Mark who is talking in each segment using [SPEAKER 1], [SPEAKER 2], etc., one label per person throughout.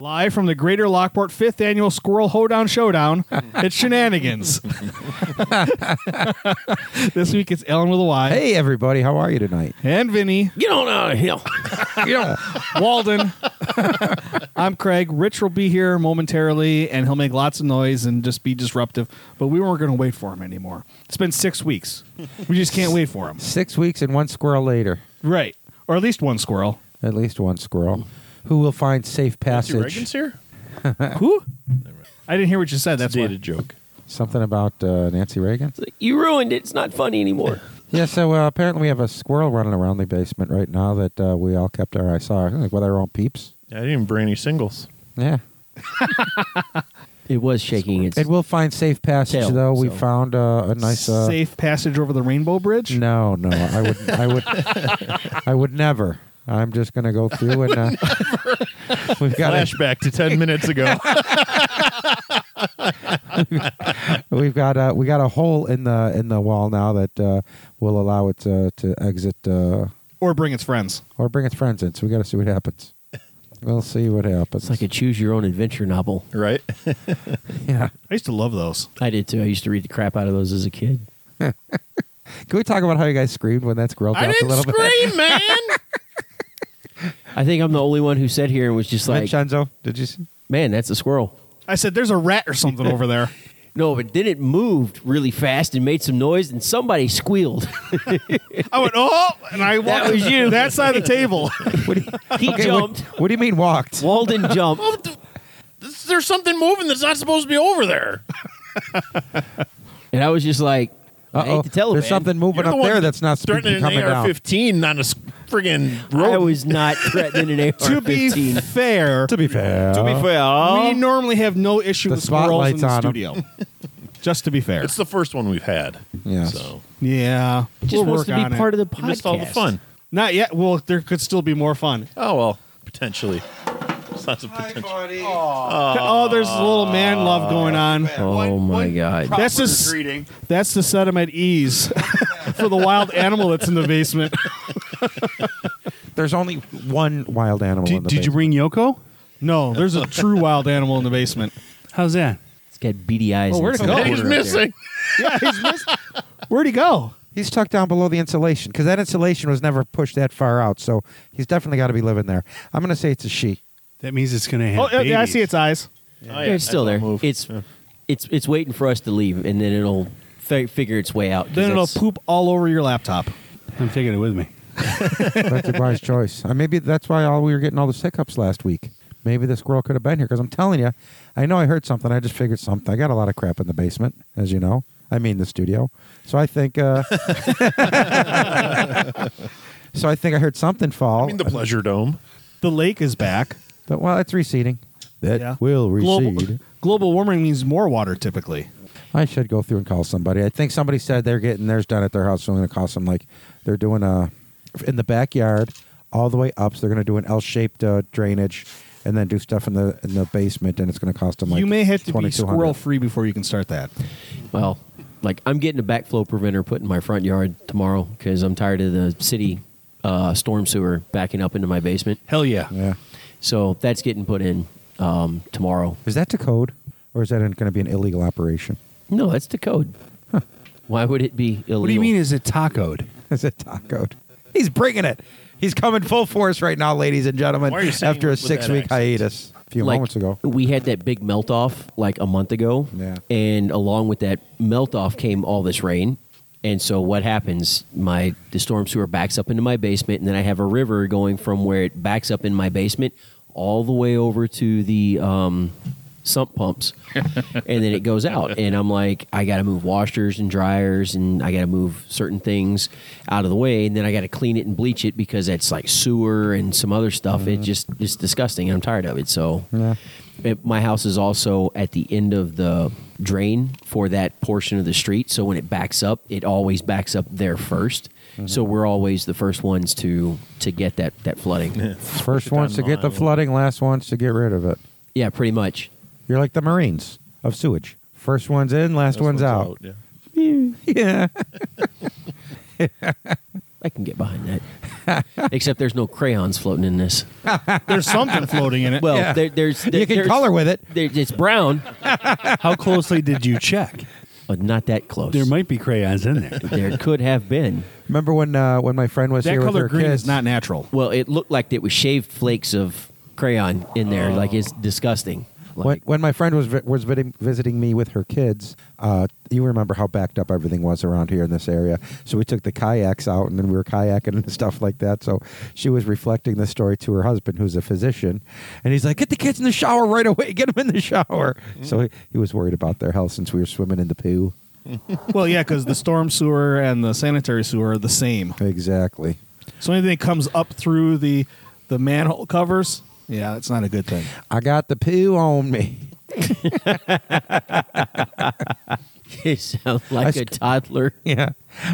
[SPEAKER 1] live from the Greater Lockport Fifth Annual Squirrel Hoedown Showdown. it's shenanigans. this week it's Ellen with a Y
[SPEAKER 2] Hey, everybody, how are you tonight?
[SPEAKER 1] and Vinny
[SPEAKER 3] Get on out of here. Get on.
[SPEAKER 1] Walden. I'm Craig. Rich will be here momentarily, and he'll make lots of noise and just be disruptive. But we weren't going to wait for him anymore. It's been six weeks. We just can't wait for him.
[SPEAKER 2] Six weeks and one squirrel later,
[SPEAKER 1] Right, or at least one squirrel.
[SPEAKER 2] at least one squirrel, who will find safe
[SPEAKER 3] Nancy
[SPEAKER 2] passage.
[SPEAKER 3] Reagan's here?
[SPEAKER 1] Who? I didn't hear what you said. That's why.
[SPEAKER 3] Dated joke.
[SPEAKER 2] Something about uh, Nancy Reagan.
[SPEAKER 4] You ruined it. It's not funny anymore.
[SPEAKER 2] Yeah, so uh, apparently we have a squirrel running around the basement right now that uh, we all kept our eyes on, like with our own peeps.
[SPEAKER 3] I didn't even bring any singles.
[SPEAKER 2] Yeah,
[SPEAKER 4] It was shaking its.
[SPEAKER 2] it will find safe passage
[SPEAKER 4] Tail,
[SPEAKER 2] though. We
[SPEAKER 4] so.
[SPEAKER 2] found uh, a nice uh,
[SPEAKER 1] safe passage over the Rainbow Bridge.
[SPEAKER 2] No, no, I would, I would, I would never. I'm just gonna go through and uh, we've got a,
[SPEAKER 3] Flashback to 10 minutes ago.
[SPEAKER 2] we've got a we got a hole in the in the wall now that uh, will allow it to, to exit uh,
[SPEAKER 1] Or bring its friends.
[SPEAKER 2] or bring its friends in. So we got to see what happens. We'll see what happens.
[SPEAKER 4] It's like a choose-your-own-adventure novel.
[SPEAKER 3] right?
[SPEAKER 2] yeah.
[SPEAKER 1] I used to love those.
[SPEAKER 4] I did too. I used to read the crap out of those as a kid.
[SPEAKER 2] Can we talk about how you guys screamed when that squirrel dropped a little bit?
[SPEAKER 3] man.
[SPEAKER 4] I think I'm the only one who sat here and was just like,
[SPEAKER 2] Vincenzo, did you? See?
[SPEAKER 4] "Man, that's a squirrel."
[SPEAKER 1] I said, "There's a rat or something over there."
[SPEAKER 4] No, but then it moved really fast and made some noise, and somebody squealed.
[SPEAKER 1] I went, "Oh!" And I walked
[SPEAKER 4] was you.
[SPEAKER 1] that side of the table.
[SPEAKER 2] What do you
[SPEAKER 4] he
[SPEAKER 2] okay, what-
[SPEAKER 4] jumped.
[SPEAKER 2] What, do you mean walked?
[SPEAKER 4] Walden jumped.
[SPEAKER 3] There's something moving that's not supposed to be over there.
[SPEAKER 4] And I was just like, I
[SPEAKER 2] Uh-oh,
[SPEAKER 4] hate to tell him,
[SPEAKER 2] There's
[SPEAKER 4] man.
[SPEAKER 2] something moving up there that's not supposed to
[SPEAKER 3] threatening
[SPEAKER 2] be
[SPEAKER 3] an
[SPEAKER 2] coming down.
[SPEAKER 3] AR-15 on a s- friggin' road.
[SPEAKER 4] I was not threatening an AR-15.
[SPEAKER 1] to be fair, uh,
[SPEAKER 2] To be fair,
[SPEAKER 3] to be fair,
[SPEAKER 1] we normally have no issue
[SPEAKER 2] The
[SPEAKER 1] with squirrels in
[SPEAKER 2] spotlight's
[SPEAKER 1] the
[SPEAKER 2] on 'em.
[SPEAKER 1] studio. Just to be fair,
[SPEAKER 3] it's the first one we've had.
[SPEAKER 2] Yes.
[SPEAKER 3] So
[SPEAKER 1] yeah,
[SPEAKER 4] Just
[SPEAKER 1] we'll
[SPEAKER 4] wants
[SPEAKER 1] work
[SPEAKER 4] to be
[SPEAKER 1] on
[SPEAKER 4] part
[SPEAKER 1] it.
[SPEAKER 4] of the podcast.
[SPEAKER 3] you missed all the fun.
[SPEAKER 1] Not yet. Well, there could still be more fun.
[SPEAKER 3] Oh, well, potentially. It's not a potential.
[SPEAKER 1] Oh, there's a little man love going on.
[SPEAKER 4] Oh my God.
[SPEAKER 1] That's just-
[SPEAKER 5] greeting.
[SPEAKER 1] That's the set I'm at ease for the wild animal that's in the basement.
[SPEAKER 2] There's only one wild animal. in
[SPEAKER 5] Did,
[SPEAKER 2] the
[SPEAKER 5] did you
[SPEAKER 2] basement.
[SPEAKER 5] ring Yoko?
[SPEAKER 1] No, there's a true wild animal in the basement.
[SPEAKER 5] How's that?
[SPEAKER 4] It's got beady eyes.
[SPEAKER 1] Oh,
[SPEAKER 4] and
[SPEAKER 1] where'd it
[SPEAKER 4] some
[SPEAKER 1] go?
[SPEAKER 4] border
[SPEAKER 3] He's
[SPEAKER 4] up there.
[SPEAKER 3] missing.
[SPEAKER 1] Where'd he go?
[SPEAKER 2] He's tucked down below the insulation because that insulation was never pushed that far out. So he's definitely got to be living there. I'm going to say it's a she.
[SPEAKER 5] That means it's going to
[SPEAKER 1] Oh,
[SPEAKER 5] have
[SPEAKER 1] yeah, yeah, I
[SPEAKER 5] babies.
[SPEAKER 1] see its eyes.
[SPEAKER 3] Oh,
[SPEAKER 4] Yeah, it's still there.
[SPEAKER 3] Move.
[SPEAKER 4] It's it's it's waiting for us to leave, and then it'll fi- figure its way out. 'cause
[SPEAKER 1] Then it'll
[SPEAKER 4] that's-
[SPEAKER 1] poop all over your laptop.
[SPEAKER 5] I'm taking it with me.
[SPEAKER 2] That's a wise choice. Uh, maybe that's why all we were getting all those hiccups last week. Maybe the squirrel could have been here because I'm telling you, I know I heard something. I just figured something. I got a lot of crap in the basement, as you know. I mean the studio. So I think. Uh, so I think I heard something fall.
[SPEAKER 3] I mean, the pleasure dome.
[SPEAKER 1] The lake is back.
[SPEAKER 2] But, well, it's receding. That
[SPEAKER 1] Yeah.
[SPEAKER 2] will
[SPEAKER 1] Global, global warming means more water typically.
[SPEAKER 2] I should go through and call somebody. I think somebody said they're getting theirs done at their house. So I'm going to cost them like they're doing a in the backyard all the way up. So they're going to do an L-shaped uh, drainage and then do stuff in the in the basement, and it's going to cost them like
[SPEAKER 1] you may have to be
[SPEAKER 2] 2200.
[SPEAKER 1] squirrel free before you can start that.
[SPEAKER 4] well, like I'm getting a backflow preventer put in my front yard tomorrow because I'm tired of the city uh, storm sewer backing up into my basement.
[SPEAKER 1] Hell yeah.
[SPEAKER 2] Yeah,
[SPEAKER 4] So that's getting put in um, tomorrow.
[SPEAKER 2] is that to code or is that going to be an illegal operation?
[SPEAKER 4] No, that's the code. Why would it be illegal?
[SPEAKER 5] What do you mean? Is it tacoed?
[SPEAKER 2] Is it top code? He's bringing it. He's coming full force right now, ladies and gentlemen.
[SPEAKER 3] Why are you saying
[SPEAKER 2] after a
[SPEAKER 3] with that
[SPEAKER 2] six week
[SPEAKER 3] accent?
[SPEAKER 2] hiatus, a few
[SPEAKER 4] like,
[SPEAKER 2] moments ago.
[SPEAKER 4] We had that big melt off like a month ago.
[SPEAKER 2] Yeah.
[SPEAKER 4] And along with that melt off came all this rain. And so what happens? My the storm sewer backs up into my basement, and then I have a river going from where it backs up in my basement all the way over to the um, sump pumps, and then it goes out. And I'm like, I got to move washers and dryers, and I got to move certain things out of the way, and then I got to clean it and bleach it because it's like sewer and some other stuff. It just it's disgusting, and I'm tired of it. So
[SPEAKER 2] Yeah.
[SPEAKER 4] it, my house is also at the end of the drain for that portion of the street. So when it backs up, it always backs up there 1st So we're always the first ones to to get that that flooding. Yeah,
[SPEAKER 2] First ones to get the flooding, last ones to get rid of it.
[SPEAKER 4] pretty much.
[SPEAKER 2] You're like the Marines of sewage. First one's in, last, one's, out.
[SPEAKER 3] Yeah.
[SPEAKER 2] Yeah.
[SPEAKER 4] I can get behind that. Except there's no crayons floating in this.
[SPEAKER 1] There's something floating in it.
[SPEAKER 4] Well, there, there's there-
[SPEAKER 2] you can
[SPEAKER 4] there's-
[SPEAKER 2] color with it.
[SPEAKER 4] There, it's brown,
[SPEAKER 5] How closely did you check?
[SPEAKER 4] but not that close.
[SPEAKER 5] There might be crayons in there.
[SPEAKER 4] there could have been.
[SPEAKER 2] Remember when uh, when my friend was
[SPEAKER 1] that
[SPEAKER 2] here with
[SPEAKER 1] color
[SPEAKER 2] her
[SPEAKER 1] green
[SPEAKER 2] kids?
[SPEAKER 1] is not natural.
[SPEAKER 4] Well, it looked like it was shaved flakes of crayon in there. Like it's
[SPEAKER 2] when,
[SPEAKER 4] disgusting. Like,
[SPEAKER 2] when my friend was vi- was vi- visiting me with her kids, uh, you remember how backed up everything was around here in this area. So we took the kayaks out, and then we were kayaking and stuff like that. So she was reflecting this story to her husband, who's a physician, and he's like, "Get the kids in the shower right away. Get them in the shower."
[SPEAKER 1] Mm-hmm.
[SPEAKER 2] So he, he was worried about their health since we were swimming in the poo.
[SPEAKER 1] well, yeah, because the storm sewer and the sanitary sewer are the same.
[SPEAKER 2] Exactly.
[SPEAKER 1] So anything that comes up through the the manhole covers, yeah, that's not a good thing.
[SPEAKER 2] I got the poo on me.
[SPEAKER 4] you sound like
[SPEAKER 2] I
[SPEAKER 4] a
[SPEAKER 2] sc-
[SPEAKER 4] toddler.
[SPEAKER 2] Yeah,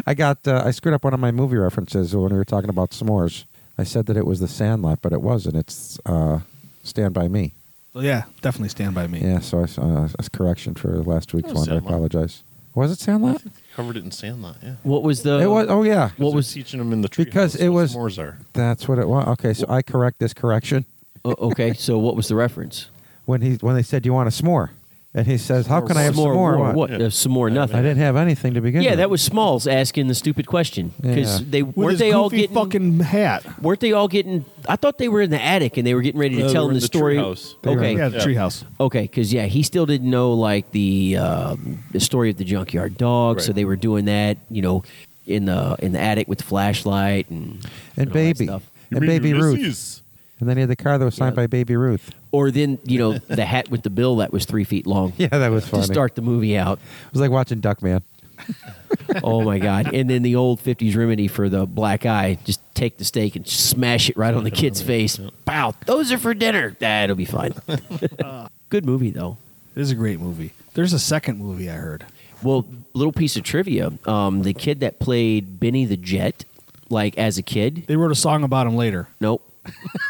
[SPEAKER 2] I got uh, I screwed up one of my movie references when we were talking about s'mores. I said that it was The Sandlot, but it wasn't. It's uh, Stand by Me.
[SPEAKER 1] So yeah, definitely stand by me.
[SPEAKER 2] Yeah, so I saw a correction for last week's
[SPEAKER 3] That
[SPEAKER 2] one.
[SPEAKER 3] was
[SPEAKER 2] I
[SPEAKER 3] Sandlot.
[SPEAKER 2] apologize. Was it Sandlot?
[SPEAKER 3] Covered it in sandlot. Yeah.
[SPEAKER 4] What was the?
[SPEAKER 2] it was. Oh yeah,
[SPEAKER 4] What
[SPEAKER 3] What
[SPEAKER 4] was-
[SPEAKER 3] was teaching them in the tree
[SPEAKER 2] because it was-
[SPEAKER 3] s'mores are.
[SPEAKER 2] that's what it was. Okay, so I correct this correction
[SPEAKER 4] O- oh, okay, so what was the reference?
[SPEAKER 2] when he when they said you want a s'more, and he says, "How can I have
[SPEAKER 4] S'more,
[SPEAKER 2] s'more?"
[SPEAKER 4] war,
[SPEAKER 2] What?
[SPEAKER 4] what?
[SPEAKER 3] Yeah.
[SPEAKER 4] Uh, s'more nothing.
[SPEAKER 2] I didn't have anything to begin.
[SPEAKER 4] yeah,
[SPEAKER 2] with.
[SPEAKER 4] that was Smalls asking the stupid question because
[SPEAKER 2] Yeah.
[SPEAKER 4] they
[SPEAKER 1] With
[SPEAKER 4] weren't
[SPEAKER 1] his
[SPEAKER 4] they all
[SPEAKER 1] goofy
[SPEAKER 4] getting
[SPEAKER 1] fucking hat.
[SPEAKER 4] weren't they all getting? I thought they were in the attic and they were getting ready to
[SPEAKER 3] No, they
[SPEAKER 4] tell
[SPEAKER 3] were
[SPEAKER 4] them
[SPEAKER 3] in
[SPEAKER 4] the,
[SPEAKER 3] the
[SPEAKER 4] story.
[SPEAKER 3] treehouse.
[SPEAKER 2] They were
[SPEAKER 4] okay,
[SPEAKER 2] in
[SPEAKER 1] Yeah, the
[SPEAKER 3] Yeah.
[SPEAKER 1] treehouse.
[SPEAKER 4] Okay, because yeah, he still didn't know like the um, the story of the junkyard dog, so
[SPEAKER 3] Right.
[SPEAKER 4] they were doing that, you know, in the in the attic with the flashlight and
[SPEAKER 2] and
[SPEAKER 4] all that
[SPEAKER 2] baby
[SPEAKER 4] stuff.
[SPEAKER 2] and baby Ruth,
[SPEAKER 3] Ulysses.
[SPEAKER 2] and then he had the car that was signed
[SPEAKER 4] Yeah.
[SPEAKER 2] by Baby Ruth.
[SPEAKER 4] Or then you know the hat with the bill that was three feet long.
[SPEAKER 2] Yeah, that was
[SPEAKER 4] to
[SPEAKER 2] funny.
[SPEAKER 4] start the movie out.
[SPEAKER 2] It was like watching Duckman.
[SPEAKER 4] Oh my god! And then the old '50s remedy for the black eye: just take the steak and smash it right on the kid's face. Pow! Those are for dinner. That'll be fine. Good movie though.
[SPEAKER 1] This is a great movie. There's a second movie I heard.
[SPEAKER 4] Well, little piece of trivia: um, the kid that played Benny the Jet, like as a kid,
[SPEAKER 1] They wrote a song about him later.
[SPEAKER 4] Nope.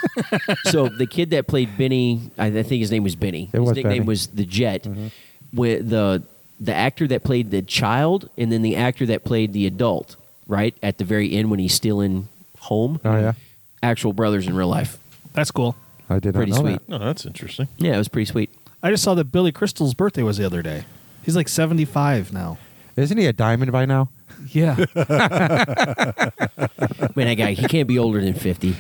[SPEAKER 4] so the kid that played Benny, I I think his name was Benny.
[SPEAKER 2] It
[SPEAKER 4] his
[SPEAKER 2] was
[SPEAKER 4] nickname
[SPEAKER 2] Benny. Mm-hmm.
[SPEAKER 4] was the Jet. With the the actor that played the child, and then the actor that played the adult, right at the very end when he's stealing home.
[SPEAKER 2] Oh yeah,
[SPEAKER 4] actual brothers in real life.
[SPEAKER 1] That's cool.
[SPEAKER 2] I did not
[SPEAKER 4] Pretty
[SPEAKER 2] know
[SPEAKER 4] sweet.
[SPEAKER 2] that.
[SPEAKER 3] No, that's interesting.
[SPEAKER 4] Yeah, it was pretty sweet.
[SPEAKER 1] I just saw that Billy Crystal's birthday was the other day. He's like 75 now.
[SPEAKER 2] Isn't he a diamond by now?
[SPEAKER 1] Yeah.
[SPEAKER 4] Man, that guy he can't be older than fifty.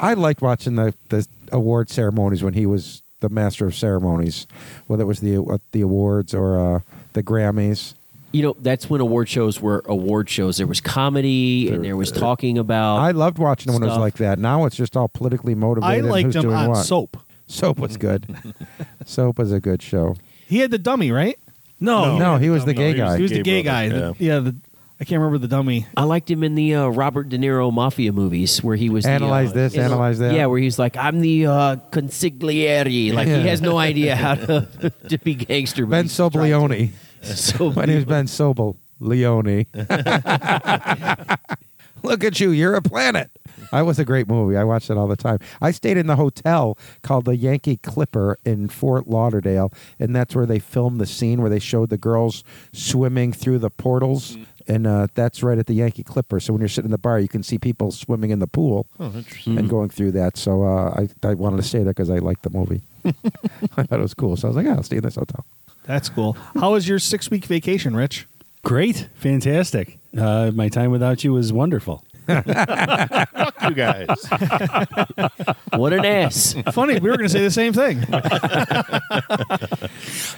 [SPEAKER 2] I liked watching the, the award ceremonies when he was the master of ceremonies, whether it was the uh, the awards or uh, the Grammys.
[SPEAKER 4] You know, that's when award shows were award shows. There was comedy, and
[SPEAKER 2] There- uh,
[SPEAKER 4] there was talking about.
[SPEAKER 2] I loved watching him when it was
[SPEAKER 4] Uh, Stuff.
[SPEAKER 2] like that. Now it's just all politically
[SPEAKER 1] I
[SPEAKER 2] motivated. and
[SPEAKER 1] liked
[SPEAKER 2] who's
[SPEAKER 1] him uh,
[SPEAKER 2] doing
[SPEAKER 1] on
[SPEAKER 2] what.
[SPEAKER 1] Soap.
[SPEAKER 2] Soap was good. Soap was a good show.
[SPEAKER 1] He had the dummy, right? No.
[SPEAKER 2] No, he was the
[SPEAKER 3] No,
[SPEAKER 2] gay
[SPEAKER 3] he
[SPEAKER 2] guy.
[SPEAKER 3] was-
[SPEAKER 1] He was the gay
[SPEAKER 3] Gay
[SPEAKER 1] guy.
[SPEAKER 3] brother,
[SPEAKER 1] The- yeah, the, I can't remember the dummy.
[SPEAKER 4] I liked him in the uh, Robert De Niro mafia movies where he was
[SPEAKER 2] Analyze
[SPEAKER 4] the, uh,
[SPEAKER 2] this, analyze that.
[SPEAKER 4] Yeah, where he's like, "I'm the uh, consigliere." Like
[SPEAKER 2] Yeah.
[SPEAKER 4] he has no idea how to, to be gangster. but
[SPEAKER 2] Ben
[SPEAKER 4] he's
[SPEAKER 2] Sobel
[SPEAKER 4] trying
[SPEAKER 2] Leone.
[SPEAKER 4] to. So
[SPEAKER 2] My name's Ben Sobel Leone. Look at you. You're a planet. I was a great movie. I watched it all the time. I stayed in the hotel called the Yankee Clipper in Fort Lauderdale, and that's where they filmed the scene where they showed the girls swimming through the portals. And uh, that's right at the Yankee Clipper. So when you're sitting in the bar, you can see people swimming in the pool
[SPEAKER 3] Oh, interesting.
[SPEAKER 2] and going through that. So uh, I, I wanted to stay there because I liked the movie. I thought it was cool. So I was like, "Yeah, I'll stay in this hotel.
[SPEAKER 1] That's cool. How was your six week vacation, Rich?
[SPEAKER 5] Great, fantastic. Uh, my time without you was wonderful.
[SPEAKER 3] Fuck you guys.
[SPEAKER 4] what an ass!
[SPEAKER 1] Funny, we were going to say the same thing.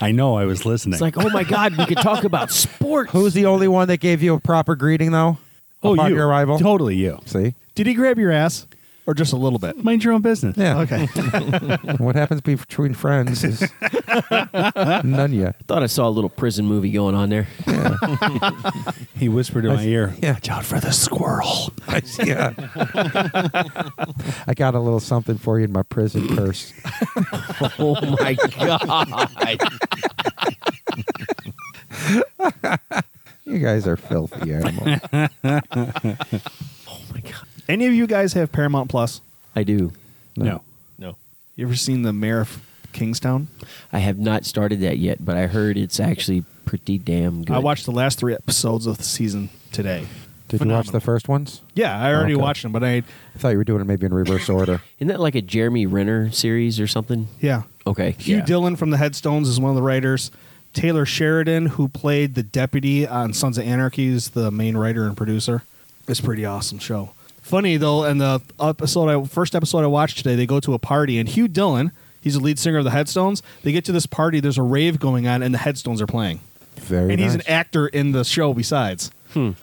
[SPEAKER 5] I know I was listening.
[SPEAKER 4] It's like, oh my god, we could talk about sports.
[SPEAKER 2] Who's the only one that gave you a proper greeting though?
[SPEAKER 5] oh,
[SPEAKER 2] upon
[SPEAKER 5] you
[SPEAKER 2] your arrival.
[SPEAKER 5] totally you.
[SPEAKER 2] See,
[SPEAKER 1] Did he grab your ass or just a little bit?
[SPEAKER 5] Mind your own business.
[SPEAKER 2] yeah.
[SPEAKER 1] Okay.
[SPEAKER 2] what happens between friends is none yet.
[SPEAKER 4] Thought I saw a little prison movie going on there.
[SPEAKER 5] He whispered in my ear.
[SPEAKER 2] yeah.
[SPEAKER 5] Watch out for the squirrel.
[SPEAKER 2] I see. Yeah. I got a little something for you in my prison purse.
[SPEAKER 4] oh my god!
[SPEAKER 2] You guys are filthy animals.
[SPEAKER 4] Oh my god!
[SPEAKER 1] Any of you guys have Paramount Plus?
[SPEAKER 4] I do.
[SPEAKER 5] No.
[SPEAKER 3] No.
[SPEAKER 1] You ever seen the mayor of Kingstown?
[SPEAKER 4] I have not started that yet, but I heard it's actually pretty damn good.
[SPEAKER 1] I watched the last three episodes of the season today.
[SPEAKER 2] Did you watch the
[SPEAKER 1] Phenomenal.
[SPEAKER 2] first ones?
[SPEAKER 1] Yeah, I already
[SPEAKER 2] Okay.
[SPEAKER 1] watched them, but I
[SPEAKER 2] I thought you were doing it maybe in reverse order.
[SPEAKER 4] Isn't that like a Jeremy Renner series or something?
[SPEAKER 1] Oh, yeah.
[SPEAKER 4] Okay.
[SPEAKER 1] Hugh
[SPEAKER 4] yeah.
[SPEAKER 1] Dillon from the Headstones is one of the writers. Taylor Sheridan, who played the deputy on Sons of Anarchy, is the main writer and producer. It's a pretty awesome show. Funny though, in the episode I, first episode I watched today, they go to a party and Hugh Dillon, he's the lead singer of the Headstones. They get to this party, there's a rave going on, and the Headstones are playing.
[SPEAKER 2] Very
[SPEAKER 1] and he's an
[SPEAKER 2] nice.
[SPEAKER 1] actor in the show besides. I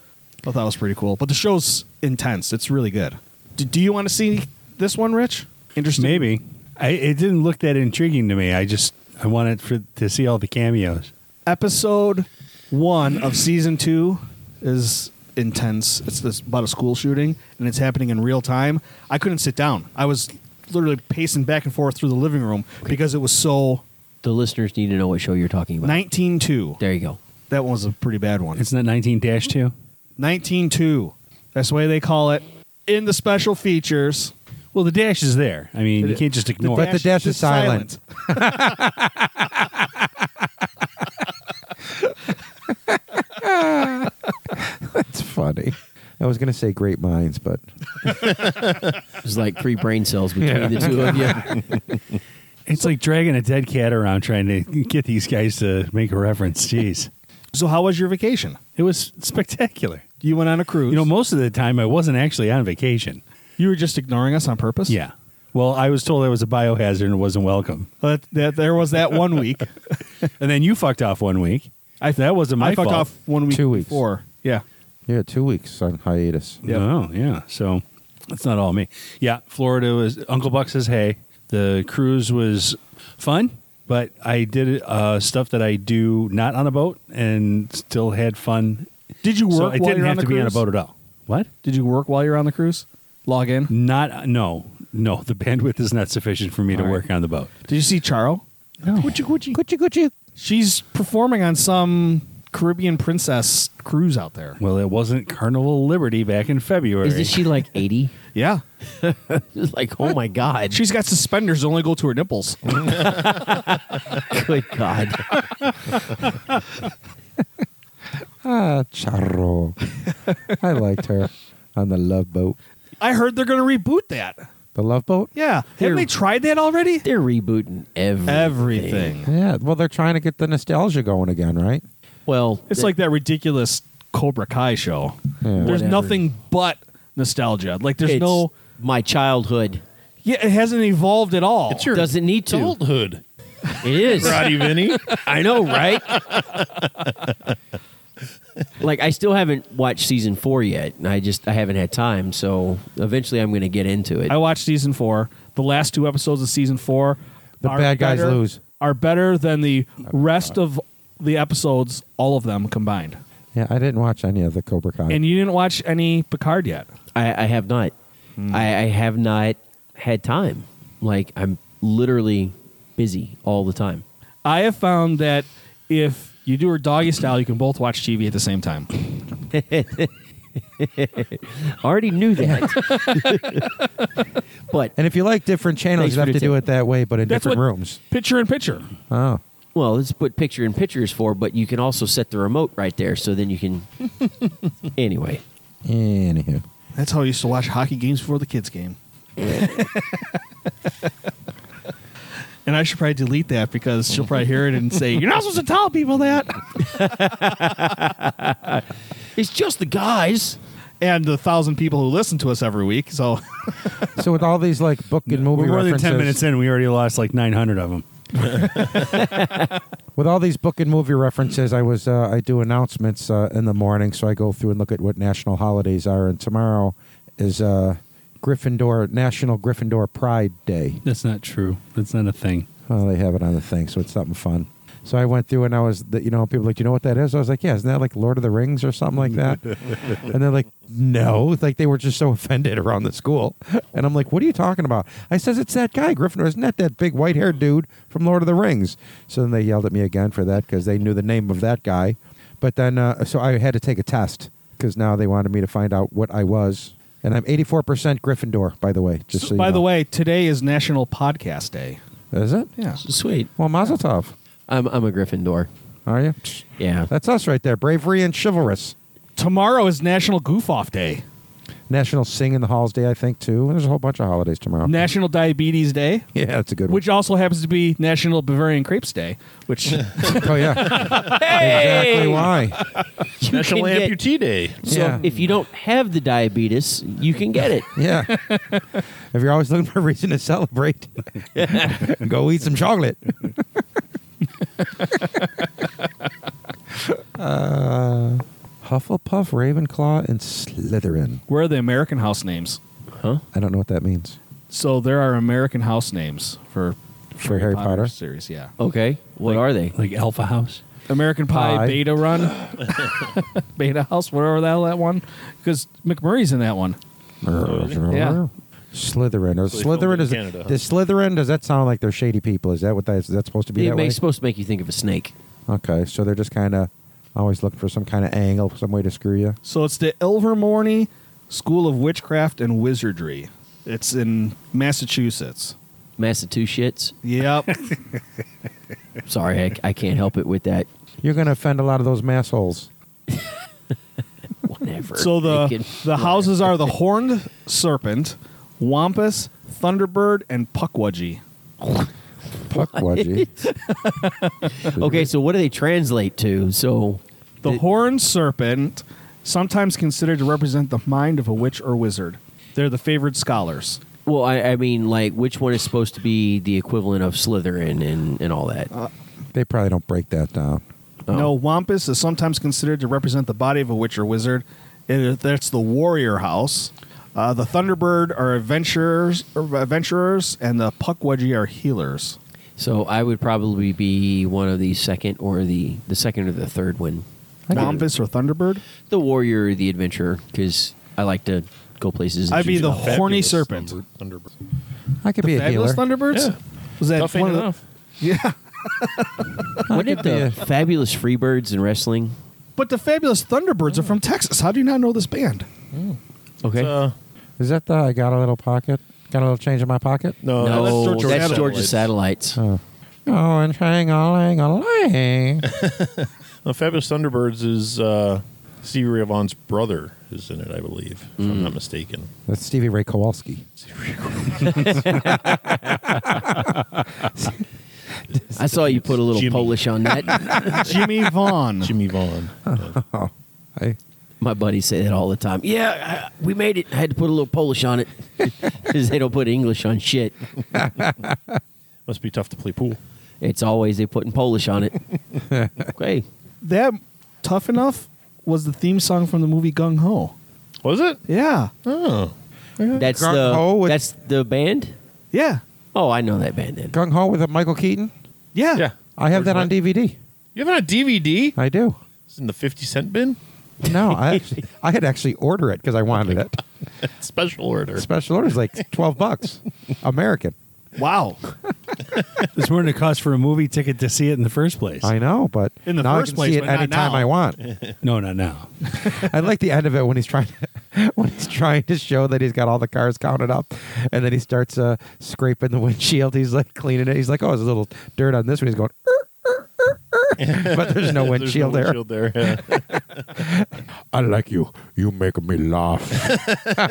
[SPEAKER 1] thought that was pretty cool. But the show's intense. It's really good. Do, do you want to see this one, Rich? Interesting.
[SPEAKER 5] Maybe. I, it didn't look that intriguing to me. I just I wanted for, to see all the cameos.
[SPEAKER 1] episode one of season two is intense. It's this, about a school shooting, and it's happening in real time. I couldn't sit down. I was literally pacing back and forth through the living room because it was so
[SPEAKER 4] The listeners need to know what show you're talking about.
[SPEAKER 1] 19-2.
[SPEAKER 4] There you go.
[SPEAKER 1] That one was a pretty bad one.
[SPEAKER 5] It's not 19 2.
[SPEAKER 1] 19-2. That's the way they call it in the special features.
[SPEAKER 5] Well, the dash is there. I mean, you
[SPEAKER 1] The-
[SPEAKER 5] can't just ignore
[SPEAKER 2] But the
[SPEAKER 5] it.
[SPEAKER 2] dash is silent. That's funny. I was going to say great minds, but
[SPEAKER 4] It's like three brain cells between the two of you.
[SPEAKER 5] It's like dragging a dead cat around trying to get these guys to make a reference. Jeez.
[SPEAKER 1] So how was your vacation?
[SPEAKER 5] It was spectacular.
[SPEAKER 1] You went on a cruise.
[SPEAKER 5] You know, most of the time I wasn't actually on vacation.
[SPEAKER 1] you were just ignoring us on purpose?
[SPEAKER 5] Yeah. Well, I was told I was a biohazard and wasn't welcome.
[SPEAKER 1] But that, there was that one week.
[SPEAKER 5] And then you fucked off one week. I, that wasn't my
[SPEAKER 1] I fucked
[SPEAKER 5] fault.
[SPEAKER 1] off one week
[SPEAKER 2] Two weeks.
[SPEAKER 1] before. Yeah.
[SPEAKER 2] yeah, two weeks on hiatus.
[SPEAKER 5] Yeah. Oh, yeah. So it's not all me. Yeah. Florida was Uncle Buck says, hey, the cruise was fun, but I did uh, stuff that I do not on a boat and still had fun.
[SPEAKER 1] Did you work
[SPEAKER 5] so
[SPEAKER 1] while
[SPEAKER 5] I didn't
[SPEAKER 1] you're
[SPEAKER 5] have
[SPEAKER 1] on the
[SPEAKER 5] to be on a
[SPEAKER 1] cruise?
[SPEAKER 5] boat at all. What?
[SPEAKER 1] Did you work while you're on the cruise? Log in.
[SPEAKER 5] Not, no, no. The bandwidth is not sufficient for me to
[SPEAKER 1] All right.
[SPEAKER 5] work on the boat.
[SPEAKER 1] Did you see Charo?
[SPEAKER 5] No.
[SPEAKER 2] Gucci, Gucci.
[SPEAKER 1] She's performing on some Caribbean princess cruise out there.
[SPEAKER 5] Well, it wasn't Carnival Liberty back in February.
[SPEAKER 4] Isn't she like 80?
[SPEAKER 1] Yeah.
[SPEAKER 4] It's like, oh my God.
[SPEAKER 1] She's got suspenders that only go to her nipples.
[SPEAKER 4] Good God.
[SPEAKER 2] Ah, Charro. I liked her on the love boat.
[SPEAKER 1] I heard they're going to reboot that.
[SPEAKER 2] The love boat?
[SPEAKER 1] Yeah. Haven't they tried that already?
[SPEAKER 4] They're rebooting everything.
[SPEAKER 1] Everything.
[SPEAKER 2] Yeah. Well, they're trying to get the nostalgia going again, right?
[SPEAKER 4] Well,
[SPEAKER 1] It's like that ridiculous Cobra Kai show.
[SPEAKER 2] Yeah.
[SPEAKER 1] There's
[SPEAKER 4] Whatever.
[SPEAKER 1] nothing but nostalgia. Like there's
[SPEAKER 4] it's
[SPEAKER 1] no
[SPEAKER 4] my childhood.
[SPEAKER 1] Yeah, it hasn't evolved at all.
[SPEAKER 3] It's your
[SPEAKER 4] Doesn't need to.
[SPEAKER 3] adulthood,
[SPEAKER 4] It is.
[SPEAKER 3] Roddy Vinny.
[SPEAKER 4] I know, right? like I still haven't watched season four yet, and I just I haven't had time. So eventually, I'm going to get into it.
[SPEAKER 1] I watched season four. The last two episodes of season four,
[SPEAKER 2] The bad guys
[SPEAKER 1] better-
[SPEAKER 2] lose.
[SPEAKER 1] Are better than the rest of the episodes, all of them combined.
[SPEAKER 2] Yeah, I didn't watch any of the Cobra Kai.
[SPEAKER 1] And you didn't watch any Picard yet.
[SPEAKER 4] I, I have not.
[SPEAKER 2] Hmm.
[SPEAKER 4] I, I have not had time. Like I'm literally busy all the time.
[SPEAKER 1] I have found that if you do her doggy style, you can both watch TV at the same time.
[SPEAKER 4] I already knew that. but
[SPEAKER 2] And if you like different channels,
[SPEAKER 4] Thanks
[SPEAKER 2] you
[SPEAKER 4] for
[SPEAKER 2] have
[SPEAKER 4] the
[SPEAKER 2] to do
[SPEAKER 4] tip.
[SPEAKER 2] it that way, but in
[SPEAKER 1] That's
[SPEAKER 2] different
[SPEAKER 1] what-
[SPEAKER 2] rooms.
[SPEAKER 1] Picture in picture.
[SPEAKER 2] Oh,
[SPEAKER 4] well, it's what picture in picture is for. But you can also set the remote right there, so then you can. anyway,
[SPEAKER 2] anywho.
[SPEAKER 1] That's how I used to watch hockey games before the kids game. and I should probably delete that because she'll probably hear it and say, "You're not supposed to tell people that."
[SPEAKER 4] it's just the guys.
[SPEAKER 1] And the thousand people who listen to us every week. So
[SPEAKER 2] So with all these like book and movie
[SPEAKER 5] We're more than
[SPEAKER 2] references,
[SPEAKER 5] 10 minutes in. We already lost like 900 of them.
[SPEAKER 2] with all these book and movie references, I was uh, I do announcements uh, in the morning, so I go through and look at what national holidays are. And tomorrow is uh, Gryffindor National Gryffindor Pride Day.
[SPEAKER 5] That's not true. That's not a thing.
[SPEAKER 2] Well, they have it on the thing, so it's something fun. So I went through and I was, the, you know, people were like, do you know what that is? I was like, yeah, isn't that like Lord of the Rings or something like that? and they're like, no. It's like they were just so offended around the school. And I'm like, what are you talking about? I says, it's that guy, Gryffindor. Isn't that that big white haired dude from Lord of the Rings? So then they yelled at me again for that because they knew the name of that guy. But then, uh, so I had to take a test because now they wanted me to find out what I was. And I'm 84% Gryffindor, by the way. Just so, you
[SPEAKER 1] by the
[SPEAKER 2] know.
[SPEAKER 1] way, today is National Podcast Day.
[SPEAKER 2] Is it?
[SPEAKER 1] Yeah.
[SPEAKER 4] Sweet.
[SPEAKER 2] Well, Mazel Tov.
[SPEAKER 4] I'm I'm a Gryffindor.
[SPEAKER 2] Are you?
[SPEAKER 4] Yeah.
[SPEAKER 2] That's us right there. Bravery and chivalrous.
[SPEAKER 1] Tomorrow is National Goof Off Day,
[SPEAKER 2] National Sing in the Halls Day, I think, too. There's a whole bunch of holidays tomorrow.
[SPEAKER 1] National Diabetes Day,
[SPEAKER 2] yeah, that's a good
[SPEAKER 1] which also happens to be National Bavarian Crepes Day, which
[SPEAKER 2] one. oh, yeah. Exactly why.
[SPEAKER 4] You
[SPEAKER 3] National
[SPEAKER 4] can get-
[SPEAKER 3] Amputee Day.
[SPEAKER 4] so
[SPEAKER 2] Yeah.
[SPEAKER 4] if you don't have the diabetes, you can get it.
[SPEAKER 2] Yeah. if you're always looking for a reason to celebrate, go eat some chocolate. uh, Hufflepuff, Ravenclaw, and Slytherin.
[SPEAKER 1] where are the American house names?
[SPEAKER 4] Huh?
[SPEAKER 2] I don't know what that means.
[SPEAKER 1] So there are American house names for
[SPEAKER 2] For Harry Potter?
[SPEAKER 1] series, yeah.
[SPEAKER 4] Okay. What are they?
[SPEAKER 5] Like Alpha House.
[SPEAKER 1] American Pie,
[SPEAKER 2] Pie.
[SPEAKER 1] Beta Run, Beta House, whatever the hell that one, because McMurray's in that one. Yeah.
[SPEAKER 2] Slytherin or
[SPEAKER 3] So they filmed
[SPEAKER 2] Slytherin
[SPEAKER 3] it in
[SPEAKER 2] is
[SPEAKER 3] Canada, huh?
[SPEAKER 2] does Slytherin does that sound like they're shady people? Is that what that is that supposed to be
[SPEAKER 4] It
[SPEAKER 2] that
[SPEAKER 4] makes,
[SPEAKER 2] way?
[SPEAKER 4] supposed to make you think of a snake.
[SPEAKER 2] okay, so they're just kind of always looking for some kind of angle, some way to screw you.
[SPEAKER 1] So it's the Ilvermorny School of Witchcraft and Wizardry. It's in Massachusetts.
[SPEAKER 4] Massachusetts.
[SPEAKER 1] Yep.
[SPEAKER 4] Sorry, I, I can't help it with that.
[SPEAKER 2] You're going to offend a lot of those massholes.
[SPEAKER 4] Whatever.
[SPEAKER 1] so the
[SPEAKER 4] They can-
[SPEAKER 1] the houses are the Horned Serpent, Wampus, Thunderbird, and Puckwudgie.
[SPEAKER 2] Puck wedgie.
[SPEAKER 4] Okay, so what do they translate to? So
[SPEAKER 1] The
[SPEAKER 4] It-
[SPEAKER 1] horned serpent, sometimes considered to represent the mind of a witch or wizard. They're the favored scholars.
[SPEAKER 4] Well, I, I mean, like, which one is supposed to be the equivalent of Slytherin and, and all that?
[SPEAKER 2] They probably don't break that down.
[SPEAKER 4] Oh.
[SPEAKER 1] No, Wampus is sometimes considered to represent the body of a witch or wizard. It- that's the warrior house. Uh, the Thunderbird are adventurers, or adventurers, and the Puckwudgie are healers.
[SPEAKER 4] so I would probably be one of the second or the, the second or the third one.
[SPEAKER 1] Wampus or Thunderbird?
[SPEAKER 4] The warrior or the adventurer, because I like to go places. and
[SPEAKER 1] I'd be
[SPEAKER 4] shoot
[SPEAKER 1] the
[SPEAKER 4] stuff.
[SPEAKER 1] horny
[SPEAKER 3] Fabulous
[SPEAKER 1] serpent.
[SPEAKER 3] Thunderbird- Thunderbird.
[SPEAKER 2] I could be a healer.
[SPEAKER 1] Fabulous Thunderbirds?
[SPEAKER 3] Yeah.
[SPEAKER 1] Was that
[SPEAKER 3] Tough ain't
[SPEAKER 1] one of the-
[SPEAKER 3] enough.
[SPEAKER 1] Yeah.
[SPEAKER 4] What did the fabulous Freebirds in wrestling?
[SPEAKER 1] But the Fabulous Thunderbirds are from Texas. How do you not know this band?
[SPEAKER 4] Okay.
[SPEAKER 3] Uh,
[SPEAKER 2] Is that the I got a little pocket? Got a little change in my pocket?
[SPEAKER 3] no,
[SPEAKER 4] no,
[SPEAKER 1] Georgia
[SPEAKER 4] that's
[SPEAKER 1] Satellites.
[SPEAKER 4] Georgia satellites.
[SPEAKER 2] Oh. Oh, and triangle,
[SPEAKER 3] The Fabulous Thunderbirds is uh, Stevie Ray Vaughan's brother is in it, I believe, if I'm
[SPEAKER 4] Mm.
[SPEAKER 3] not mistaken.
[SPEAKER 2] That's Stevie Ray Kowalski.
[SPEAKER 4] I saw you put a little
[SPEAKER 3] Jimmy.
[SPEAKER 4] Polish on that.
[SPEAKER 1] Jimmy Vaughn.
[SPEAKER 3] Jimmy Vaughn. Yeah.
[SPEAKER 2] I,
[SPEAKER 4] My buddies say that all the time. Yeah, I, we made it. I had to put a little Polish on it because they don't put English on shit.
[SPEAKER 3] Must be tough to play pool.
[SPEAKER 4] It's always they putting Polish on it. okay.
[SPEAKER 1] that tough enough was the theme song from the movie Gung Ho.
[SPEAKER 3] Was it?
[SPEAKER 1] Yeah,
[SPEAKER 3] Oh.
[SPEAKER 4] That's
[SPEAKER 2] Gung
[SPEAKER 4] the
[SPEAKER 2] Ho with-
[SPEAKER 4] that's the band?
[SPEAKER 1] yeah,
[SPEAKER 4] Oh, I know that band then.
[SPEAKER 2] Gung Ho with a Michael Keaton.
[SPEAKER 1] yeah.
[SPEAKER 3] Yeah.
[SPEAKER 2] I have that on DVD.
[SPEAKER 3] You have it on DVD?
[SPEAKER 2] I do.
[SPEAKER 3] It's in the 50 cent bin?
[SPEAKER 2] No, I actually, I had actually order it because I wanted it.
[SPEAKER 3] Special order.
[SPEAKER 2] Special order's like twelve bucks, American.
[SPEAKER 1] Wow.
[SPEAKER 5] It's more than it costs for a movie ticket to see it in the first place.
[SPEAKER 2] I know, but
[SPEAKER 1] In the
[SPEAKER 2] now
[SPEAKER 1] first
[SPEAKER 2] I can
[SPEAKER 1] place,
[SPEAKER 2] see it
[SPEAKER 1] but not
[SPEAKER 2] anytime
[SPEAKER 1] now.
[SPEAKER 2] I want.
[SPEAKER 5] no, not now.
[SPEAKER 2] I like the end of it when he's trying to, when he's trying to show that he's got all the cars counted up, and then he starts uh, scraping the windshield. He's like cleaning it. He's like, "Oh, there's a little dirt on this one." He's going, "Er, er, er, er," but there's no
[SPEAKER 3] There's no
[SPEAKER 2] windshield there.
[SPEAKER 3] windshield there. yeah.
[SPEAKER 2] I like you. You make me laugh.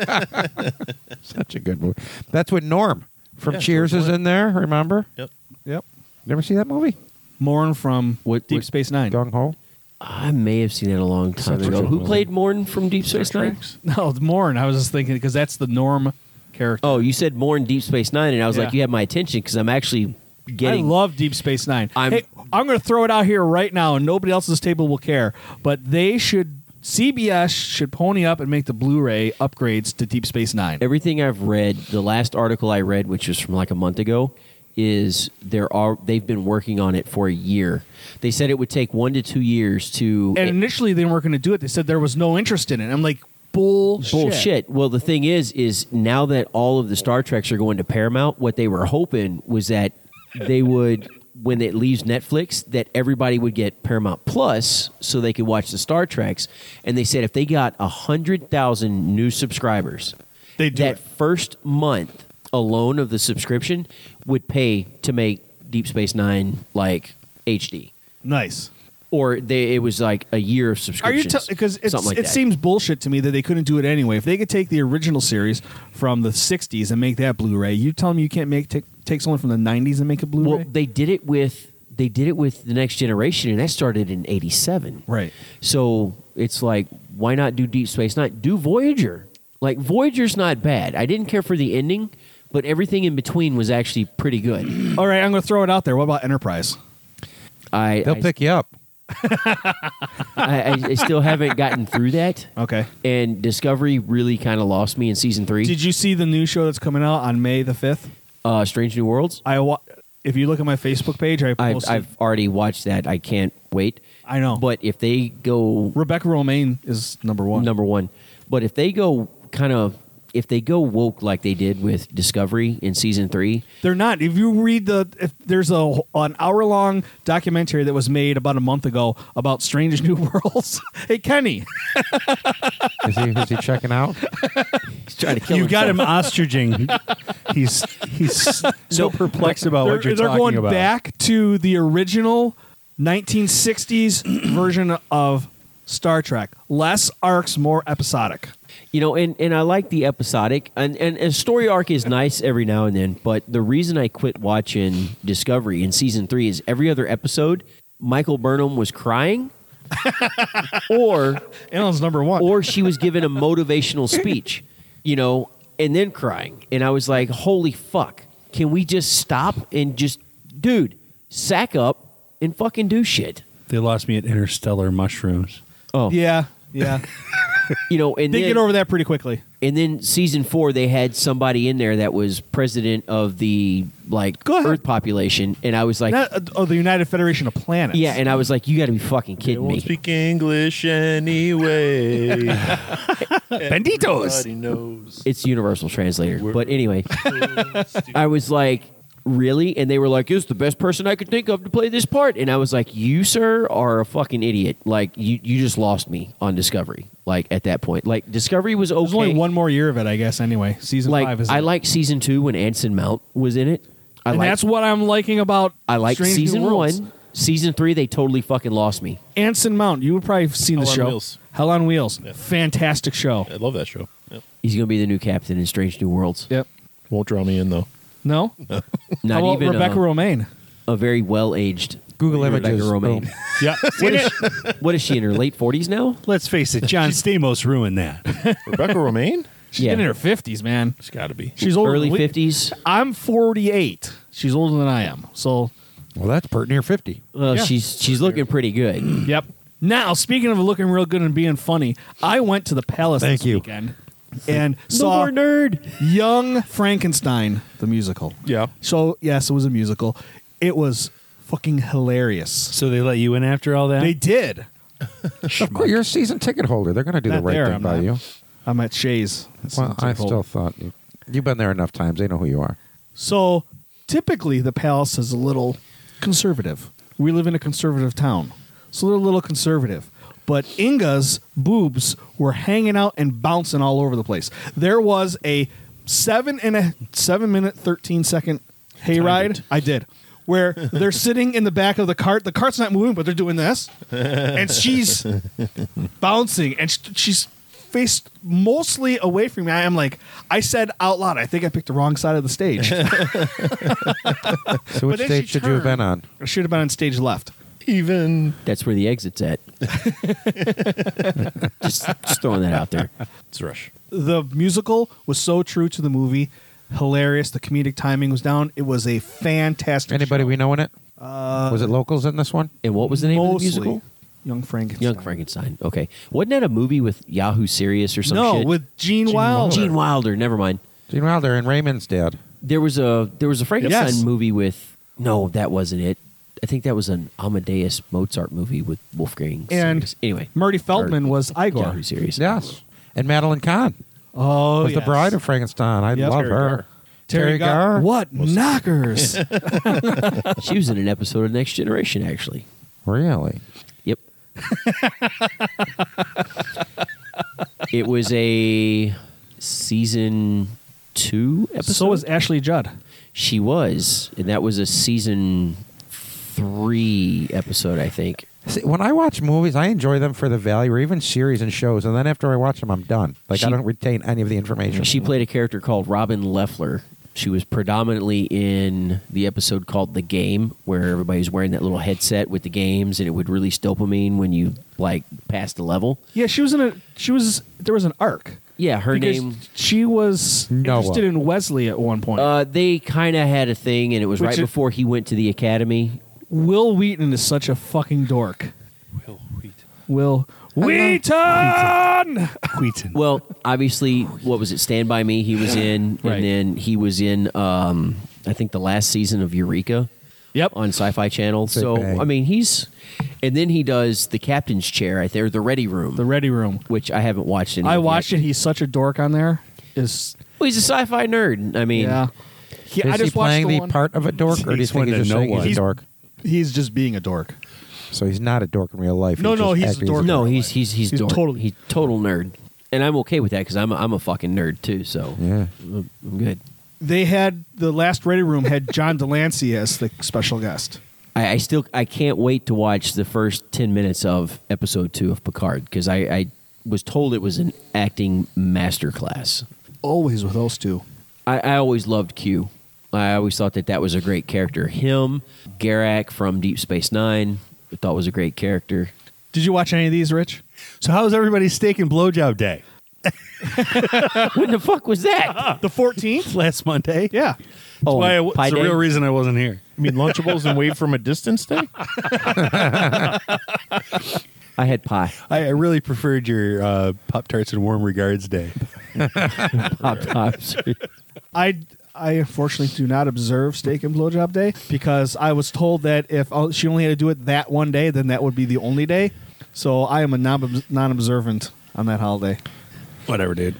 [SPEAKER 2] Such a good movie. That's when Norm from
[SPEAKER 3] Yeah,
[SPEAKER 2] Cheers is in there. Remember?
[SPEAKER 3] yep.
[SPEAKER 1] Yep.
[SPEAKER 2] You ever see that movie?
[SPEAKER 1] Morn from
[SPEAKER 4] What-
[SPEAKER 1] Deep
[SPEAKER 4] what-
[SPEAKER 1] Space Nine.
[SPEAKER 2] Gung Ho.
[SPEAKER 4] I may have seen that a long time
[SPEAKER 2] Such a
[SPEAKER 4] ago.
[SPEAKER 2] good
[SPEAKER 4] Who
[SPEAKER 2] movie.
[SPEAKER 4] played Morn from Deep Space Nine?
[SPEAKER 1] No, it's Morn. I was just thinking because that's the Norm character.
[SPEAKER 4] Oh, you said Morn Deep Space Nine, and I was
[SPEAKER 1] Yeah.
[SPEAKER 4] like, you had my attention because I'm actually getting.
[SPEAKER 1] I love Deep Space Nine.
[SPEAKER 4] I'm-
[SPEAKER 1] hey, I'm going to throw it out here right now, and nobody else at this table will care. But they should, CBS should pony up and make the Blu-ray upgrades to Deep Space Nine.
[SPEAKER 4] everything I've read, the last article I read, which was from like a month ago, is there are they've been working on it for a year. They said it would take one to two years to e-,
[SPEAKER 1] and initially, they weren't going to do it. They said there was no interest in it. I'm like, bullshit.
[SPEAKER 4] Bullshit. Well, the thing is, is now that all of the Star Treks are going to Paramount, what they were hoping was that they would, when it leaves Netflix, that everybody would get Paramount Plus so they could watch the Star Treks. And they said if they got a hundred thousand new subscribers,
[SPEAKER 1] They do
[SPEAKER 4] that
[SPEAKER 1] it.
[SPEAKER 4] first month alone of the subscription would pay to make Deep Space Nine like HD.
[SPEAKER 1] Nice.
[SPEAKER 4] or they, it was like a year of
[SPEAKER 1] Are you
[SPEAKER 4] subscriptions.
[SPEAKER 1] because it
[SPEAKER 4] something like that.
[SPEAKER 1] seems bullshit to me that they couldn't do it anyway? If they could take the original series from the '60s and make that Blu-ray, you tell them you can't make take, take someone from the '90s and make a Blu-ray?
[SPEAKER 4] Well, they did it with they did it with the next generation, and that started in '87.
[SPEAKER 1] Right.
[SPEAKER 4] So it's like, why not do Deep Space Nine? Do Voyager. Like Voyager's not bad. I didn't care for the ending, but everything in between was actually pretty good.
[SPEAKER 1] All right, I'm going to throw it out there. What about Enterprise?
[SPEAKER 4] I
[SPEAKER 2] They'll
[SPEAKER 4] I,
[SPEAKER 2] pick you up.
[SPEAKER 4] I, I, I still haven't gotten through that.
[SPEAKER 1] Okay.
[SPEAKER 4] And Discovery really kind of lost me in season three.
[SPEAKER 1] Did you see the new show that's coming out on May the 5th?
[SPEAKER 4] uh, Strange New Worlds.
[SPEAKER 1] I wa- if you look at my Facebook page, I
[SPEAKER 4] I've,
[SPEAKER 1] posted,
[SPEAKER 4] I've already watched that. I can't wait.
[SPEAKER 1] I know.
[SPEAKER 4] But if they go
[SPEAKER 1] Rebecca Romaine is number one.
[SPEAKER 4] number one. But if they go kind of if they go woke like they did with Discovery in season three,
[SPEAKER 1] They're not. If you read the, if there's a an hour long documentary that was made about a month ago about Strange New Worlds. hey Kenny,
[SPEAKER 2] Is he, is he checking out?
[SPEAKER 4] he's trying to kill
[SPEAKER 5] You got him
[SPEAKER 4] himself.
[SPEAKER 5] ostriging. he's he's so perplexed about
[SPEAKER 1] they're,
[SPEAKER 5] what you're
[SPEAKER 1] they're
[SPEAKER 5] talking
[SPEAKER 1] going
[SPEAKER 5] about.
[SPEAKER 1] back to the original 1960s version of Star Trek. Less arcs, more episodic.
[SPEAKER 4] You know, and, and I like the episodic and, and and story arc is nice every now and then, but the reason I quit watching Discovery in season three is every other episode, Michael Burnham was crying or
[SPEAKER 1] Ellen's number one.
[SPEAKER 4] or she was given a motivational speech, you know, and then crying. And I was like, holy fuck, can we just stop and just, dude, sack up and fucking do shit?
[SPEAKER 5] They lost me at interstellar mushrooms.
[SPEAKER 4] Oh,
[SPEAKER 1] yeah, yeah.
[SPEAKER 4] you know, and
[SPEAKER 1] they
[SPEAKER 4] then,
[SPEAKER 1] get over that pretty quickly.
[SPEAKER 4] and then season four, they had somebody in there that was president of the like
[SPEAKER 1] Go ahead.
[SPEAKER 4] Earth population, and I was like,
[SPEAKER 1] Not, uh, oh, the United Federation of Planets.
[SPEAKER 4] yeah, and I was like, you got to be fucking
[SPEAKER 3] They
[SPEAKER 4] kidding
[SPEAKER 3] won't
[SPEAKER 4] me.
[SPEAKER 3] speak English anyway.
[SPEAKER 5] Benditos.
[SPEAKER 3] Everybody knows.
[SPEAKER 4] It's Universal Translator,
[SPEAKER 3] We're-
[SPEAKER 4] but anyway. I was like, really? And they were like, it's the best person I could think of to play this part. And I was like, you, sir, are a fucking idiot. Like, you, you just lost me on Discovery, like, at that point. Like, Discovery was okay.
[SPEAKER 1] There's only one more year of it, I guess. Anyway, season
[SPEAKER 4] like,
[SPEAKER 1] five is.
[SPEAKER 4] I
[SPEAKER 1] it.
[SPEAKER 4] like season two when Anson Mount was in it. I
[SPEAKER 1] and
[SPEAKER 4] like,
[SPEAKER 1] that's what I'm liking about.
[SPEAKER 4] I like
[SPEAKER 1] Strange New
[SPEAKER 4] season
[SPEAKER 1] Worlds.
[SPEAKER 4] one. Season three, they totally fucking lost me.
[SPEAKER 1] Anson Mount. You would probably have seen
[SPEAKER 3] Hell
[SPEAKER 1] the
[SPEAKER 3] on
[SPEAKER 1] show.
[SPEAKER 3] Wheels.
[SPEAKER 1] Hell on Wheels.
[SPEAKER 3] Yeah.
[SPEAKER 1] Fantastic show.
[SPEAKER 3] I love that show. Yep.
[SPEAKER 4] He's going to be the new captain in Strange New Worlds.
[SPEAKER 1] Yep.
[SPEAKER 3] Won't draw me in though.
[SPEAKER 1] No.
[SPEAKER 4] Not
[SPEAKER 1] How about
[SPEAKER 4] even uh,
[SPEAKER 1] Rebecca
[SPEAKER 4] a,
[SPEAKER 1] Romaine.
[SPEAKER 4] a very well aged
[SPEAKER 2] Google Images.
[SPEAKER 4] Romaine.
[SPEAKER 2] Boom.
[SPEAKER 5] Yeah.
[SPEAKER 4] What is, what is she in her late 40s now?
[SPEAKER 5] Let's face it, John Stamos ruined that.
[SPEAKER 3] Rebecca Romaine?
[SPEAKER 1] She's
[SPEAKER 4] Yeah.
[SPEAKER 1] in her fifties, man.
[SPEAKER 3] It's got to be.
[SPEAKER 1] She's older.
[SPEAKER 4] Early
[SPEAKER 1] than we-
[SPEAKER 4] 50s.
[SPEAKER 1] I'm 48. She's older than I am. So,
[SPEAKER 2] Well, that's pretty near 50.
[SPEAKER 4] Well,
[SPEAKER 1] Yeah.
[SPEAKER 4] Uh, she's she's looking pretty good.
[SPEAKER 1] yep. Now, speaking of looking real good and being funny, I went to the Palace
[SPEAKER 2] Thank
[SPEAKER 1] this
[SPEAKER 2] you.
[SPEAKER 1] weekend and saw
[SPEAKER 4] nerd.
[SPEAKER 1] Young Frankenstein, the musical.
[SPEAKER 3] Yeah.
[SPEAKER 1] So yes, it was a musical. It was fucking hilarious.
[SPEAKER 5] So they let you in after all that?
[SPEAKER 1] They did.
[SPEAKER 2] Of course, you're a season ticket holder. They're going to do the
[SPEAKER 1] Not
[SPEAKER 2] right
[SPEAKER 1] there,
[SPEAKER 2] thing
[SPEAKER 1] I'm
[SPEAKER 2] by
[SPEAKER 1] not.
[SPEAKER 2] you.
[SPEAKER 1] I'm at Shays.
[SPEAKER 2] Well, I still thought you, you've been there enough times. They know who you are.
[SPEAKER 1] So typically, the palace is a little conservative. We live in a conservative town, so they're a little conservative. But Inga's boobs were hanging out and bouncing all over the place. There was a seven and a seven minute thirteen second hayride. I did. Where they're sitting in the back of the cart, the cart's not moving, but they're doing this, and she's bouncing and sh- she's faced mostly away from me. I am like, I said out loud, I think I picked the wrong side of the stage. I
[SPEAKER 2] So which
[SPEAKER 1] then
[SPEAKER 2] stage
[SPEAKER 1] she
[SPEAKER 2] should you have been on?
[SPEAKER 1] should have been on stage left.
[SPEAKER 3] Even
[SPEAKER 4] That's where the exit's at. just, just throwing that out there.
[SPEAKER 3] it's Rush.
[SPEAKER 1] The musical was so true to the movie. Hilarious. The comedic timing was down. It was a fantastic
[SPEAKER 2] Anybody
[SPEAKER 1] show.
[SPEAKER 2] we know in it?
[SPEAKER 1] Uh,
[SPEAKER 2] was it locals in this one?
[SPEAKER 4] And what was the name of the
[SPEAKER 1] Mostly
[SPEAKER 4] musical?
[SPEAKER 1] Young Frankenstein.
[SPEAKER 4] Young Frankenstein. Okay, wasn't that a movie with Yahoo Serious or some
[SPEAKER 1] No,
[SPEAKER 4] shit?
[SPEAKER 1] with Gene,
[SPEAKER 2] Gene
[SPEAKER 1] Wilder.
[SPEAKER 4] Gene Wilder. Never mind.
[SPEAKER 2] Gene Wilder and Raymond's dad.
[SPEAKER 4] There was a there was a Frankenstein
[SPEAKER 1] Yes.
[SPEAKER 4] movie with. No, that wasn't it. I think that was an Amadeus Mozart movie with Wolfgang.
[SPEAKER 1] And
[SPEAKER 4] Sirius. anyway,
[SPEAKER 1] Marty Feldman
[SPEAKER 4] Or
[SPEAKER 1] was Igor.
[SPEAKER 4] Yahoo Serious.
[SPEAKER 2] Yes. And Madeline Kahn
[SPEAKER 1] Oh,
[SPEAKER 2] was the
[SPEAKER 1] yes.
[SPEAKER 2] bride of Frankenstein. I
[SPEAKER 1] Yep.
[SPEAKER 2] love
[SPEAKER 1] Terry
[SPEAKER 2] her.
[SPEAKER 3] Garr.
[SPEAKER 1] Terry Gar. What knockers?
[SPEAKER 4] she was in an episode of Next Generation actually.
[SPEAKER 2] Really?
[SPEAKER 4] Yep. it was a season two episode.
[SPEAKER 1] so was Ashley Judd.
[SPEAKER 4] she was, and that was a season three episode, I think.
[SPEAKER 2] See, when I watch movies, I enjoy them for the value, or even series and shows. And then after I watch them, I'm done. Like I
[SPEAKER 4] She-
[SPEAKER 2] don't retain any of the information.
[SPEAKER 4] She played a character called Robin Leffler. She was predominantly in the episode called The Game, where everybody's wearing that little headset with the games and it would release dopamine when you like passed the level.
[SPEAKER 1] Yeah, she was in a. She was there was an arc.
[SPEAKER 4] Yeah, her
[SPEAKER 1] Because
[SPEAKER 4] name
[SPEAKER 1] She was
[SPEAKER 2] Noah.
[SPEAKER 1] interested in Wesley at one point.
[SPEAKER 4] uh, they kind of had a thing, and it was
[SPEAKER 1] Which
[SPEAKER 4] right
[SPEAKER 1] is-
[SPEAKER 4] before he went to the academy.
[SPEAKER 1] Will Wheaton is such a fucking dork. Will Wheaton.
[SPEAKER 5] Wheaton.
[SPEAKER 4] Well, obviously, what was it? Stand by Me. He was in,
[SPEAKER 1] Right.
[SPEAKER 4] and then he was in. Um, I think the last season of Eureka
[SPEAKER 1] Yep.
[SPEAKER 4] on Sci-Fi Channel. So
[SPEAKER 2] bang.
[SPEAKER 4] I mean, he's, and then he does the captain's chair right there, the ready room,
[SPEAKER 1] The Ready Room.
[SPEAKER 4] which I haven't watched. Any
[SPEAKER 1] I
[SPEAKER 4] of
[SPEAKER 1] watched
[SPEAKER 4] yet.
[SPEAKER 1] it. He's such a dork on there. Is
[SPEAKER 4] Well, he's a sci-fi nerd. I mean,
[SPEAKER 1] yeah. He,
[SPEAKER 2] Is
[SPEAKER 1] I just
[SPEAKER 2] he
[SPEAKER 1] watched
[SPEAKER 2] playing
[SPEAKER 1] the,
[SPEAKER 2] the,
[SPEAKER 1] one-
[SPEAKER 2] part of a dork, or do you
[SPEAKER 5] He's
[SPEAKER 2] think he's
[SPEAKER 5] one to
[SPEAKER 2] just
[SPEAKER 5] know
[SPEAKER 2] saying
[SPEAKER 5] one.
[SPEAKER 2] he's
[SPEAKER 5] He's-
[SPEAKER 2] a dork?
[SPEAKER 1] He's just being a dork.
[SPEAKER 2] So he's not a dork in real life.
[SPEAKER 1] No, no,
[SPEAKER 2] just
[SPEAKER 1] he's a
[SPEAKER 2] acting as
[SPEAKER 1] dork.
[SPEAKER 4] No, he's he's he's,
[SPEAKER 1] He's
[SPEAKER 4] dork.
[SPEAKER 1] totally-
[SPEAKER 4] he's total nerd, and I'm okay with that because I'm a, I'm a fucking nerd too. So
[SPEAKER 2] Yeah.
[SPEAKER 4] I'm I'm good.
[SPEAKER 1] They had the last Ready Room had John Delancey as the special guest.
[SPEAKER 4] I, I still I can't wait to watch the first ten minutes of episode two of Picard because I, I was told it was an acting masterclass.
[SPEAKER 1] Always with those two.
[SPEAKER 4] I, I always loved Q. I always thought that that was a great character. Him, Garak from Deep Space Nine, I thought was a great character.
[SPEAKER 1] Did you watch any of these, Rich?
[SPEAKER 5] So how's everybody's steak and blowjob day?
[SPEAKER 4] when the fuck was that?
[SPEAKER 1] The 14th?
[SPEAKER 5] Last Monday.
[SPEAKER 1] yeah.
[SPEAKER 5] That's why I,
[SPEAKER 4] Oh,
[SPEAKER 5] it's
[SPEAKER 4] Pi
[SPEAKER 5] the
[SPEAKER 4] Day?
[SPEAKER 5] real reason I wasn't here.
[SPEAKER 3] I mean, Lunchables and Wave from a Distance Day?
[SPEAKER 4] I had pie.
[SPEAKER 5] I, I really preferred your uh, Pop Tarts and Warm Regards Day.
[SPEAKER 4] Pop tops.
[SPEAKER 1] I I unfortunately do not observe steak and blowjob day because I was told that if o- she only had to do it that one day, then that would be the only day. So I am a non non-observant on that holiday.
[SPEAKER 5] Whatever, dude.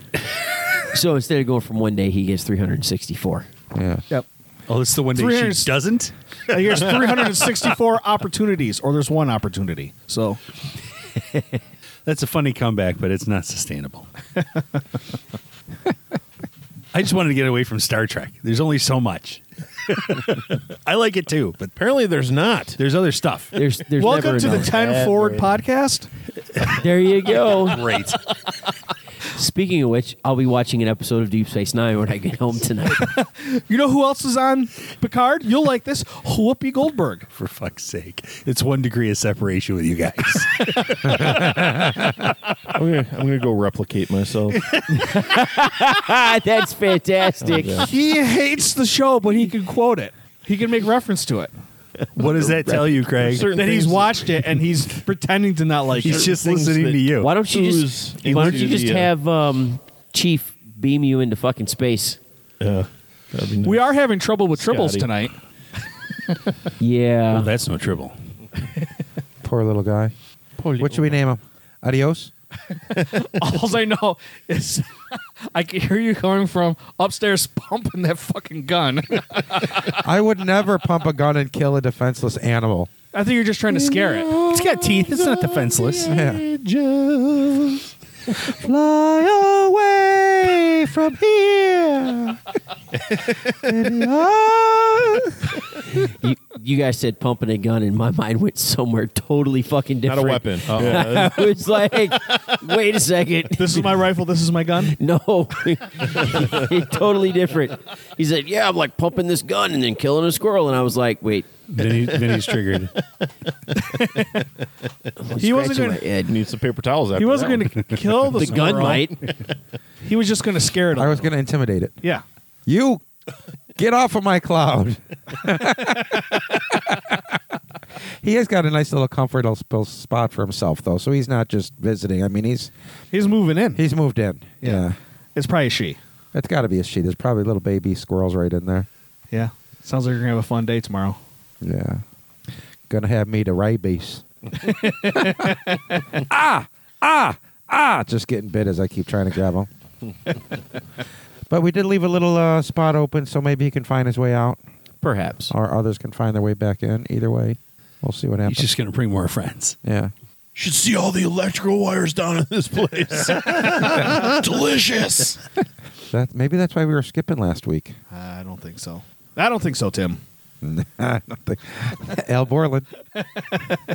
[SPEAKER 4] so instead of going from one day, he gets 364.
[SPEAKER 2] Yeah.
[SPEAKER 1] Yep.
[SPEAKER 5] Oh, it's the one day
[SPEAKER 1] 300
[SPEAKER 5] she doesn't.
[SPEAKER 1] Like, There's 364 opportunities, or there's one opportunity. So
[SPEAKER 5] That's a funny comeback, but it's not sustainable. I just wanted to get away from Star Trek. There's only so much. I like it too, but
[SPEAKER 3] Apparently, there's not.
[SPEAKER 5] there's other stuff.
[SPEAKER 4] There's, there's
[SPEAKER 1] welcome
[SPEAKER 4] never
[SPEAKER 1] to the
[SPEAKER 4] enough.
[SPEAKER 1] 10 Forward
[SPEAKER 3] Every-
[SPEAKER 1] podcast.
[SPEAKER 4] There you go.
[SPEAKER 5] Great.
[SPEAKER 4] Speaking of which, I'll be watching an episode of Deep Space Nine when I get home tonight.
[SPEAKER 1] You know who else is on Picard? You'll like this. Whoopi Goldberg.
[SPEAKER 5] For fuck's sake. It's one degree of separation with you guys.
[SPEAKER 3] I'm going to I'm gonna go replicate myself.
[SPEAKER 4] Ah, That's fantastic.
[SPEAKER 3] Yeah.
[SPEAKER 1] He hates the show, but he can quote it. He can make reference to it.
[SPEAKER 5] what does that tell you, Craig?
[SPEAKER 3] Certain
[SPEAKER 1] that he's
[SPEAKER 3] things-
[SPEAKER 1] watched it and he's pretending to not like
[SPEAKER 5] He's
[SPEAKER 1] it.
[SPEAKER 5] just
[SPEAKER 3] things
[SPEAKER 5] listening
[SPEAKER 3] that-
[SPEAKER 5] to you.
[SPEAKER 4] Why don't you
[SPEAKER 3] Ooze
[SPEAKER 4] just why don't you
[SPEAKER 3] into
[SPEAKER 4] just
[SPEAKER 3] the, uh,
[SPEAKER 4] have um, Chief beam you into fucking space?
[SPEAKER 3] Yeah. That'd be nice.
[SPEAKER 1] We are having trouble with tribbles
[SPEAKER 3] Scotty.
[SPEAKER 1] tonight.
[SPEAKER 5] Oh,
[SPEAKER 4] Yeah.
[SPEAKER 5] that's no trouble.
[SPEAKER 2] Poor little guy. what should we name him? Adios.
[SPEAKER 1] All I know is I can hear you coming from upstairs pumping that fucking gun.
[SPEAKER 2] I would never pump a gun and kill a defenseless animal.
[SPEAKER 1] I think you're just trying to scare it.
[SPEAKER 5] It's got teeth. It's not defenseless.
[SPEAKER 2] Yeah.
[SPEAKER 5] Fly away from here.
[SPEAKER 4] you, you guys said pumping a gun, and my mind went somewhere totally fucking
[SPEAKER 3] Not
[SPEAKER 4] different.
[SPEAKER 3] a weapon. Uh-huh. Yeah.
[SPEAKER 4] I was like, wait a second.
[SPEAKER 1] This is my rifle. This is my gun.
[SPEAKER 4] No, totally different. He said, "Yeah, I'm like pumping this gun and then killing a squirrel," and I was like, "Wait,
[SPEAKER 5] then, he, then he's triggered.
[SPEAKER 4] I'm
[SPEAKER 1] He wasn't
[SPEAKER 4] scratching
[SPEAKER 1] gonna-
[SPEAKER 4] my head.
[SPEAKER 3] Need some paper towels after
[SPEAKER 1] He wasn't
[SPEAKER 3] going
[SPEAKER 1] going to kill the,
[SPEAKER 4] The gun
[SPEAKER 1] squirrel.
[SPEAKER 4] might.
[SPEAKER 1] He was just going to scare it. a
[SPEAKER 2] I was
[SPEAKER 1] little.
[SPEAKER 2] going to intimidate it.
[SPEAKER 1] Yeah.
[SPEAKER 2] You get off of my cloud. he has got a nice little comfortable sp- spot for himself, though, so he's not just visiting. I mean, he's
[SPEAKER 1] He's moving in.
[SPEAKER 2] he's moved in.
[SPEAKER 1] Yeah.
[SPEAKER 2] Yeah,
[SPEAKER 1] it's probably she.
[SPEAKER 2] that's got to be a she. There's probably little baby squirrels right in there.
[SPEAKER 1] Yeah. Sounds like you're going to have a fun day tomorrow.
[SPEAKER 2] Yeah, gonna have me to rabies. ah, ah, ah! Just getting bit as I keep trying to grab him. but we did leave a little uh, spot open, so maybe he can find his way out.
[SPEAKER 4] Perhaps
[SPEAKER 2] or others can find their way back in. Either way, we'll see what
[SPEAKER 5] He's
[SPEAKER 2] happens.
[SPEAKER 5] just going to bring more friends.
[SPEAKER 2] yeah.
[SPEAKER 3] Should see all the electrical wires down in this place. Delicious.
[SPEAKER 2] That maybe that's why we were skipping last week.
[SPEAKER 1] I don't think so. I don't think so, Tim.
[SPEAKER 2] I don't think Al Borland.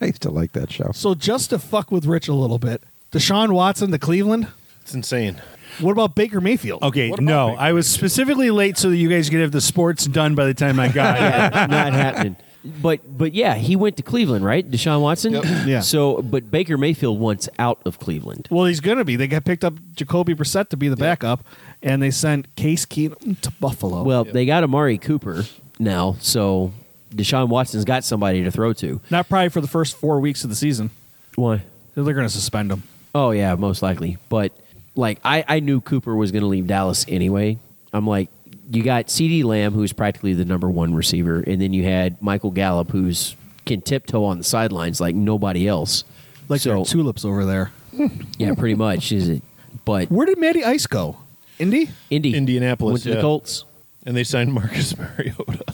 [SPEAKER 2] I used to like that show.
[SPEAKER 1] So just to fuck with Rich a little bit, Deshaun Watson to Cleveland.
[SPEAKER 3] It's insane.
[SPEAKER 1] What about Baker Mayfield?
[SPEAKER 5] Okay,
[SPEAKER 3] What about
[SPEAKER 5] no,
[SPEAKER 3] Baker
[SPEAKER 5] I was specifically late so that you guys could have the sports done by the time I got here.
[SPEAKER 4] not happening. But but yeah, he went to Cleveland, right? Deshaun Watson.
[SPEAKER 3] Yep.
[SPEAKER 1] Yeah.
[SPEAKER 4] So but Baker Mayfield wants out of Cleveland.
[SPEAKER 1] Well, he's going to be. They got picked up Jacoby Brissett to be the backup, and they sent Case Keenum to Buffalo.
[SPEAKER 4] Well, they got Amari Cooper now, so Deshaun Watson's got somebody to throw to.
[SPEAKER 1] not probably for the first four weeks of the season.
[SPEAKER 4] Why?
[SPEAKER 1] They're going to suspend him.
[SPEAKER 4] Oh yeah, most likely. But like I, I knew Cooper was going to leave Dallas anyway. I'm like, you got C.D. Lamb, who's practically the number one receiver, and then you had Michael Gallup, who's can tiptoe on the sidelines like nobody else.
[SPEAKER 1] Like
[SPEAKER 4] so,
[SPEAKER 1] there are tulips over there.
[SPEAKER 4] yeah, pretty much is it. But
[SPEAKER 1] Where did Matty Ice go? Indy?
[SPEAKER 4] Indy,
[SPEAKER 3] Indianapolis,
[SPEAKER 4] went to the
[SPEAKER 3] yeah.
[SPEAKER 4] Colts.
[SPEAKER 3] And they signed Marcus Mariota.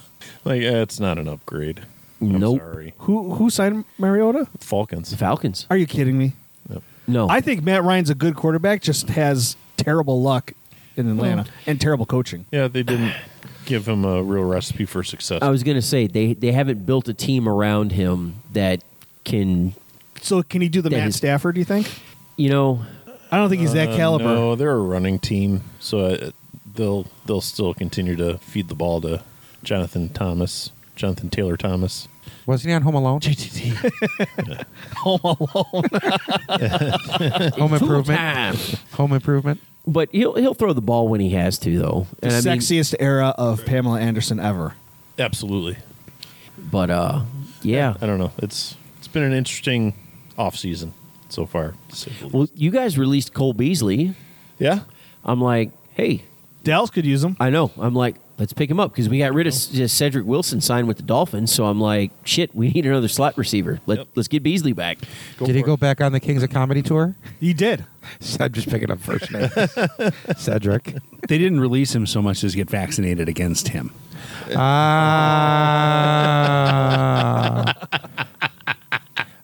[SPEAKER 3] like, eh, it's not an upgrade. I'm
[SPEAKER 4] Nope.
[SPEAKER 3] sorry.
[SPEAKER 1] Who who signed Mariota?
[SPEAKER 3] Falcons.
[SPEAKER 4] The Falcons.
[SPEAKER 1] Are you kidding me?
[SPEAKER 3] Yep.
[SPEAKER 4] No,
[SPEAKER 1] I think Matt Ryan's a good quarterback, just has terrible luck in Atlanta and terrible coaching.
[SPEAKER 3] Yeah, they didn't give him a real recipe for success.
[SPEAKER 4] I was going to say they they haven't built a team around him that can,
[SPEAKER 1] So can he do the
[SPEAKER 4] Yeah,
[SPEAKER 1] Matt
[SPEAKER 4] he's-
[SPEAKER 1] Stafford? Do you think?
[SPEAKER 4] you know,
[SPEAKER 1] I don't think he's that
[SPEAKER 3] Uh,
[SPEAKER 1] caliber.
[SPEAKER 3] No, they're a running team, so uh, they'll they'll still continue to feed the ball to Jonathan Thomas, Jonathan Taylor Thomas.
[SPEAKER 2] Wasn't he on Home Alone? Home Improvement.
[SPEAKER 4] time.
[SPEAKER 2] Home Improvement.
[SPEAKER 4] But he'll he'll throw the ball when he has to though.
[SPEAKER 1] the
[SPEAKER 4] And I mean-
[SPEAKER 1] sexiest era of Pamela Anderson ever.
[SPEAKER 3] Absolutely.
[SPEAKER 4] But uh, yeah.
[SPEAKER 3] I don't know. It's it's been an interesting off season so far. to say the
[SPEAKER 4] Well,
[SPEAKER 3] least.
[SPEAKER 4] you guys released Cole Beasley.
[SPEAKER 3] yeah.
[SPEAKER 4] I'm like, hey,
[SPEAKER 1] Dallas could use him.
[SPEAKER 4] I know. I'm like, let's pick him up because we got
[SPEAKER 3] Oh.
[SPEAKER 4] rid of C- Cedric Wilson signed with the Dolphins. So I'm like, shit, we need another slot receiver. Let
[SPEAKER 3] Yep.
[SPEAKER 4] let's get Beasley back.
[SPEAKER 2] Did he
[SPEAKER 3] for
[SPEAKER 2] go
[SPEAKER 3] it.
[SPEAKER 2] back on the Kings of Comedy tour?
[SPEAKER 1] He did.
[SPEAKER 2] I'm just picking up first names. Cedric.
[SPEAKER 5] They didn't release him so much as get vaccinated against him.
[SPEAKER 2] Ah.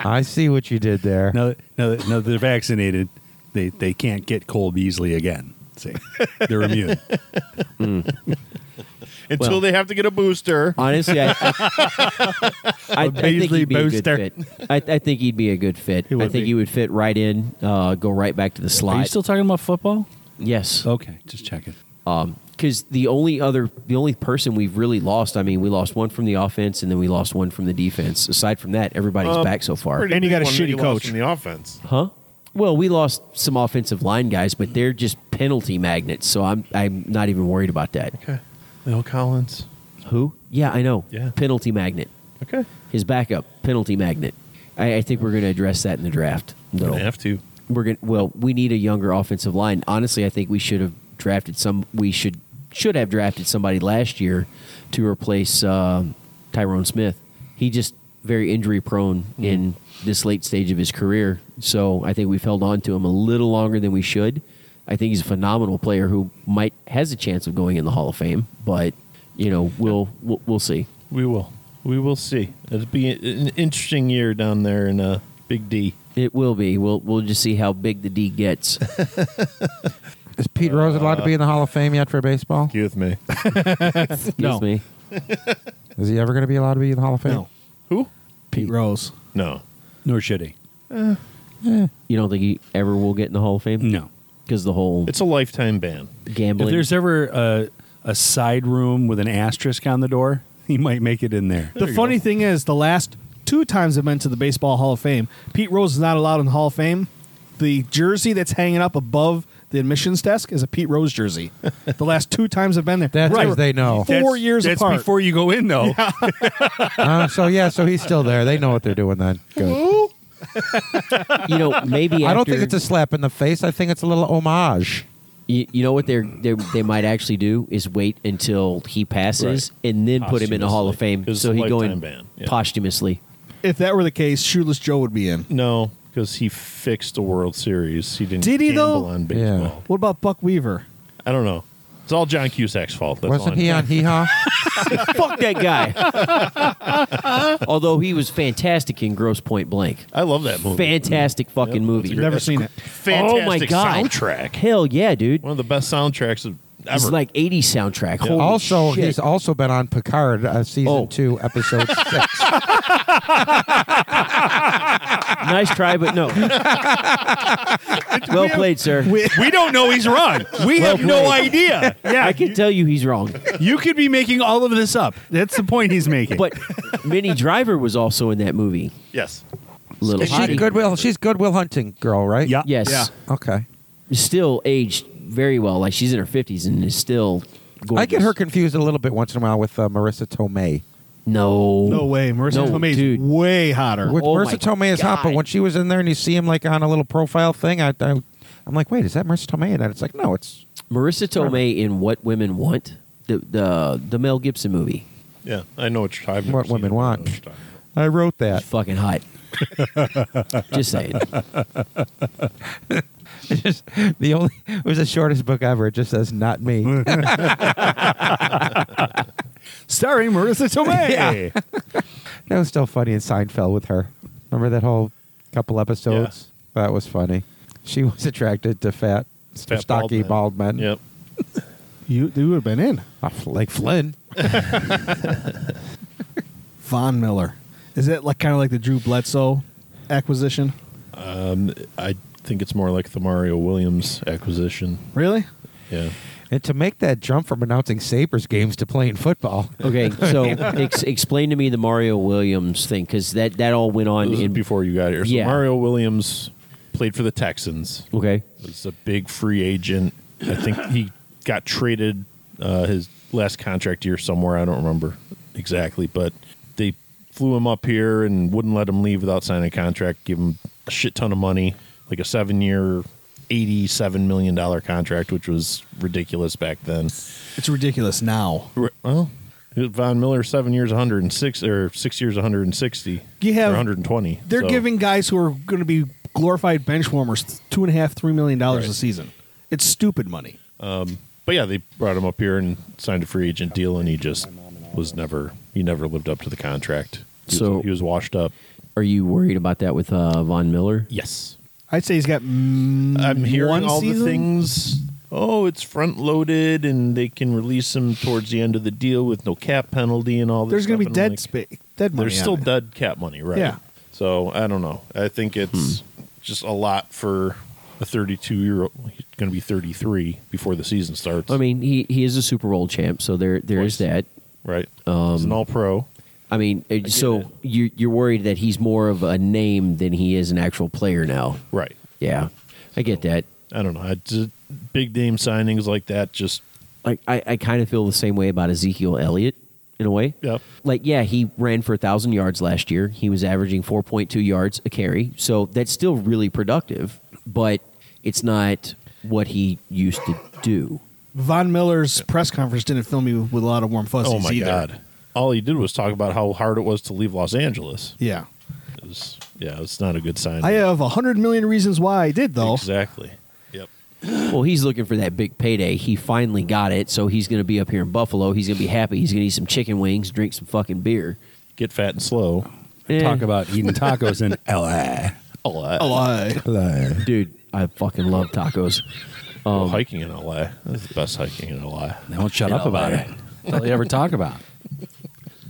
[SPEAKER 2] I see what you did there.
[SPEAKER 5] Now, that- now, that- now that they're vaccinated, they, they can't get Cole Beasley again. See, they're immune.
[SPEAKER 3] Until
[SPEAKER 4] Well-
[SPEAKER 3] they have to get a booster.
[SPEAKER 4] Honestly, I, I, I, I think
[SPEAKER 5] Beasley
[SPEAKER 4] he'd be
[SPEAKER 5] booster.
[SPEAKER 4] a good fit. I, I think he'd be a good fit. I think he would fit right in. Uh, go right back to the
[SPEAKER 5] Are you
[SPEAKER 4] slide.
[SPEAKER 5] still talking about football? Oh.
[SPEAKER 4] yes.
[SPEAKER 5] Okay, just checking.
[SPEAKER 4] because the only other the only person we've really lost i mean we lost one from the offense and then we lost one from the defense aside from that everybody's
[SPEAKER 3] Uh,
[SPEAKER 4] back so far
[SPEAKER 3] Pretty
[SPEAKER 1] And you
[SPEAKER 3] big
[SPEAKER 1] got a
[SPEAKER 3] one that
[SPEAKER 1] shitty
[SPEAKER 3] you lost
[SPEAKER 1] coach.
[SPEAKER 3] in the offense.
[SPEAKER 4] huh well we lost some offensive line guys but they're just penalty magnets so i'm i'm not even worried about that
[SPEAKER 3] Okay. Lil Collins.
[SPEAKER 4] who yeah i know
[SPEAKER 3] Yeah.
[SPEAKER 4] penalty magnet
[SPEAKER 3] Okay.
[SPEAKER 4] his backup penalty magnet i, I think we're going to address that in the draft no
[SPEAKER 3] Gonna have to.
[SPEAKER 4] we're going to well we need a younger offensive line honestly i think we should have drafted some we should should have drafted somebody last year to replace um tyrone smith he just very injury prone in this late stage of his career so i think we've held on to him a little longer than we should i think he's a phenomenal player who might has a chance of going in the hall of fame but you know we'll we'll, we'll see
[SPEAKER 3] We will. We will see. It'll be an interesting year down there in uh, Big D.
[SPEAKER 4] it will be we'll we'll just see how big the d gets
[SPEAKER 2] Is Pete Rose allowed to be in the Hall of Fame yet for baseball?
[SPEAKER 3] You with me?
[SPEAKER 4] Excuse
[SPEAKER 1] No.
[SPEAKER 4] me
[SPEAKER 2] Is he ever going to be allowed to be in the Hall of Fame?
[SPEAKER 1] No,
[SPEAKER 3] Who?
[SPEAKER 1] Pete Rose.
[SPEAKER 3] No.
[SPEAKER 5] Nor should he.
[SPEAKER 4] you don't think he ever will get in the hall of fame
[SPEAKER 5] No.
[SPEAKER 4] because the whole
[SPEAKER 3] It's a lifetime ban.
[SPEAKER 4] gambling.
[SPEAKER 5] If there's ever a, a side room with an asterisk on the door, he might make it in there.
[SPEAKER 1] the funny thing is, the last two times I've been to the Baseball Hall of Fame, Pete Rose is not allowed in the Hall of Fame. The jersey that's hanging up above the admissions desk is a Pete Rose jersey. the last two times I've been there,
[SPEAKER 2] That's
[SPEAKER 1] They
[SPEAKER 2] as
[SPEAKER 1] were
[SPEAKER 2] they know.
[SPEAKER 1] Four years
[SPEAKER 5] that's
[SPEAKER 1] apart.
[SPEAKER 5] before you go in, though.
[SPEAKER 2] Uh, so, yeah, so he's still there. They know what they're doing then. Good.
[SPEAKER 4] you know, maybe
[SPEAKER 2] I don't
[SPEAKER 4] after-
[SPEAKER 2] think it's a slap in the face. I think it's a little homage.
[SPEAKER 4] You, you know what they're, they're they might actually do is wait until he passes and then put him in the Hall of Fame,
[SPEAKER 3] Posthumously.
[SPEAKER 4] so he go
[SPEAKER 3] Lifetime
[SPEAKER 4] in
[SPEAKER 3] ban, yeah.
[SPEAKER 4] posthumously.
[SPEAKER 1] if that were the case, Shoeless Joe would be in.
[SPEAKER 3] No, because he fixed the World Series. He didn't.
[SPEAKER 1] Did he,
[SPEAKER 3] gamble
[SPEAKER 1] though?
[SPEAKER 3] On baseball.
[SPEAKER 2] Yeah.
[SPEAKER 1] What about Buck Weaver?
[SPEAKER 3] I don't know. It's all John Cusack's fault. That's
[SPEAKER 2] Wasn't
[SPEAKER 3] all I
[SPEAKER 2] he
[SPEAKER 3] know.
[SPEAKER 2] on Hee Haw?
[SPEAKER 4] Fuck that guy. Although he was fantastic in Gross Point Blank,
[SPEAKER 3] I love that movie.
[SPEAKER 4] fantastic fucking
[SPEAKER 3] that's a
[SPEAKER 4] movie.
[SPEAKER 3] great-
[SPEAKER 1] Never
[SPEAKER 3] that's
[SPEAKER 1] seen it.
[SPEAKER 3] Fantastic
[SPEAKER 4] oh my god,
[SPEAKER 3] soundtrack.
[SPEAKER 4] Hell yeah, dude.
[SPEAKER 3] One of the best soundtracks of
[SPEAKER 4] It's
[SPEAKER 3] Ever.
[SPEAKER 4] like 80 soundtrack. Holy
[SPEAKER 2] also,
[SPEAKER 4] shit.
[SPEAKER 2] he's also been on Picard uh, season
[SPEAKER 4] Oh.
[SPEAKER 2] two, episode six.
[SPEAKER 4] nice try, but no. well played, sir.
[SPEAKER 5] we don't know he's wrong. We
[SPEAKER 4] Well
[SPEAKER 5] have no
[SPEAKER 4] played.
[SPEAKER 5] idea.
[SPEAKER 4] I can tell you he's wrong.
[SPEAKER 5] You could be making all of this up. That's the point he's making.
[SPEAKER 4] But Minnie Driver was also in that movie.
[SPEAKER 3] Yes.
[SPEAKER 4] Little
[SPEAKER 2] Is she
[SPEAKER 4] hottie.
[SPEAKER 2] Goodwill? She's Goodwill Hunting girl, right?
[SPEAKER 5] yeah,
[SPEAKER 4] Yes.
[SPEAKER 5] yeah.
[SPEAKER 2] Okay.
[SPEAKER 4] Still aged very well. Like she's in her 50s and is still gorgeous.
[SPEAKER 2] I get her confused a little bit once in a while with uh, Marissa Tomei.
[SPEAKER 4] No.
[SPEAKER 1] No way. Marissa
[SPEAKER 4] No,
[SPEAKER 1] Tomei's
[SPEAKER 4] dude.
[SPEAKER 1] way hotter.
[SPEAKER 2] Which
[SPEAKER 4] Oh my
[SPEAKER 2] Marissa Tomei is hot, but
[SPEAKER 4] God.
[SPEAKER 2] when she was in there and you see him like on a little profile thing, I, I I'm like, wait, is that Marissa Tomei? And it's like, no, it's
[SPEAKER 4] Marissa Tomei in What Women Want, the the, the Mel Gibson movie.
[SPEAKER 3] Yeah. I know what you're talking
[SPEAKER 2] What
[SPEAKER 3] about.
[SPEAKER 2] women
[SPEAKER 3] I know
[SPEAKER 2] want.
[SPEAKER 3] what you're talking about.
[SPEAKER 2] I wrote that.
[SPEAKER 4] It's fucking hot. Just saying.
[SPEAKER 2] It's just the only it was the shortest book ever. It just says not me.
[SPEAKER 1] Starring Marissa Tomei.
[SPEAKER 2] that was still funny in Seinfeld with her. Remember that whole couple episodes? That was funny. She was attracted to fat,
[SPEAKER 3] Fat
[SPEAKER 2] stocky
[SPEAKER 3] bald
[SPEAKER 2] bald men.
[SPEAKER 3] Yep.
[SPEAKER 1] You, you would have been in.
[SPEAKER 2] Uh, like Flynn.
[SPEAKER 1] Von Miller. Is that like kind of like the Drew Bledsoe acquisition?
[SPEAKER 3] I think it's more like the Mario Williams acquisition.
[SPEAKER 1] Really?
[SPEAKER 3] Yeah.
[SPEAKER 2] And to make that jump from announcing Sabres games to playing football.
[SPEAKER 4] Okay, so ex- explain to me the Mario Williams thing because that, that all went on
[SPEAKER 3] This is
[SPEAKER 4] in
[SPEAKER 3] before you got here. So
[SPEAKER 4] Yeah.
[SPEAKER 3] Mario Williams played for the Texans.
[SPEAKER 4] Okay,
[SPEAKER 3] was a big free agent. I think he got traded uh, his last contract year somewhere. I don't remember exactly, but they flew him up here and wouldn't let him leave without signing a contract. Give him a shit ton of money, like a seven-year, eighty-seven million dollar contract, which was ridiculous back then.
[SPEAKER 1] It's ridiculous now.
[SPEAKER 3] Well, Von Miller seven years, one hundred and six, or six years, one hundred and sixty.
[SPEAKER 1] You have-
[SPEAKER 3] one hundred and twenty.
[SPEAKER 1] They're giving guys who are going to be glorified bench warmers two and a half, three million dollars a
[SPEAKER 3] Right.
[SPEAKER 1] season. It's stupid money.
[SPEAKER 3] But yeah, they brought him up here and signed a free agent deal, and he just was never he never lived up to the contract. He
[SPEAKER 4] So-
[SPEAKER 3] was, he was washed up.
[SPEAKER 4] are you worried about that with uh, Von Miller?
[SPEAKER 3] Yes,
[SPEAKER 1] I'd say he's got. Mm,
[SPEAKER 3] I'm hearing
[SPEAKER 1] one
[SPEAKER 3] all
[SPEAKER 1] season?
[SPEAKER 3] the things. Oh, it's front loaded, and they can release him towards the end of the deal with no cap penalty and all. This
[SPEAKER 1] There's going to be
[SPEAKER 3] stuff, and I'm
[SPEAKER 1] dead
[SPEAKER 3] like,
[SPEAKER 1] space, dead money.
[SPEAKER 3] There's
[SPEAKER 1] on
[SPEAKER 3] still
[SPEAKER 1] it.
[SPEAKER 3] dead cap money, right?
[SPEAKER 1] Yeah. Hmm.
[SPEAKER 3] So I don't know. I think it's just a lot for a 32 year old. He's going to be 33 before the season starts.
[SPEAKER 4] I mean, he, he is a Super Bowl champ, so there there is that.
[SPEAKER 3] right? Um, He's an all pro.
[SPEAKER 4] I mean, uh, so you you're worried that he's more of a name than he is an actual player now.
[SPEAKER 3] Right.
[SPEAKER 4] Yeah, I get that.
[SPEAKER 3] I don't know. I just, big name signings like that, just
[SPEAKER 4] Like I, I kind of feel the same way about Ezekiel Elliott in a way.
[SPEAKER 3] yeah,
[SPEAKER 4] like yeah he ran for a thousand yards last year he was averaging 4.2 yards a carry so that's still really productive but it's not what he used to do
[SPEAKER 1] Von Miller's press conference didn't fill me with a lot of warm fuzzies.
[SPEAKER 3] Oh my
[SPEAKER 1] either.
[SPEAKER 3] god! All he did was talk about how hard it was to leave Los Angeles.
[SPEAKER 1] Yeah,
[SPEAKER 3] It was, yeah, it's not a good sign.
[SPEAKER 1] I have a hundred million reasons why I did though.
[SPEAKER 3] exactly. Yep.
[SPEAKER 4] well he's looking for that big payday he finally got it so he's going to be up here in buffalo he's going to be happy he's going to eat some chicken wings drink some fucking beer
[SPEAKER 3] Get fat and slow.
[SPEAKER 4] Eh,
[SPEAKER 5] Talk about eating tacos in L.A.
[SPEAKER 3] LA.
[SPEAKER 1] A lie.
[SPEAKER 4] dude i fucking love tacos
[SPEAKER 3] Go
[SPEAKER 1] Um,
[SPEAKER 3] hiking in LA. That's the best hiking in LA.
[SPEAKER 5] They won't shut up about it. That's all they ever talk about.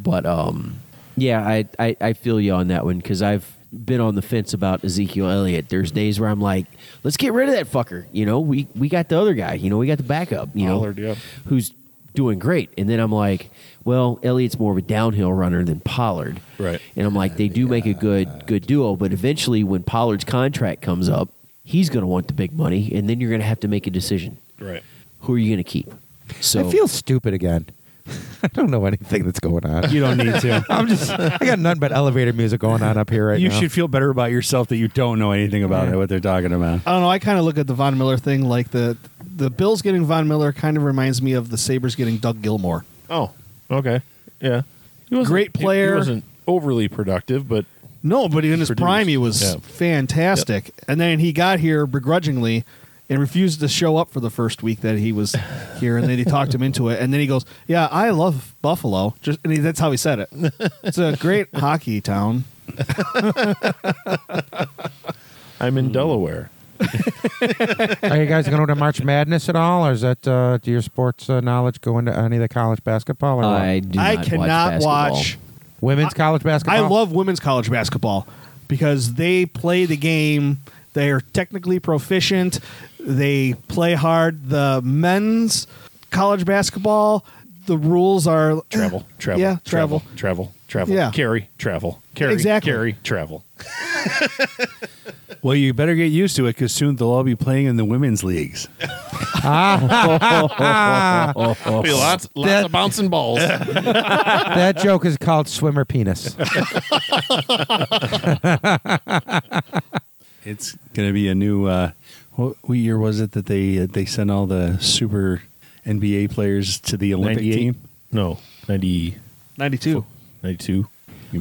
[SPEAKER 4] But um, yeah, I, I, I feel you on that one because I've been on the fence about Ezekiel Elliott. There's days where I'm like, let's get rid of that fucker. You know, we we got the other guy. You know, we got the backup. You
[SPEAKER 3] Pollard,
[SPEAKER 4] know,
[SPEAKER 3] yeah.
[SPEAKER 4] who's doing great. And then I'm like, well, Elliott's more of a downhill runner than Pollard.
[SPEAKER 3] Right.
[SPEAKER 4] And I'm like, they do make a good good duo, but eventually when Pollard's contract comes up, he's going to want the big money, and then you're going to have to make a decision.
[SPEAKER 3] Right.
[SPEAKER 4] Who are you going to keep? So
[SPEAKER 2] I feel stupid again. I don't know anything that's going on.
[SPEAKER 5] You don't need to.
[SPEAKER 2] I'm just I got nothing but elevator music going on up here right
[SPEAKER 5] you
[SPEAKER 2] now.
[SPEAKER 5] should feel better about yourself that you don't know anything about it, what they're talking about.
[SPEAKER 1] I don't know. I kind of look at the Von Miller thing like the the Bills getting Von Miller kind of reminds me of the Sabers getting Doug Gilmore.
[SPEAKER 3] Oh. Okay. Yeah. He wasn't-
[SPEAKER 1] Great
[SPEAKER 3] he-
[SPEAKER 1] player.
[SPEAKER 3] He, wasn't overly productive, but
[SPEAKER 1] No, but in his
[SPEAKER 3] Produced.
[SPEAKER 1] prime, he was
[SPEAKER 3] Yeah.
[SPEAKER 1] fantastic. And then he got here begrudgingly and refused to show up for the first week that he was here. And then he talked him into it. And then he goes, "Yeah, I love Buffalo." Just and he, that's how he said it. It's a great hockey town. Hmm.
[SPEAKER 3] I'm in Delaware.
[SPEAKER 2] Are you guys going to March Madness at all, or is that uh, do your sports uh, knowledge go into any of the college basketball? Or what?
[SPEAKER 4] I do.
[SPEAKER 1] I
[SPEAKER 4] not
[SPEAKER 1] cannot
[SPEAKER 4] watch.
[SPEAKER 1] watch.
[SPEAKER 4] basketball.
[SPEAKER 2] women's college
[SPEAKER 1] I
[SPEAKER 2] basketball.
[SPEAKER 1] love women's college basketball because they play the game. They are technically proficient. They play hard. The men's college basketball, the rules are
[SPEAKER 3] Travel, travel,
[SPEAKER 1] Yeah, travel.
[SPEAKER 3] travel, travel,
[SPEAKER 1] Yeah.
[SPEAKER 3] carry, travel, carry,
[SPEAKER 1] Exactly.
[SPEAKER 3] carry, travel.
[SPEAKER 5] Well, you better get used to it because soon they'll all be playing in the women's leagues.
[SPEAKER 2] Ah.
[SPEAKER 3] Be lots, lots
[SPEAKER 2] That-
[SPEAKER 3] of bouncing balls.
[SPEAKER 2] that joke is called swimmer penis.
[SPEAKER 5] It's going to be a new. Uh, what, what year was it that they uh, they sent all the super NBA players to the Olympic
[SPEAKER 3] 98?
[SPEAKER 5] team?
[SPEAKER 3] No, 90,
[SPEAKER 1] 92.
[SPEAKER 3] 92.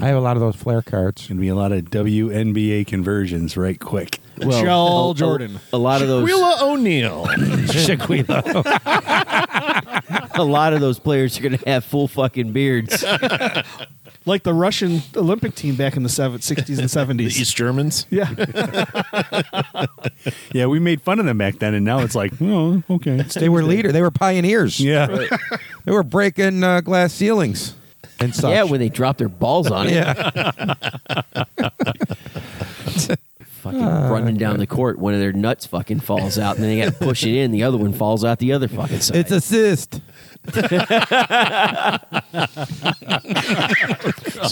[SPEAKER 2] I have a lot of those flare cards.
[SPEAKER 5] It's going to be a lot of WNBA conversions right quick.
[SPEAKER 4] Well,
[SPEAKER 1] Shaquille
[SPEAKER 4] a- a-
[SPEAKER 1] Jordan.
[SPEAKER 4] A, lot of those.
[SPEAKER 3] Willa O'Neill.
[SPEAKER 5] Shaquille.
[SPEAKER 4] a lot of those players are going to have full fucking beards.
[SPEAKER 1] Like the Russian Olympic team back in the seven, 60s and
[SPEAKER 3] the
[SPEAKER 1] 70s.
[SPEAKER 3] East Germans.
[SPEAKER 1] Yeah.
[SPEAKER 5] yeah, we made fun of them back then, and now it's like, oh, okay.
[SPEAKER 2] They were leader. They were pioneers.
[SPEAKER 5] Yeah.
[SPEAKER 2] They were breaking uh, glass ceilings and such.
[SPEAKER 4] Yeah, when they drop their balls on it.
[SPEAKER 2] yeah.
[SPEAKER 4] Fucking
[SPEAKER 2] Ah,
[SPEAKER 4] running down the court, one of their nuts fucking falls out, and then they got to push it in. The other one falls out the other fucking side.
[SPEAKER 2] it's assist.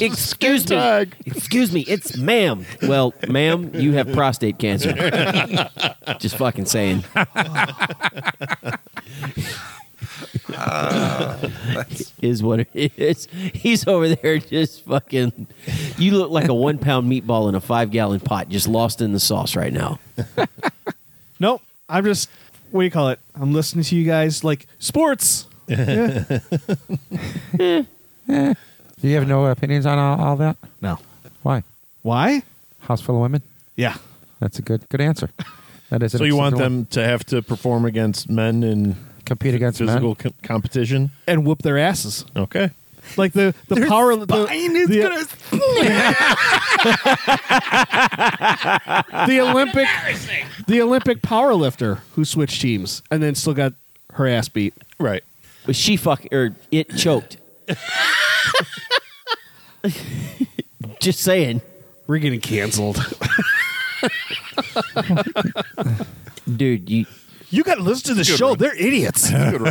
[SPEAKER 4] excuse me. Excuse me. It's ma'am. Well, ma'am, you have prostate cancer. Just fucking saying. is what it is. He's over there just fucking. You look like a one pound meatball in a five gallon pot, just lost in the sauce right now.
[SPEAKER 1] Nope. I'm just, what do you call it? I'm listening to you guys like sports.
[SPEAKER 2] Do you have no opinions on all, all that?
[SPEAKER 1] No.
[SPEAKER 2] Why?
[SPEAKER 1] Why?
[SPEAKER 2] House full of women.
[SPEAKER 1] Yeah.
[SPEAKER 2] That's a good good answer. That is. an
[SPEAKER 3] So you want
[SPEAKER 2] acceptable-
[SPEAKER 3] them to have to perform against men in
[SPEAKER 2] compete against men?
[SPEAKER 3] physical co- competition?
[SPEAKER 1] And whoop their asses.
[SPEAKER 3] Okay.
[SPEAKER 1] Like the, the power. The, the- the Olympic the Olympic powerlifter who switched teams and then still got her ass beat.
[SPEAKER 3] Right.
[SPEAKER 4] But she fuck or it choked. Just saying,
[SPEAKER 1] We're getting canceled.
[SPEAKER 4] dude. You
[SPEAKER 1] you got to listen to the show. They're idiots.
[SPEAKER 4] fucking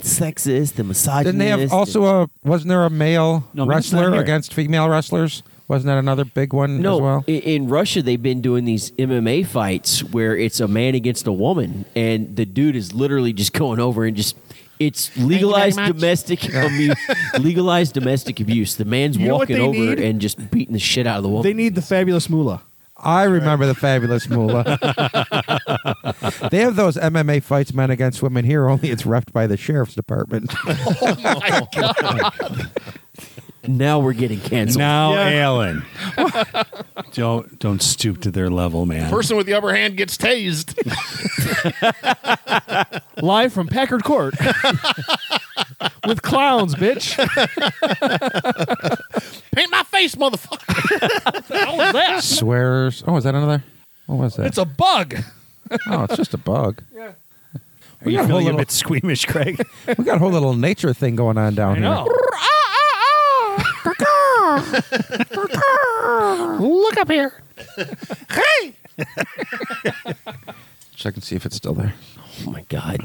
[SPEAKER 4] sexist and misogynist.
[SPEAKER 2] Didn't they have
[SPEAKER 4] and-
[SPEAKER 2] also uh, a? Wasn't there a male
[SPEAKER 5] No, that's not
[SPEAKER 2] wrestler
[SPEAKER 5] here.
[SPEAKER 2] against female wrestlers? Wasn't that another big one
[SPEAKER 4] no?
[SPEAKER 2] as well?
[SPEAKER 4] i- In Russia, they've been doing these MMA fights where it's a man against a woman, and the dude is literally just going over and just. It's legalized domestic amu- legalized domestic abuse. The man's
[SPEAKER 1] You know what
[SPEAKER 4] walking
[SPEAKER 1] they
[SPEAKER 4] over
[SPEAKER 1] need?
[SPEAKER 4] and just beating the shit out of the woman.
[SPEAKER 1] they need the fabulous moolah.
[SPEAKER 2] I remember the fabulous Moolah. they have those MMA fights, men against women here. Only it's repped by the sheriff's department.
[SPEAKER 3] Oh
[SPEAKER 4] now we're getting canceled.
[SPEAKER 5] now,
[SPEAKER 1] Yeah.
[SPEAKER 5] Alan, don't don't stoop to their level, man.
[SPEAKER 3] Person with the upper hand gets tased.
[SPEAKER 1] Live from Packard Court. With clowns, bitch.
[SPEAKER 3] Paint my face, motherfucker.
[SPEAKER 2] Swears. Oh, is that another? What was that?
[SPEAKER 1] It's a bug.
[SPEAKER 2] oh, it's just a bug.
[SPEAKER 5] Are you
[SPEAKER 2] got a whole
[SPEAKER 5] feeling a
[SPEAKER 2] little-
[SPEAKER 5] bit squeamish, Craig?
[SPEAKER 2] We got a whole little nature thing going on down here.
[SPEAKER 1] Ah, ah. Look up here.
[SPEAKER 2] Check and see if it's still there.
[SPEAKER 4] Oh my god!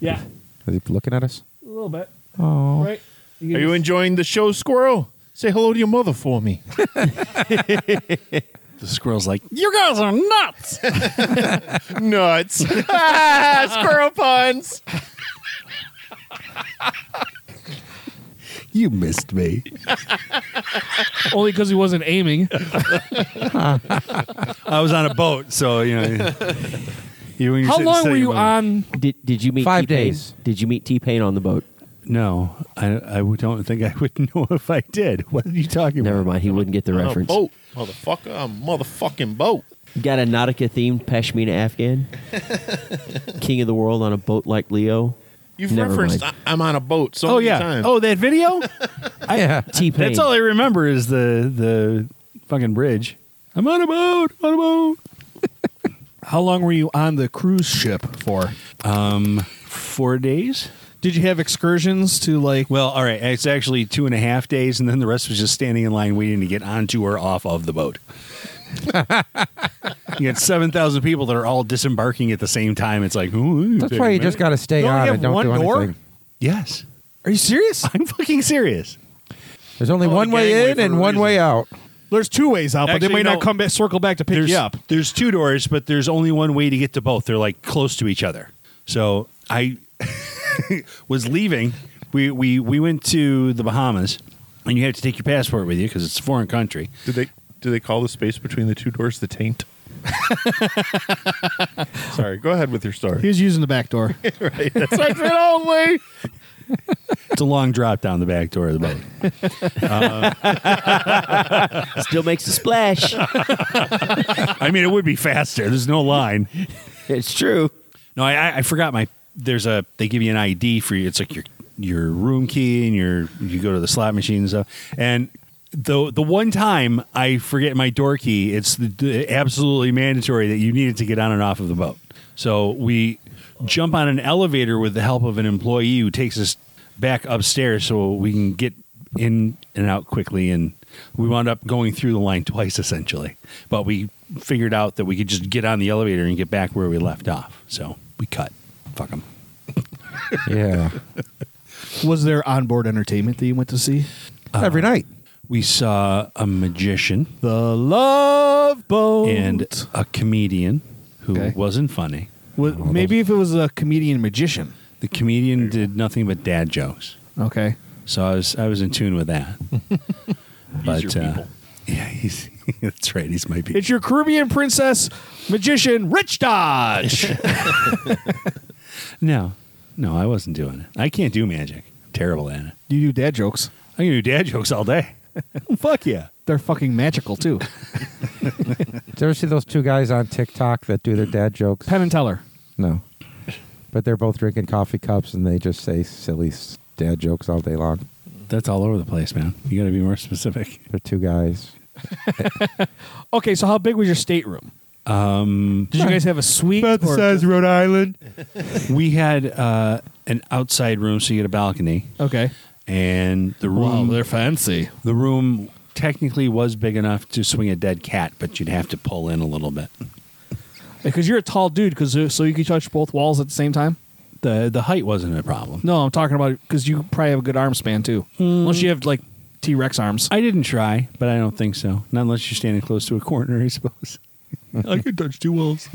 [SPEAKER 1] Yeah,
[SPEAKER 2] Is he looking at us?
[SPEAKER 1] a little bit.
[SPEAKER 2] Oh,
[SPEAKER 1] Right.
[SPEAKER 3] Are you enjoying the show, Squirrel? Say hello to your mother for me.
[SPEAKER 5] The squirrel's like,
[SPEAKER 3] You guys are nuts. nuts. Ah, Squirrel puns.
[SPEAKER 5] you missed me.
[SPEAKER 1] Only because he wasn't aiming.
[SPEAKER 5] I was on a boat, so you know. you- you
[SPEAKER 1] How
[SPEAKER 5] sit-
[SPEAKER 1] long
[SPEAKER 5] sit
[SPEAKER 1] were you
[SPEAKER 5] your-
[SPEAKER 1] on?
[SPEAKER 4] Did did you meet
[SPEAKER 2] Five
[SPEAKER 4] T-Pain?
[SPEAKER 2] days.
[SPEAKER 4] Did you meet T Pain on the boat?
[SPEAKER 5] No, I, I don't think I would know if I did. What are you talking
[SPEAKER 4] Never
[SPEAKER 5] about?
[SPEAKER 4] mind. He wouldn't get the
[SPEAKER 3] On a
[SPEAKER 4] reference.
[SPEAKER 3] boat, motherfucker. A motherfucking boat.
[SPEAKER 4] Got a Nautica themed Pashmina Afghan. King of the world on a boat like Leo.
[SPEAKER 3] You've
[SPEAKER 4] Never
[SPEAKER 3] referenced
[SPEAKER 4] mind.
[SPEAKER 3] I- am on a boat so
[SPEAKER 5] Oh
[SPEAKER 3] many
[SPEAKER 5] yeah.
[SPEAKER 3] times.
[SPEAKER 5] Oh, that video.
[SPEAKER 2] yeah.
[SPEAKER 4] T Pain.
[SPEAKER 5] That's all I remember is the the fucking bridge. I'm on a boat. On a boat.
[SPEAKER 1] How long were you on the cruise ship for?
[SPEAKER 5] Um, four days.
[SPEAKER 1] Did you have excursions to like?
[SPEAKER 5] Well, all right. It's actually two and a half days, and then the rest was just standing in line waiting to get onto or off of the boat. you got seven thousand people that are all disembarking at the same time. It's like ooh,
[SPEAKER 2] That's
[SPEAKER 5] take
[SPEAKER 2] why
[SPEAKER 5] a
[SPEAKER 2] you just got
[SPEAKER 5] minute.
[SPEAKER 2] to stay
[SPEAKER 1] You only
[SPEAKER 2] on
[SPEAKER 1] have
[SPEAKER 2] and don't
[SPEAKER 1] one
[SPEAKER 2] do
[SPEAKER 1] door?
[SPEAKER 2] anything.
[SPEAKER 5] yes.
[SPEAKER 1] Are you serious?
[SPEAKER 5] I'm fucking serious.
[SPEAKER 2] There's only
[SPEAKER 3] Well,
[SPEAKER 2] one
[SPEAKER 3] the
[SPEAKER 2] way
[SPEAKER 3] gangway
[SPEAKER 2] in
[SPEAKER 3] for
[SPEAKER 2] and
[SPEAKER 3] a
[SPEAKER 2] one
[SPEAKER 3] reason.
[SPEAKER 2] way out.
[SPEAKER 1] There's two ways out, but
[SPEAKER 5] Actually,
[SPEAKER 1] they might
[SPEAKER 5] no.
[SPEAKER 1] not come back, circle back to pick
[SPEAKER 5] there's,
[SPEAKER 1] you up.
[SPEAKER 5] There's two doors, but there's only one way to get to both. They're like close to each other. So I was leaving. We, we we went to the Bahamas, and you have to take your passport with you because it's a foreign country.
[SPEAKER 3] Do they do they call the space between the two doors the taint? Sorry, go ahead with your
[SPEAKER 1] He
[SPEAKER 3] story.
[SPEAKER 1] was using the back door.
[SPEAKER 3] That's exit only.
[SPEAKER 5] It's a long drop down the back door of the boat.
[SPEAKER 4] Still makes a splash.
[SPEAKER 5] I mean, it would be faster. There's no line.
[SPEAKER 4] it's true.
[SPEAKER 5] No, I- I, I forgot my. There's a. They give you an ID for you. It's like your your room key and your you go to the slot machine and stuff. And the the one time I forget my door key, it's the, the absolutely mandatory that you need it to get on and off of the boat. So we jump on an elevator with the help of an employee who takes us back upstairs so we can get in and out quickly and we wound up going through the line twice essentially but we figured out that we could just get on the elevator and get back where we left off so we cut fuck them
[SPEAKER 2] Yeah.
[SPEAKER 1] was there onboard entertainment that you went to see?
[SPEAKER 2] Every night.
[SPEAKER 5] we saw a magician
[SPEAKER 1] The Love Boat.
[SPEAKER 5] and a comedian who
[SPEAKER 1] Okay.
[SPEAKER 5] wasn't funny
[SPEAKER 1] Wa- maybe if it was a comedian magician.
[SPEAKER 5] the comedian did nothing but dad jokes
[SPEAKER 1] Okay.
[SPEAKER 5] so i was i was in tune with that but uh,
[SPEAKER 3] your people.
[SPEAKER 5] yeah he's that's right he's my people
[SPEAKER 1] It's your Caribbean princess magician, Rich Dodge.
[SPEAKER 5] No, no, I wasn't doing it. I can't do magic. I'm terrible at it.
[SPEAKER 1] you do dad jokes.
[SPEAKER 5] I can do dad jokes all day. Fuck yeah.
[SPEAKER 1] They're fucking magical too.
[SPEAKER 2] Did you ever see those two guys on TikTok that do their dad jokes?
[SPEAKER 1] Penn and Teller.
[SPEAKER 2] No. But they're both drinking coffee cups and they just say silly s- dad jokes all day long.
[SPEAKER 5] That's all over the place, man. You got to be more specific.
[SPEAKER 2] They're two guys.
[SPEAKER 1] Okay, so how big was your stateroom? Um, Did you guys have a suite? or-
[SPEAKER 2] of Rhode Island.
[SPEAKER 5] We had uh, an outside room, so you get a balcony,
[SPEAKER 1] okay.
[SPEAKER 5] and the room
[SPEAKER 1] fancy.
[SPEAKER 5] the room technically was big enough to swing a dead cat, but you'd have to pull in a little bit.
[SPEAKER 1] Because you're a tall dude, cause, uh, so you could touch both walls at the same time?
[SPEAKER 5] the The height wasn't a problem.
[SPEAKER 1] No, I'm talking about because you probably have a good arm span too. Unless you have like T Rex arms.
[SPEAKER 5] I didn't try, but I don't think so. Not unless you're standing close to a corner, I suppose. I could touch two walls.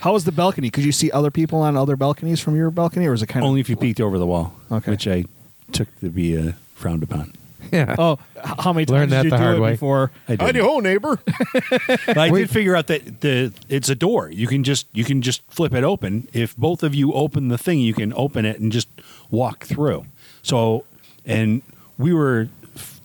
[SPEAKER 1] How was the balcony? Could you see other people on other balconies from your balcony, or was it kind
[SPEAKER 5] Only if you peeked over the wall,
[SPEAKER 1] Okay.
[SPEAKER 5] which I took to be uh, frowned upon.
[SPEAKER 2] Yeah.
[SPEAKER 1] of? Oh, h- how many times
[SPEAKER 2] Learned that
[SPEAKER 1] did you
[SPEAKER 2] the
[SPEAKER 1] do
[SPEAKER 2] hard
[SPEAKER 1] it
[SPEAKER 2] way.
[SPEAKER 1] before?
[SPEAKER 5] I
[SPEAKER 3] Hi,
[SPEAKER 5] did.
[SPEAKER 3] ho, neighbor.
[SPEAKER 5] But I did figure out that the it's a door. You can just you can just flip it open. If both of you open the thing, you can open it and just walk through. So, and we were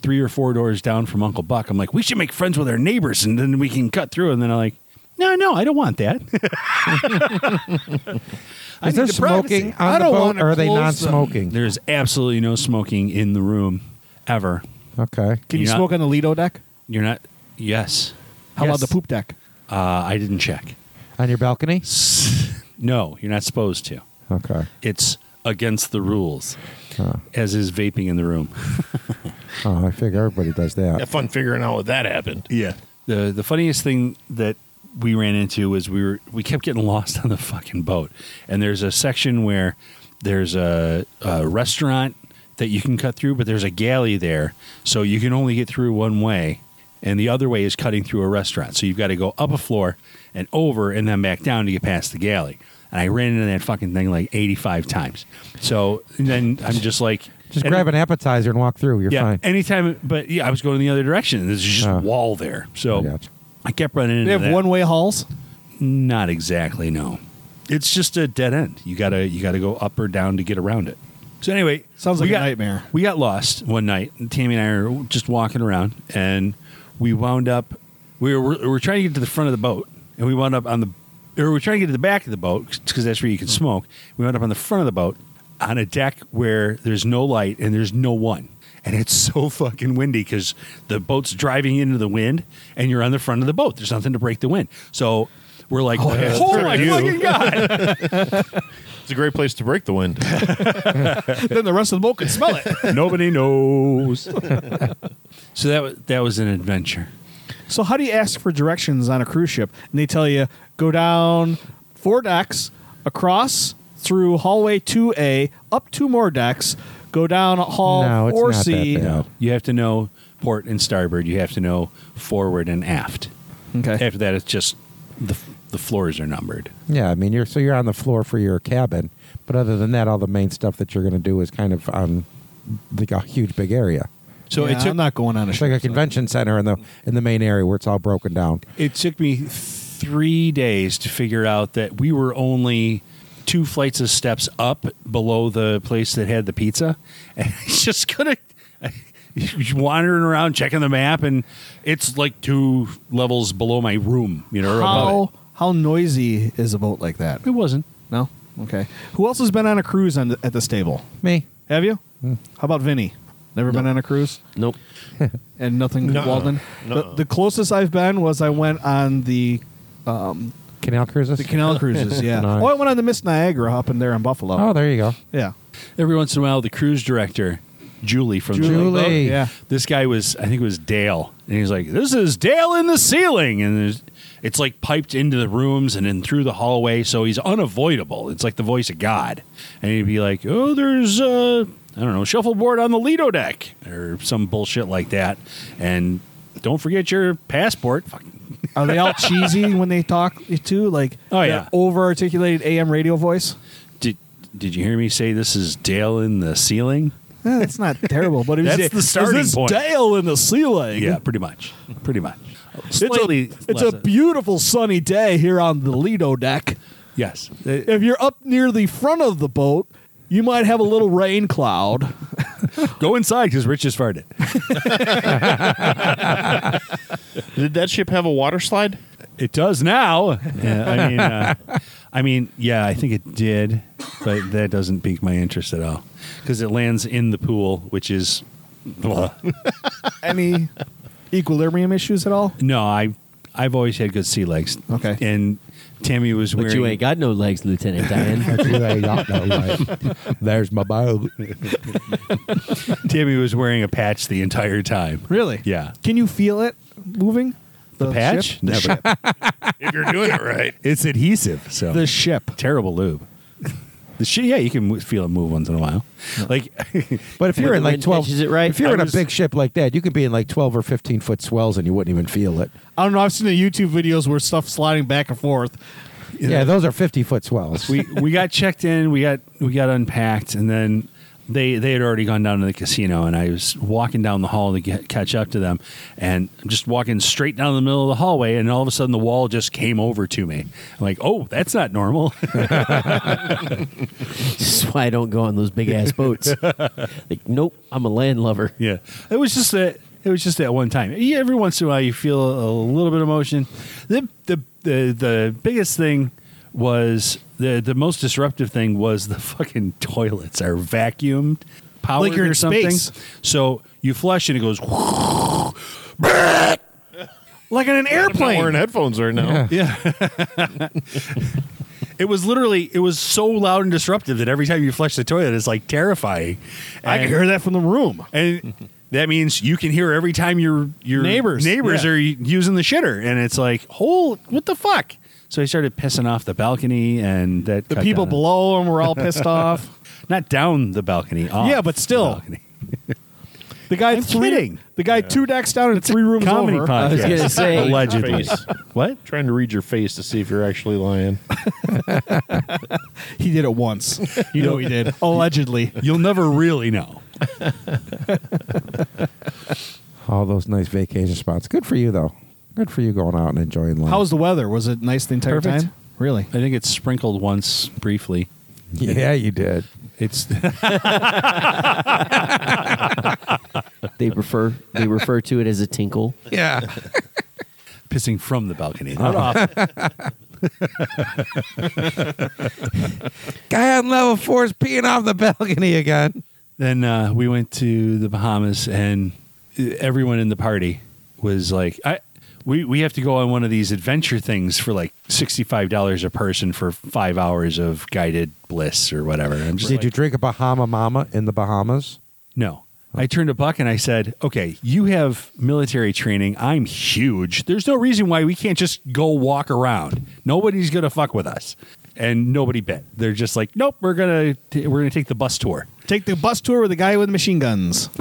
[SPEAKER 5] three or four doors down from Uncle Buck. I'm like, we should make friends with our neighbors, and then we can cut through. And then I'm like, no, no, I don't want that. I
[SPEAKER 2] Is there
[SPEAKER 5] need the privacy.
[SPEAKER 2] smoking
[SPEAKER 1] I
[SPEAKER 2] on the
[SPEAKER 1] don't
[SPEAKER 2] boat
[SPEAKER 1] wanna
[SPEAKER 2] or are they
[SPEAKER 1] close them.
[SPEAKER 2] non smoking?
[SPEAKER 5] There's absolutely no smoking in the room ever.
[SPEAKER 2] Okay.
[SPEAKER 1] Can you
[SPEAKER 5] You're not-
[SPEAKER 1] smoke on the Lido deck?
[SPEAKER 5] You're not. Yes.
[SPEAKER 1] How
[SPEAKER 5] Yes.
[SPEAKER 1] about the poop deck?
[SPEAKER 5] Uh, I didn't check.
[SPEAKER 2] On your balcony?
[SPEAKER 5] No, you're not supposed to.
[SPEAKER 2] Okay.
[SPEAKER 5] It's against the rules,
[SPEAKER 2] Oh,
[SPEAKER 5] as is vaping in the room.
[SPEAKER 2] oh I figure everybody does
[SPEAKER 3] Have
[SPEAKER 2] that.
[SPEAKER 3] fun figuring out what that happened.
[SPEAKER 5] Yeah. The the funniest thing that we ran into was we were we kept getting lost on the fucking boat. And there's a section where there's a, a restaurant that you can cut through, but there's a galley there, so you can only get through one way. And the other way is cutting through a restaurant. So you've got to go up a floor and over and then back down to get past the galley. And I ran into that fucking thing like 85 times. So and then I'm just like.
[SPEAKER 2] Just
[SPEAKER 5] and-
[SPEAKER 2] grab an appetizer and walk through. You're
[SPEAKER 5] yeah,
[SPEAKER 2] fine.
[SPEAKER 5] anytime. But yeah, I was going the other direction. There's just
[SPEAKER 2] Oh.
[SPEAKER 5] a wall there, so
[SPEAKER 2] I
[SPEAKER 5] I,
[SPEAKER 2] gotcha.
[SPEAKER 5] kept running into
[SPEAKER 1] They have
[SPEAKER 5] that.
[SPEAKER 1] one way halls.
[SPEAKER 5] Not exactly. No, it's just a dead end. You gotta you gotta go up or down to get around it. So anyway,
[SPEAKER 1] Sounds like
[SPEAKER 5] we
[SPEAKER 1] a
[SPEAKER 5] got-
[SPEAKER 1] nightmare.
[SPEAKER 5] We got lost one night. And Tammy and I are just walking around, and we wound up. We were we were trying to get to the front of the boat, and we wound up on the. Or we were trying to get to the back of the boat because that's where you can smoke. We wound up on the front of the boat on a deck where there's no light and there's no one, and it's so fucking windy because the boat's driving into the wind, and you're on the front of the boat. There's nothing to break the wind, so we're like, oh, my fucking god!
[SPEAKER 3] It's a great place to break the wind.
[SPEAKER 1] then the rest of the boat can smell it.
[SPEAKER 5] Nobody knows. so that wa- that was an adventure.
[SPEAKER 1] So how do you ask for directions on a cruise ship? And they tell you go down four decks, across through hallway two A, up two more decks, go down hall
[SPEAKER 2] No, it's
[SPEAKER 1] four
[SPEAKER 2] not that
[SPEAKER 1] C.
[SPEAKER 2] bad.
[SPEAKER 5] No, you have to know port and starboard. You have to know forward and aft.
[SPEAKER 1] Okay.
[SPEAKER 5] After that, it's just the the floors are numbered.
[SPEAKER 2] Yeah, I mean, you're so you're on the floor for your cabin, but other than that, all the main stuff that you're going to do is kind of on like a huge big area.
[SPEAKER 5] So
[SPEAKER 1] Yeah,
[SPEAKER 5] it took
[SPEAKER 1] I'm not going on a
[SPEAKER 2] It's like
[SPEAKER 1] ship.
[SPEAKER 2] a convention center in the in the main area where it's all broken down.
[SPEAKER 5] it took me three days to figure out that we were only two flights of steps up below the place that had the pizza, and I just couldn't. I, wandering around checking the map, and it's like two levels below my room. You know, or above
[SPEAKER 1] How how noisy is a boat like that?
[SPEAKER 5] it. It wasn't.
[SPEAKER 1] No. Okay. Who else has been on a cruise on the, at this table?
[SPEAKER 2] Me,
[SPEAKER 1] Have you?
[SPEAKER 2] Hmm.
[SPEAKER 1] How about Vinny? Never been on a cruise
[SPEAKER 4] Nope.
[SPEAKER 1] and nothing
[SPEAKER 3] Nuh-uh.
[SPEAKER 1] Walden.
[SPEAKER 3] Nuh-uh.
[SPEAKER 1] The, the closest I've been was I went on the
[SPEAKER 2] canal cruises.
[SPEAKER 1] the canal cruises. Yeah.
[SPEAKER 2] Nice.
[SPEAKER 1] Oh, I went on the Miss Niagara up in there in Buffalo.
[SPEAKER 2] Oh, there you go.
[SPEAKER 1] yeah.
[SPEAKER 5] Every once in a while, the cruise director, Julie from
[SPEAKER 2] Julie. Julie.
[SPEAKER 1] Oh, Yeah.
[SPEAKER 5] this guy was i think it was dale and he's like this is dale in the ceiling and there's, it's like piped into the rooms and then through the hallway so he's unavoidable it's like the voice of god and he'd be like oh there's uh i don't know shuffleboard on the lido deck or some bullshit like that and don't forget your passport Fuck.
[SPEAKER 1] Are they all cheesy when they talk too? Like
[SPEAKER 5] Oh, yeah.
[SPEAKER 1] over articulated AM radio voice.
[SPEAKER 5] did did you hear me say this is dale in the ceiling
[SPEAKER 1] Eh, That's not terrible, but it was
[SPEAKER 5] That's the starting
[SPEAKER 1] is this
[SPEAKER 5] point.
[SPEAKER 1] Dale in the ceiling.
[SPEAKER 5] yeah pretty much pretty much
[SPEAKER 1] It's, a,
[SPEAKER 5] Slightly
[SPEAKER 1] it's a
[SPEAKER 5] less-
[SPEAKER 1] beautiful sunny day here on the Lido deck.
[SPEAKER 5] yes
[SPEAKER 1] If you're up near the front of the boat, you might have a little rain cloud.
[SPEAKER 5] go inside because rich just farted
[SPEAKER 3] Did that ship have a water slide?
[SPEAKER 5] It does now. Yeah, I mean, uh, I mean, yeah, I think it did, but that doesn't pique my interest at all because it lands in the pool, which is blah.
[SPEAKER 1] Any equilibrium issues at all?
[SPEAKER 5] no. I I've always had good sea legs.
[SPEAKER 1] Okay.
[SPEAKER 5] and Tammy was
[SPEAKER 4] But
[SPEAKER 5] wearing.
[SPEAKER 4] you ain't got no legs, Lieutenant Diane.
[SPEAKER 2] There's my boat.
[SPEAKER 5] Tammy was wearing a patch the entire time.
[SPEAKER 1] Really?
[SPEAKER 5] Yeah.
[SPEAKER 1] Can you feel it moving? The,
[SPEAKER 5] patch?
[SPEAKER 1] ship?
[SPEAKER 5] Never.
[SPEAKER 3] If you're doing it right.
[SPEAKER 5] it's adhesive. So
[SPEAKER 1] The ship.
[SPEAKER 5] terrible lube. The shit, yeah, you can mo- feel it move once in a while. Like,
[SPEAKER 2] But if you're in like
[SPEAKER 4] wind
[SPEAKER 2] twelve,
[SPEAKER 4] catches it right.
[SPEAKER 2] if you're
[SPEAKER 4] I
[SPEAKER 2] in a
[SPEAKER 4] was-
[SPEAKER 2] big ship like that, you could be in like twelve or fifteen foot swells and you wouldn't even feel it.
[SPEAKER 1] I don't know. I've seen the YouTube videos where stuff sliding back and forth.
[SPEAKER 2] Yeah, those are fifty foot swells.
[SPEAKER 5] we we got checked in, we got we got unpacked, and then they they had already gone down to the casino, and I was walking down the hall to get, catch up to them, and I'm just walking straight down the middle of the hallway, and all of a sudden the wall just came over to me. I'm like, oh, that's not normal.
[SPEAKER 4] this is why I don't go on those big ass boats. like, nope, I'm a land lover.
[SPEAKER 5] yeah, it was just that it was just that one time. Yeah, every once in a while you feel a little bit of motion. The the the, the biggest thing was the the most disruptive thing was the fucking toilets are vacuumed, powered
[SPEAKER 1] Like you're in
[SPEAKER 5] or something.
[SPEAKER 1] space.
[SPEAKER 5] So you flush and it goes.
[SPEAKER 1] Like in an
[SPEAKER 3] I'm not
[SPEAKER 1] airplane.
[SPEAKER 3] wearing headphones right now.
[SPEAKER 5] Yeah. it was literally it was so loud and disruptive that every time you flush the toilet it's like terrifying.
[SPEAKER 1] I can
[SPEAKER 5] And-
[SPEAKER 1] hear that from the room.
[SPEAKER 5] and that means you can hear every time your your
[SPEAKER 1] Neighbors,
[SPEAKER 5] neighbors
[SPEAKER 1] yeah.
[SPEAKER 5] are using the shitter, and it's like, whole what the fuck? So I started pissing off the balcony, and that
[SPEAKER 1] The people below him were all pissed off.
[SPEAKER 5] not down the balcony. Off
[SPEAKER 1] Yeah, but
[SPEAKER 5] the
[SPEAKER 1] still.
[SPEAKER 5] balcony.
[SPEAKER 1] The guy
[SPEAKER 5] I'm
[SPEAKER 1] three,
[SPEAKER 5] kidding.
[SPEAKER 1] The guy two decks down and three rooms
[SPEAKER 5] comedy
[SPEAKER 1] over.
[SPEAKER 5] podcast.
[SPEAKER 4] I was gonna say.
[SPEAKER 5] allegedly.
[SPEAKER 3] Face.
[SPEAKER 5] what?
[SPEAKER 3] Trying to read your face to see if you're actually lying.
[SPEAKER 1] He did it once. You know he did. Allegedly.
[SPEAKER 5] You'll never really know.
[SPEAKER 2] all those nice vacation spots. Good for you though. Good for you going out and enjoying life.
[SPEAKER 1] How was the weather? Was it nice the entire
[SPEAKER 2] Perfect.
[SPEAKER 1] time? Really?
[SPEAKER 5] I think it's sprinkled once briefly.
[SPEAKER 2] yeah, you did.
[SPEAKER 5] It's
[SPEAKER 4] They refer they refer to it as a tinkle.
[SPEAKER 2] Yeah.
[SPEAKER 5] pissing from the balcony, not off.
[SPEAKER 2] Guy on level four is peeing off the balcony again.
[SPEAKER 5] Then uh, we went to the Bahamas, and everyone in the party was like, "I." We, we have to go on one of these adventure things for like sixty five dollars a person for five hours of guided bliss or whatever. I'm just
[SPEAKER 2] Did
[SPEAKER 5] like,
[SPEAKER 2] you drink a Bahama Mama in the Bahamas?
[SPEAKER 5] no. I turned to Buck and I said, okay, you have military training. I'm huge. There's no reason why we can't just go walk around. Nobody's going to fuck with us. And nobody bit. They're just like, nope, we're going to we're going to take the bus tour.
[SPEAKER 1] Take the bus tour with the guy with machine guns.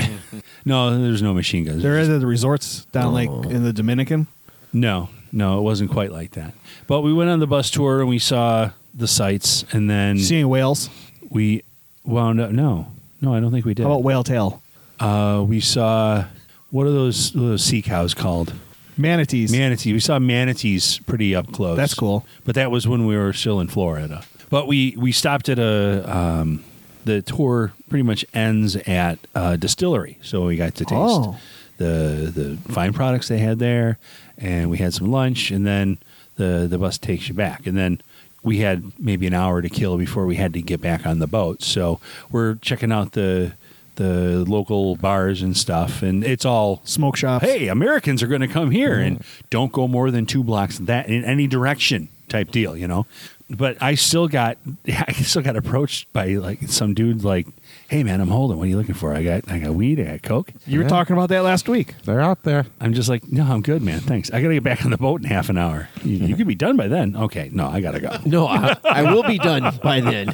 [SPEAKER 5] No, there's no machine guns.
[SPEAKER 1] They're at the resorts down like
[SPEAKER 4] Oh.
[SPEAKER 1] in the Dominican.
[SPEAKER 5] No, no, it wasn't quite like that. But we went on the bus tour and we saw the sights and then
[SPEAKER 1] Seeing whales.
[SPEAKER 5] we wound up no. No, I don't think we did.
[SPEAKER 1] How about whale tail?
[SPEAKER 5] uh, we saw what are those those sea cows called?
[SPEAKER 1] Manatees.
[SPEAKER 5] Manatee. We saw manatees pretty up close.
[SPEAKER 1] That's cool.
[SPEAKER 5] But that was when we were still in Florida. But we we stopped at a um, the tour pretty much ends at a distillery, so we got to taste
[SPEAKER 1] Oh.
[SPEAKER 5] the the fine products they had there, and we had some lunch, and then the the bus takes you back, and then. We had maybe an hour to kill before we had to get back on the boat, so we're checking out the the local bars and stuff, and it's all
[SPEAKER 1] Smoke shops.
[SPEAKER 5] hey, Americans are going to come here and
[SPEAKER 4] Mm-hmm.
[SPEAKER 5] don't go more than two blocks that in any direction type deal, you know. But I still got I still got approached by like some dude like, "Hey man, I'm holding. What are you looking for? I got I got weed, I got coke."
[SPEAKER 1] You were
[SPEAKER 2] Yeah.
[SPEAKER 1] talking about that last week.
[SPEAKER 2] They're out there.
[SPEAKER 5] I'm just like, "No, I'm good, man. Thanks. I got to get back on the boat in half an hour. You,
[SPEAKER 4] Mm-hmm.
[SPEAKER 5] you could be done by then." Okay, no, I got to go.
[SPEAKER 4] No, I, I will be done by then.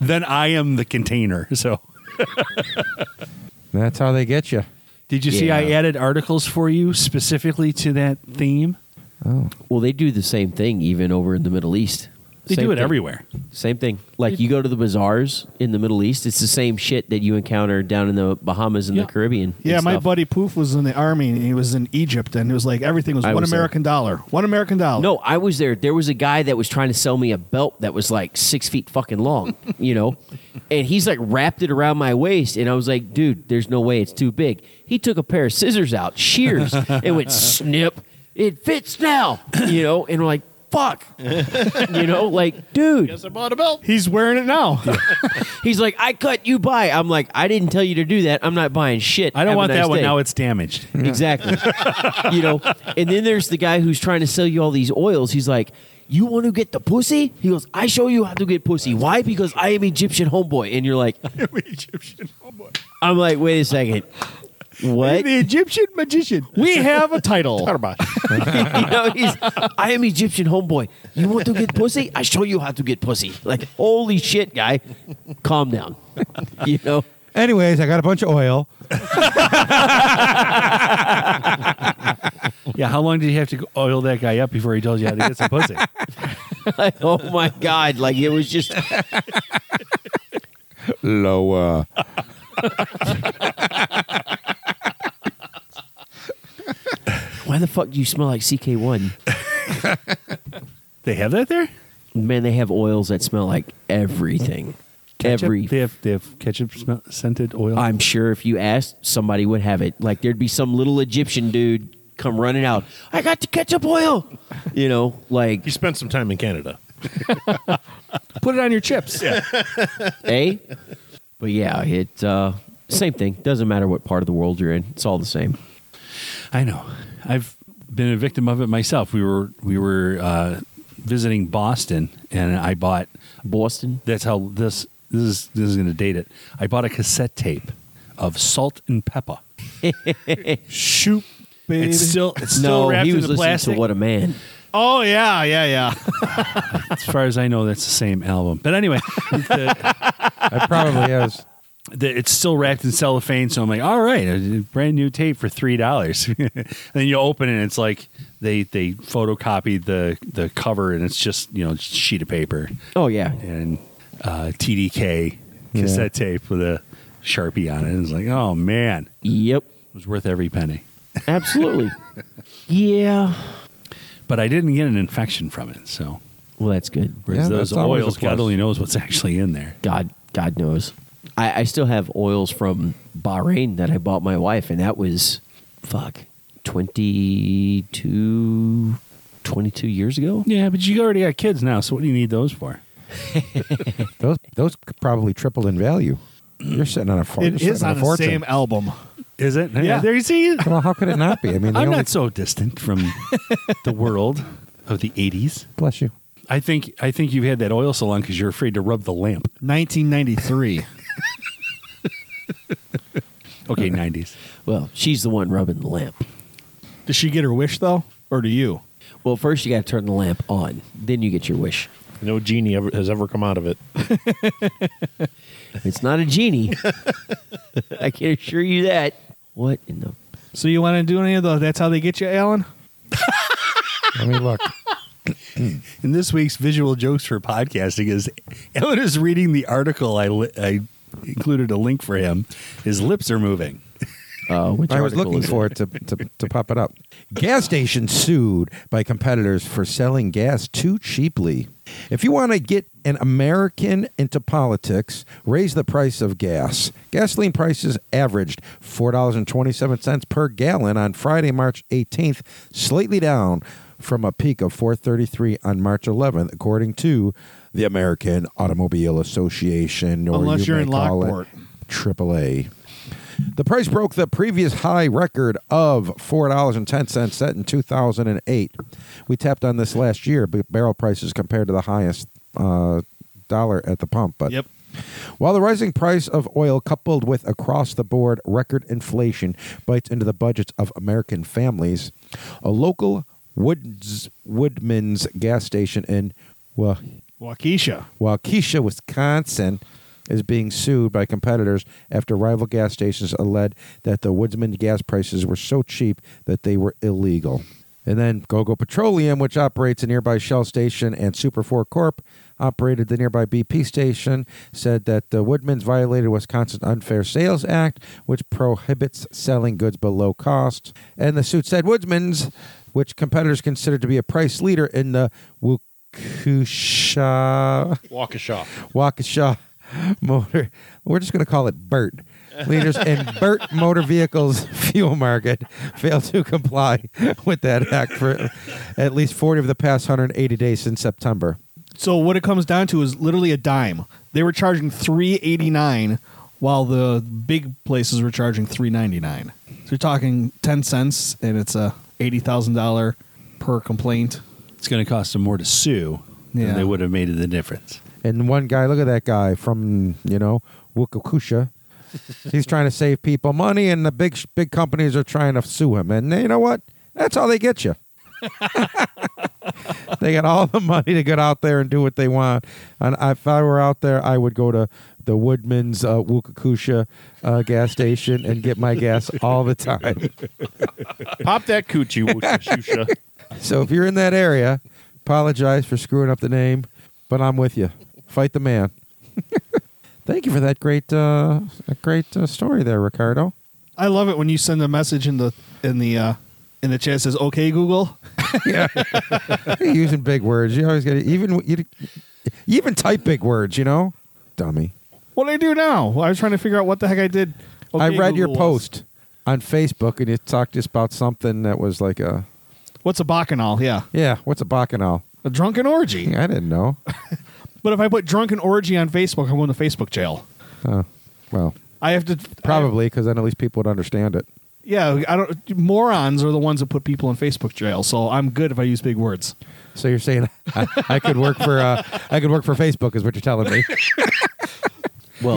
[SPEAKER 5] then I am the container. So,
[SPEAKER 2] That's how they get you.
[SPEAKER 5] did you see
[SPEAKER 4] Yeah.
[SPEAKER 5] I added articles for you specifically to that theme?
[SPEAKER 2] Oh,
[SPEAKER 4] Well, they do the same thing even over in the Middle East.
[SPEAKER 5] They
[SPEAKER 4] Same
[SPEAKER 5] do it
[SPEAKER 4] thing.
[SPEAKER 5] everywhere.
[SPEAKER 4] Same thing. Like you go to the bazaars in the Middle East, it's the same shit that you encounter down in the Bahamas and
[SPEAKER 5] Yeah.
[SPEAKER 4] the Caribbean. and
[SPEAKER 1] Yeah, my
[SPEAKER 4] stuff.
[SPEAKER 1] buddy Poof was in the army and he was in Egypt and it was like everything was
[SPEAKER 4] I
[SPEAKER 1] one
[SPEAKER 4] was there.
[SPEAKER 1] American dollar. One American dollar.
[SPEAKER 4] No, I was there. There was a guy that was trying to sell me a belt that was like six feet fucking long, you know? And he's like wrapped it around my waist. And I was like, dude, there's no way it's too big. He took a pair of scissors out, shears, and went snip. It fits now, you know? And we're like, fuck. You know, like, dude.
[SPEAKER 3] I bought a belt.
[SPEAKER 1] He's wearing it now.
[SPEAKER 4] He's like, I cut, you buy. I'm like, I didn't tell you to do that. I'm not buying shit.
[SPEAKER 5] I don't
[SPEAKER 4] Have a
[SPEAKER 5] want
[SPEAKER 4] nice
[SPEAKER 5] that one.
[SPEAKER 4] day."
[SPEAKER 5] Now it's damaged.
[SPEAKER 4] Exactly. you know, and then there's the guy who's trying to sell you all these oils. He's like, "You want to get the pussy?" He goes, "I show you how to get pussy." Why? Because I am Egyptian homeboy. And you're like,
[SPEAKER 3] Egyptian homeboy.
[SPEAKER 4] I'm like, wait a second, what?
[SPEAKER 1] the Egyptian magician. We have a title.
[SPEAKER 4] you know, he's, I am Egyptian homeboy. You want to get pussy? I show you how to get pussy. Like, holy shit, guy, calm down. You know.
[SPEAKER 2] Anyways, I got a bunch of oil.
[SPEAKER 5] Yeah, how long did you have to oil that guy up before he told you how to get some pussy?
[SPEAKER 4] Like, oh my god! Like it was just
[SPEAKER 2] Lower.
[SPEAKER 4] why the fuck do you smell like CK one?
[SPEAKER 5] They have that there?
[SPEAKER 4] Man, they have oils that smell like everything. Every
[SPEAKER 5] They have, they have ketchup smell, scented oil.
[SPEAKER 4] I'm sure if you asked, somebody would have it. Like there'd be some little Egyptian dude come running out. I got the ketchup oil. You know, like
[SPEAKER 3] You spent some time in Canada.
[SPEAKER 1] Put it on your chips.
[SPEAKER 4] eh? But yeah, it uh, same thing. Doesn't matter what part of the world you're in. It's all the same.
[SPEAKER 5] I know. I've been a victim of it myself. We were we were uh, visiting Boston, and I bought.
[SPEAKER 4] Boston.
[SPEAKER 5] That's how this this is this is going to date it. I bought a cassette tape of Salt and Pepper.
[SPEAKER 1] Shoot, baby.
[SPEAKER 5] It's still it's still
[SPEAKER 4] No,
[SPEAKER 5] wrapped
[SPEAKER 4] he
[SPEAKER 5] in
[SPEAKER 4] was
[SPEAKER 5] the
[SPEAKER 4] listening
[SPEAKER 5] plastic.
[SPEAKER 4] to What a Man.
[SPEAKER 1] oh yeah, yeah, yeah.
[SPEAKER 5] as far as I know, that's the same album. But anyway, the-
[SPEAKER 2] It probably is.
[SPEAKER 5] the, it's still wrapped in cellophane. So I'm like, all right, a brand new tape for three dollars. then you open it, and it's like they they photocopied the the cover, and it's just you know just a sheet of paper
[SPEAKER 4] Oh yeah.
[SPEAKER 5] and uh, TDK cassette tape with a sharpie on it. And it's like, oh man,
[SPEAKER 4] Yep.
[SPEAKER 5] it was worth every penny.
[SPEAKER 4] Absolutely. yeah.
[SPEAKER 5] But I didn't get an infection from it. So
[SPEAKER 4] Well, that's good.
[SPEAKER 5] whereas
[SPEAKER 2] Yeah,
[SPEAKER 5] those
[SPEAKER 2] that's always a
[SPEAKER 5] oils, God
[SPEAKER 2] plus.
[SPEAKER 5] only knows what's actually in there.
[SPEAKER 4] God, God knows. I, I still have oils from Bahrain that I bought my wife, and that was fuck 22, 22 years ago.
[SPEAKER 5] Yeah, but you already got kids now, so what do you need those for?
[SPEAKER 2] Those those could probably tripled in value. You're sitting on a farm.
[SPEAKER 1] It is on the same album.
[SPEAKER 5] Is it?
[SPEAKER 1] Yeah.
[SPEAKER 5] There you see.
[SPEAKER 2] Well, how could it not be? I mean, they
[SPEAKER 5] I'm
[SPEAKER 2] only,
[SPEAKER 5] not so distant from the world of the 80s.
[SPEAKER 2] bless you.
[SPEAKER 5] I think I think you've had that oil salon because you're afraid to rub the lamp.
[SPEAKER 1] 1993.
[SPEAKER 5] Okay, 90s.
[SPEAKER 4] Well, she's the one rubbing the lamp.
[SPEAKER 1] Does she get her wish though, or do you?
[SPEAKER 4] Well, first you got to turn the lamp on, then you get your wish.
[SPEAKER 3] No genie ever, has ever come out of it.
[SPEAKER 4] It's not a genie. I can assure you that. What in the?
[SPEAKER 1] So you want to do any of those? That's how they get you, Alan.
[SPEAKER 2] I mean, look.
[SPEAKER 5] And this week's visual jokes for podcasting is Ellen is reading the article I, li- I included a link for him. His lips are moving.
[SPEAKER 4] Uh, which
[SPEAKER 2] I was
[SPEAKER 4] article
[SPEAKER 2] looking
[SPEAKER 4] is
[SPEAKER 2] for it to, to, to pop it up. Gas station sued by competitors for selling gas too cheaply. If you want to get an American into politics, raise the price of gas. Gasoline prices averaged $4.27 per gallon on Friday, March 18th, slightly down from a peak of 433 on March 11th, according to the American Automobile Association. Or
[SPEAKER 1] Unless
[SPEAKER 2] you
[SPEAKER 1] you're in
[SPEAKER 2] may call it
[SPEAKER 1] Lockport.
[SPEAKER 2] AAA. The price broke the previous high record of $4.10 set in 2008. We tapped on this last year, but barrel prices compared to the highest uh, dollar at the pump. But
[SPEAKER 1] Yep.
[SPEAKER 2] while the rising price of oil, coupled with across the board record inflation, bites into the budgets of American families, a local Woods, Woodman's gas station in Wa-
[SPEAKER 1] Waukesha.
[SPEAKER 2] Waukesha, Wisconsin, is being sued by competitors after rival gas stations alleged that the Woodsman gas prices were so cheap that they were illegal. And then Gogo Petroleum, which operates a nearby Shell station, and Super 4 Corp, operated the nearby BP station, said that the Woodmans violated Wisconsin Unfair Sales Act, which prohibits selling goods below cost. And the suit said Woodsman's, which competitors consider to be a price leader in the Waukesha
[SPEAKER 3] Waukesha.
[SPEAKER 2] Waukesha Motor. We're just going to call it BERT. Leaders in BERT Motor Vehicles fuel market failed to comply with that act for at least 40 of the past 180 days since September.
[SPEAKER 1] So what it comes down to is literally a dime. They were charging 3.89, while the big places were charging 3.99. So you're talking 10 cents, and it's a eighty thousand dollar per complaint.
[SPEAKER 5] It's going to cost them more to sue
[SPEAKER 1] Yeah.
[SPEAKER 5] than they would have made the difference.
[SPEAKER 2] And one guy, look at that guy from, you know, Wukakusha. He's trying to save people money, and the big big companies are trying to sue him. And you know what? That's how they get you. they got all the money to get out there and do what they want. And if I were out there, I would go to the Woodman's uh, Wukakusha uh, gas station and get my gas all the time.
[SPEAKER 3] Pop that coochie, Waukesha.
[SPEAKER 2] So if you're in that area, apologize for screwing up the name, but I'm with you. Fight the man. Thank you for that great, uh, that great uh, story there, Ricardo.
[SPEAKER 1] I love it when you send a message in the in the uh, in the chat that says "Okay, Google."
[SPEAKER 2] Yeah, you're using big words. You always get it. Even you, you even type big words. You know, dummy.
[SPEAKER 1] What do I do now? Well, I was trying to figure out what the heck I did.
[SPEAKER 2] I
[SPEAKER 1] Okay,
[SPEAKER 2] read your
[SPEAKER 1] Google was.
[SPEAKER 2] post on Facebook, and you talked just about something that was like a
[SPEAKER 1] What's a bacchanal? Yeah,
[SPEAKER 2] yeah. What's a bacchanal?
[SPEAKER 1] a drunken orgy.
[SPEAKER 2] Yeah, I didn't know.
[SPEAKER 1] But if I put drunken orgy on Facebook, I'm going to Facebook jail.
[SPEAKER 2] Well,
[SPEAKER 1] I have to
[SPEAKER 2] probably because then at least people would understand it.
[SPEAKER 1] Yeah, I don't. Morons are the ones that put people in Facebook jail. So I'm good if I use big words.
[SPEAKER 2] So you're saying I, I could work for uh, I could work for Facebook is what you're telling me.
[SPEAKER 4] Well,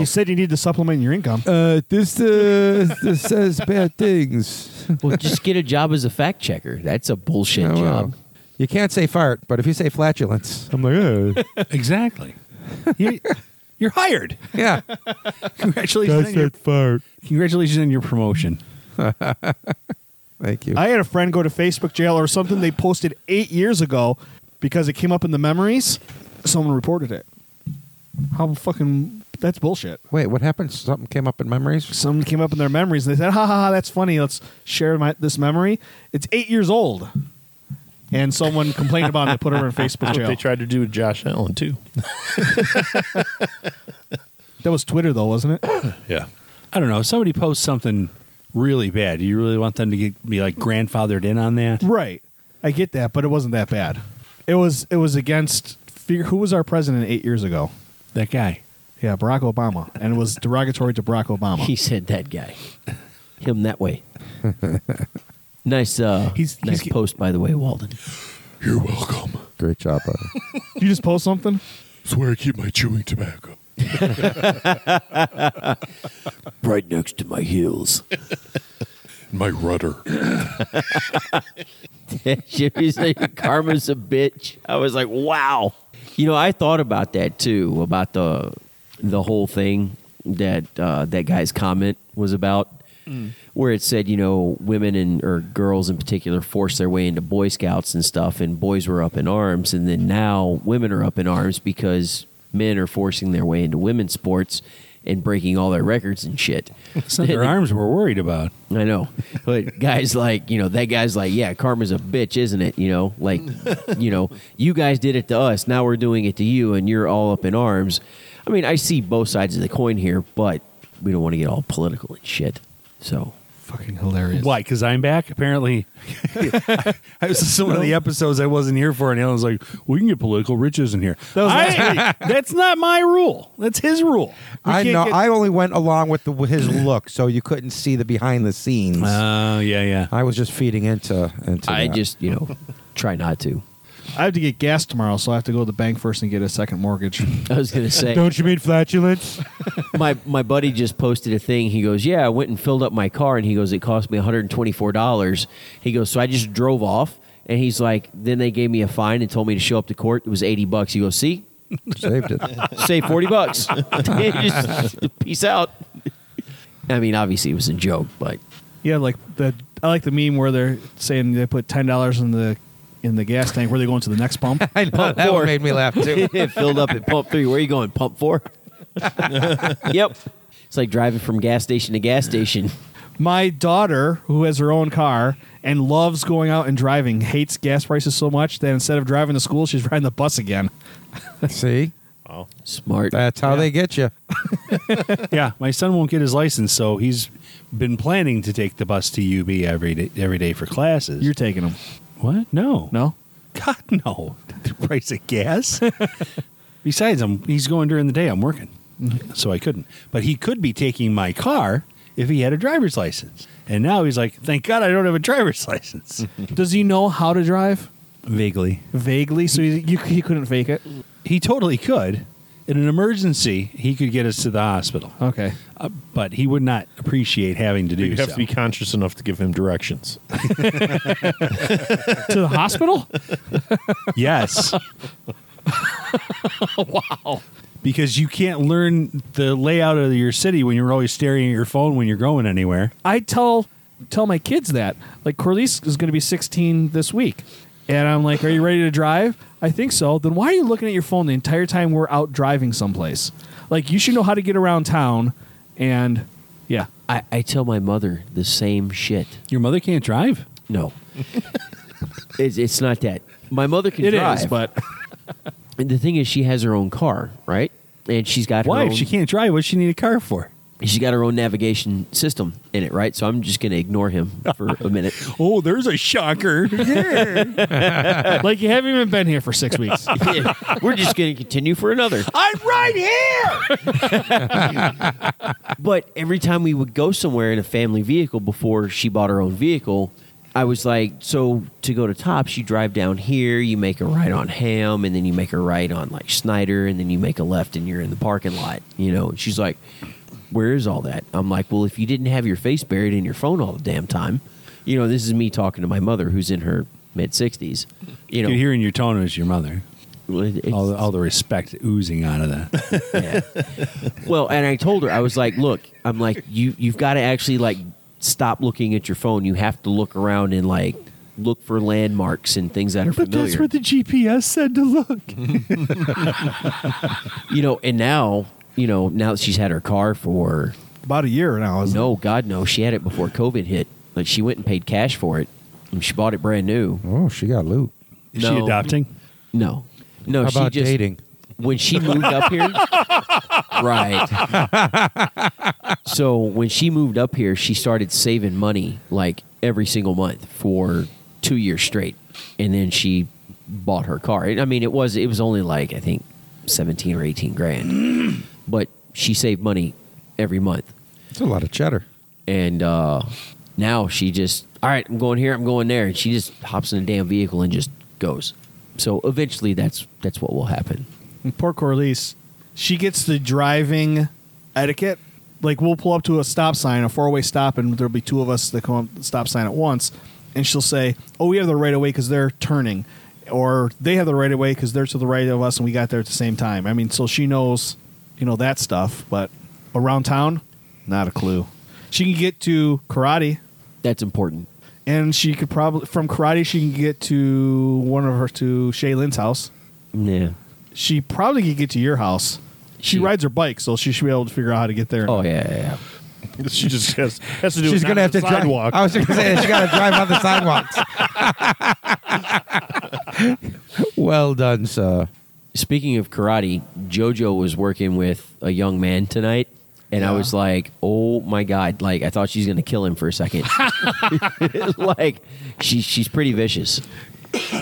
[SPEAKER 1] you said you need to supplement your income.
[SPEAKER 2] Uh, this uh, this says bad things.
[SPEAKER 4] well, just get a job as a fact checker. That's a bullshit
[SPEAKER 2] Oh, well.
[SPEAKER 4] job.
[SPEAKER 2] You can't say fart, but if you say flatulence, I'm like, uh,
[SPEAKER 5] Exactly. you, you're hired.
[SPEAKER 2] yeah,
[SPEAKER 5] Congratulations on, your,
[SPEAKER 2] fart.
[SPEAKER 5] congratulations on your promotion.
[SPEAKER 2] Thank you.
[SPEAKER 1] I had a friend go to Facebook jail or something they posted eight years ago because it came up in the memories. Someone reported it. How fucking that's bullshit.
[SPEAKER 2] Wait, what happened? Something came up in memories.
[SPEAKER 1] Someone came up in their memories and they said, "Ha ha ha, that's funny. Let's share my, this memory." It's eight years old, and someone complained about it. and Put her in Facebook
[SPEAKER 3] That's what
[SPEAKER 1] jail.
[SPEAKER 3] they tried to do with Josh Allen, too.
[SPEAKER 1] That was Twitter, though, wasn't it?
[SPEAKER 3] Yeah.
[SPEAKER 5] I don't know. If somebody posts something really bad, do you really want them to get, be like grandfathered in on that?
[SPEAKER 1] right. I get that, but it wasn't that bad. It was. It was against. fig- Who was our president eight years ago?
[SPEAKER 5] That guy.
[SPEAKER 1] Yeah, Barack Obama, and it was derogatory to Barack Obama.
[SPEAKER 4] He said that guy. Him that way. nice uh
[SPEAKER 1] He's-
[SPEAKER 4] nice
[SPEAKER 1] he's-
[SPEAKER 4] post by the way, Walden.
[SPEAKER 3] You're welcome.
[SPEAKER 2] Great job, buddy.
[SPEAKER 1] you just post something.
[SPEAKER 3] It's where I keep my chewing tobacco.
[SPEAKER 4] Right next to my heels.
[SPEAKER 3] My rudder.
[SPEAKER 4] Jimmy said karma's a bitch. I was like, wow. You know, I thought about that too, about the the whole thing that uh, that guy's comment was about, where it said, you know, women and or girls in particular forced their way into Boy Scouts and stuff, and boys were up in arms, and then now women are up in arms because men are forcing their way into women's sports and breaking all their records and shit.
[SPEAKER 5] It's not their arms we're worried about.
[SPEAKER 4] I know. But guys like, you know, that guy's like, yeah, karma's a bitch, isn't it? You know, like, you know, you guys did it to us. Now we're doing it to you and you're all up in arms. I mean, I see both sides of the coin here, but we don't want to get all political and shit. So,
[SPEAKER 1] Fucking hilarious.
[SPEAKER 5] Why? Because I'm back. Apparently, I was just one of the episodes I wasn't here for, and Alan was like, "We can get political. Rich isn't here.
[SPEAKER 1] That was
[SPEAKER 5] I-
[SPEAKER 1] last
[SPEAKER 5] that's not my rule. That's his rule. We
[SPEAKER 2] I
[SPEAKER 5] can't
[SPEAKER 2] know.
[SPEAKER 5] get-
[SPEAKER 2] I only went along with, the, with his look, so you couldn't see the behind the scenes.
[SPEAKER 5] Oh yeah, yeah.
[SPEAKER 2] I was just feeding into into.
[SPEAKER 4] I
[SPEAKER 2] that.
[SPEAKER 4] just, you know, try not to.
[SPEAKER 1] I have to get gas tomorrow, so I have to go to the bank first and get a second mortgage.
[SPEAKER 4] I was going to say.
[SPEAKER 2] you mean flatulence?
[SPEAKER 4] my my buddy just posted a thing. He goes, "Yeah, I went and filled up my car, and he goes, it cost me one hundred and twenty four dollars." He goes, "So I just drove off." And he's like, then they gave me a fine and told me to show up to court. It was eighty bucks. He goes, "See,
[SPEAKER 2] Saved it.
[SPEAKER 4] save forty bucks. Just peace out." I mean, obviously it was a joke, but
[SPEAKER 1] yeah, like the I like the meme where they're saying they put ten dollars in the in the gas tank. Where they going to the next pump?
[SPEAKER 2] I know that one made me laugh too.
[SPEAKER 4] it filled up at pump three. Where are you going? Pump four. yep. It's like driving from gas station to gas station.
[SPEAKER 1] My daughter, who has her own car and loves going out and driving, hates gas prices so much that instead of driving to school, she's riding the bus again.
[SPEAKER 2] See,
[SPEAKER 4] Smart.
[SPEAKER 2] that's how they get you.
[SPEAKER 5] yeah, my son won't get his license, so he's been planning to take the bus to UB every day, every day for classes.
[SPEAKER 1] You're taking them,
[SPEAKER 5] what? No,
[SPEAKER 1] no?
[SPEAKER 5] God, no. The price of gas. Besides, I'm, he's going during the day. I'm working,
[SPEAKER 3] Mm-hmm.
[SPEAKER 5] so I couldn't. But he could be taking my car if he had a driver's license. And now he's like, "Thank God I don't have a driver's license."
[SPEAKER 1] Does he know how to drive?
[SPEAKER 5] Vaguely,
[SPEAKER 1] Vaguely, so he, you, he couldn't fake it.
[SPEAKER 5] he totally could. In an emergency, he could get us to the hospital,
[SPEAKER 1] Okay,
[SPEAKER 5] uh, but he would not appreciate having to do.
[SPEAKER 3] You have
[SPEAKER 5] so.
[SPEAKER 3] to be conscious enough to give him directions.
[SPEAKER 1] to the hospital.
[SPEAKER 5] Yes. wow. Because you can't learn the layout of your city when you're always staring at your phone when you're going anywhere.
[SPEAKER 1] I tell tell my kids that. Like Corliss is going to be 16 this week, and I'm like, "Are you ready to drive?" I think so. Then why are you looking at your phone the entire time we're out driving someplace? Like you should know how to get around town, and yeah,
[SPEAKER 4] I, I tell my mother the same shit.
[SPEAKER 5] Your mother can't drive.
[SPEAKER 4] No. it's, it's not that. My mother can
[SPEAKER 1] it is.
[SPEAKER 4] drive.
[SPEAKER 1] but
[SPEAKER 4] and the thing is, she has her own car, right? And she's got her
[SPEAKER 5] Why?
[SPEAKER 4] own,
[SPEAKER 5] If she can't drive, what's she need a car for?
[SPEAKER 4] She's got her own navigation system in it, right? So I'm just going to ignore him for a minute.
[SPEAKER 5] Oh, there's a shocker.
[SPEAKER 1] like you haven't even been here for six weeks.
[SPEAKER 4] We're just going to continue for another.
[SPEAKER 5] I'm right here.
[SPEAKER 4] But every time we would go somewhere in a family vehicle before she bought her own vehicle, I was like, so to go to Tops, you drive down here, you make a right on Ham, and then you make a right on like Snyder, and then you make a left, and you're in the parking lot. You know, and she's like, where is all that? I'm like, well, if you didn't have your face buried in your phone all the damn time, you know, this is me talking to my mother who's in her mid 60s. You know,
[SPEAKER 5] You're hearing your tone is your mother.
[SPEAKER 4] it's-
[SPEAKER 5] All the, all the respect oozing out of that.
[SPEAKER 4] yeah. Well, and I told her I was like, "Look, I'm like you. You've got to actually like stop looking at your phone. You have to look around and like look for landmarks and things that are familiar.
[SPEAKER 5] the GPS said to look.
[SPEAKER 4] you know. And now, you know, now that she's had her car for
[SPEAKER 1] About a year now. Isn't
[SPEAKER 4] no, God no, she had it before COVID hit. Like she went and paid cash for it. And she bought it brand new.
[SPEAKER 2] Oh, she got loot.
[SPEAKER 5] Is she
[SPEAKER 4] No.
[SPEAKER 5] adopting?
[SPEAKER 4] No, no.
[SPEAKER 2] How
[SPEAKER 4] she
[SPEAKER 2] about
[SPEAKER 4] just,
[SPEAKER 2] dating?
[SPEAKER 4] when she moved up here, right? so when she moved up here, she started saving money like every single month for two years straight, and then she bought her car. And, I mean, it was it was only like I think seventeen or eighteen grand, but she saved money every month.
[SPEAKER 2] It's a lot of cheddar.
[SPEAKER 4] And uh, now she just, all right, I'm going here, I'm going there, and she just hops in a damn vehicle and just goes. So eventually, that's that's what will happen.
[SPEAKER 1] And poor Corliss, she gets the driving etiquette. Like we'll pull up to a stop sign, a four-way stop, and there'll be two of us that come up the stop sign at once, and she'll say, "Oh, we have the right of way because they're turning," or "They have the right of way because they're to the right of us, and we got there at the same time." I mean, so she knows, you know, that stuff. But around town, not a clue. She can get to karate,
[SPEAKER 4] That's important.
[SPEAKER 1] and she could probably from karate she can get to one of her to Shaylin's house
[SPEAKER 4] Yeah.
[SPEAKER 1] she probably could get to your house. She,
[SPEAKER 4] She-
[SPEAKER 1] rides her bike, so she should be able to figure out how to get there.
[SPEAKER 4] Oh yeah, yeah, yeah.
[SPEAKER 3] She just has, has to do.
[SPEAKER 2] She's
[SPEAKER 3] going
[SPEAKER 2] gonna have to drive.
[SPEAKER 3] sidewalk.
[SPEAKER 2] I was gonna say she's gotta drive on the sidewalks. well done, sir.
[SPEAKER 4] Speaking of karate, JoJo was working with a young man tonight, and I was like, "Oh my god!" Like I thought she's gonna kill him for a second. like she she's pretty vicious.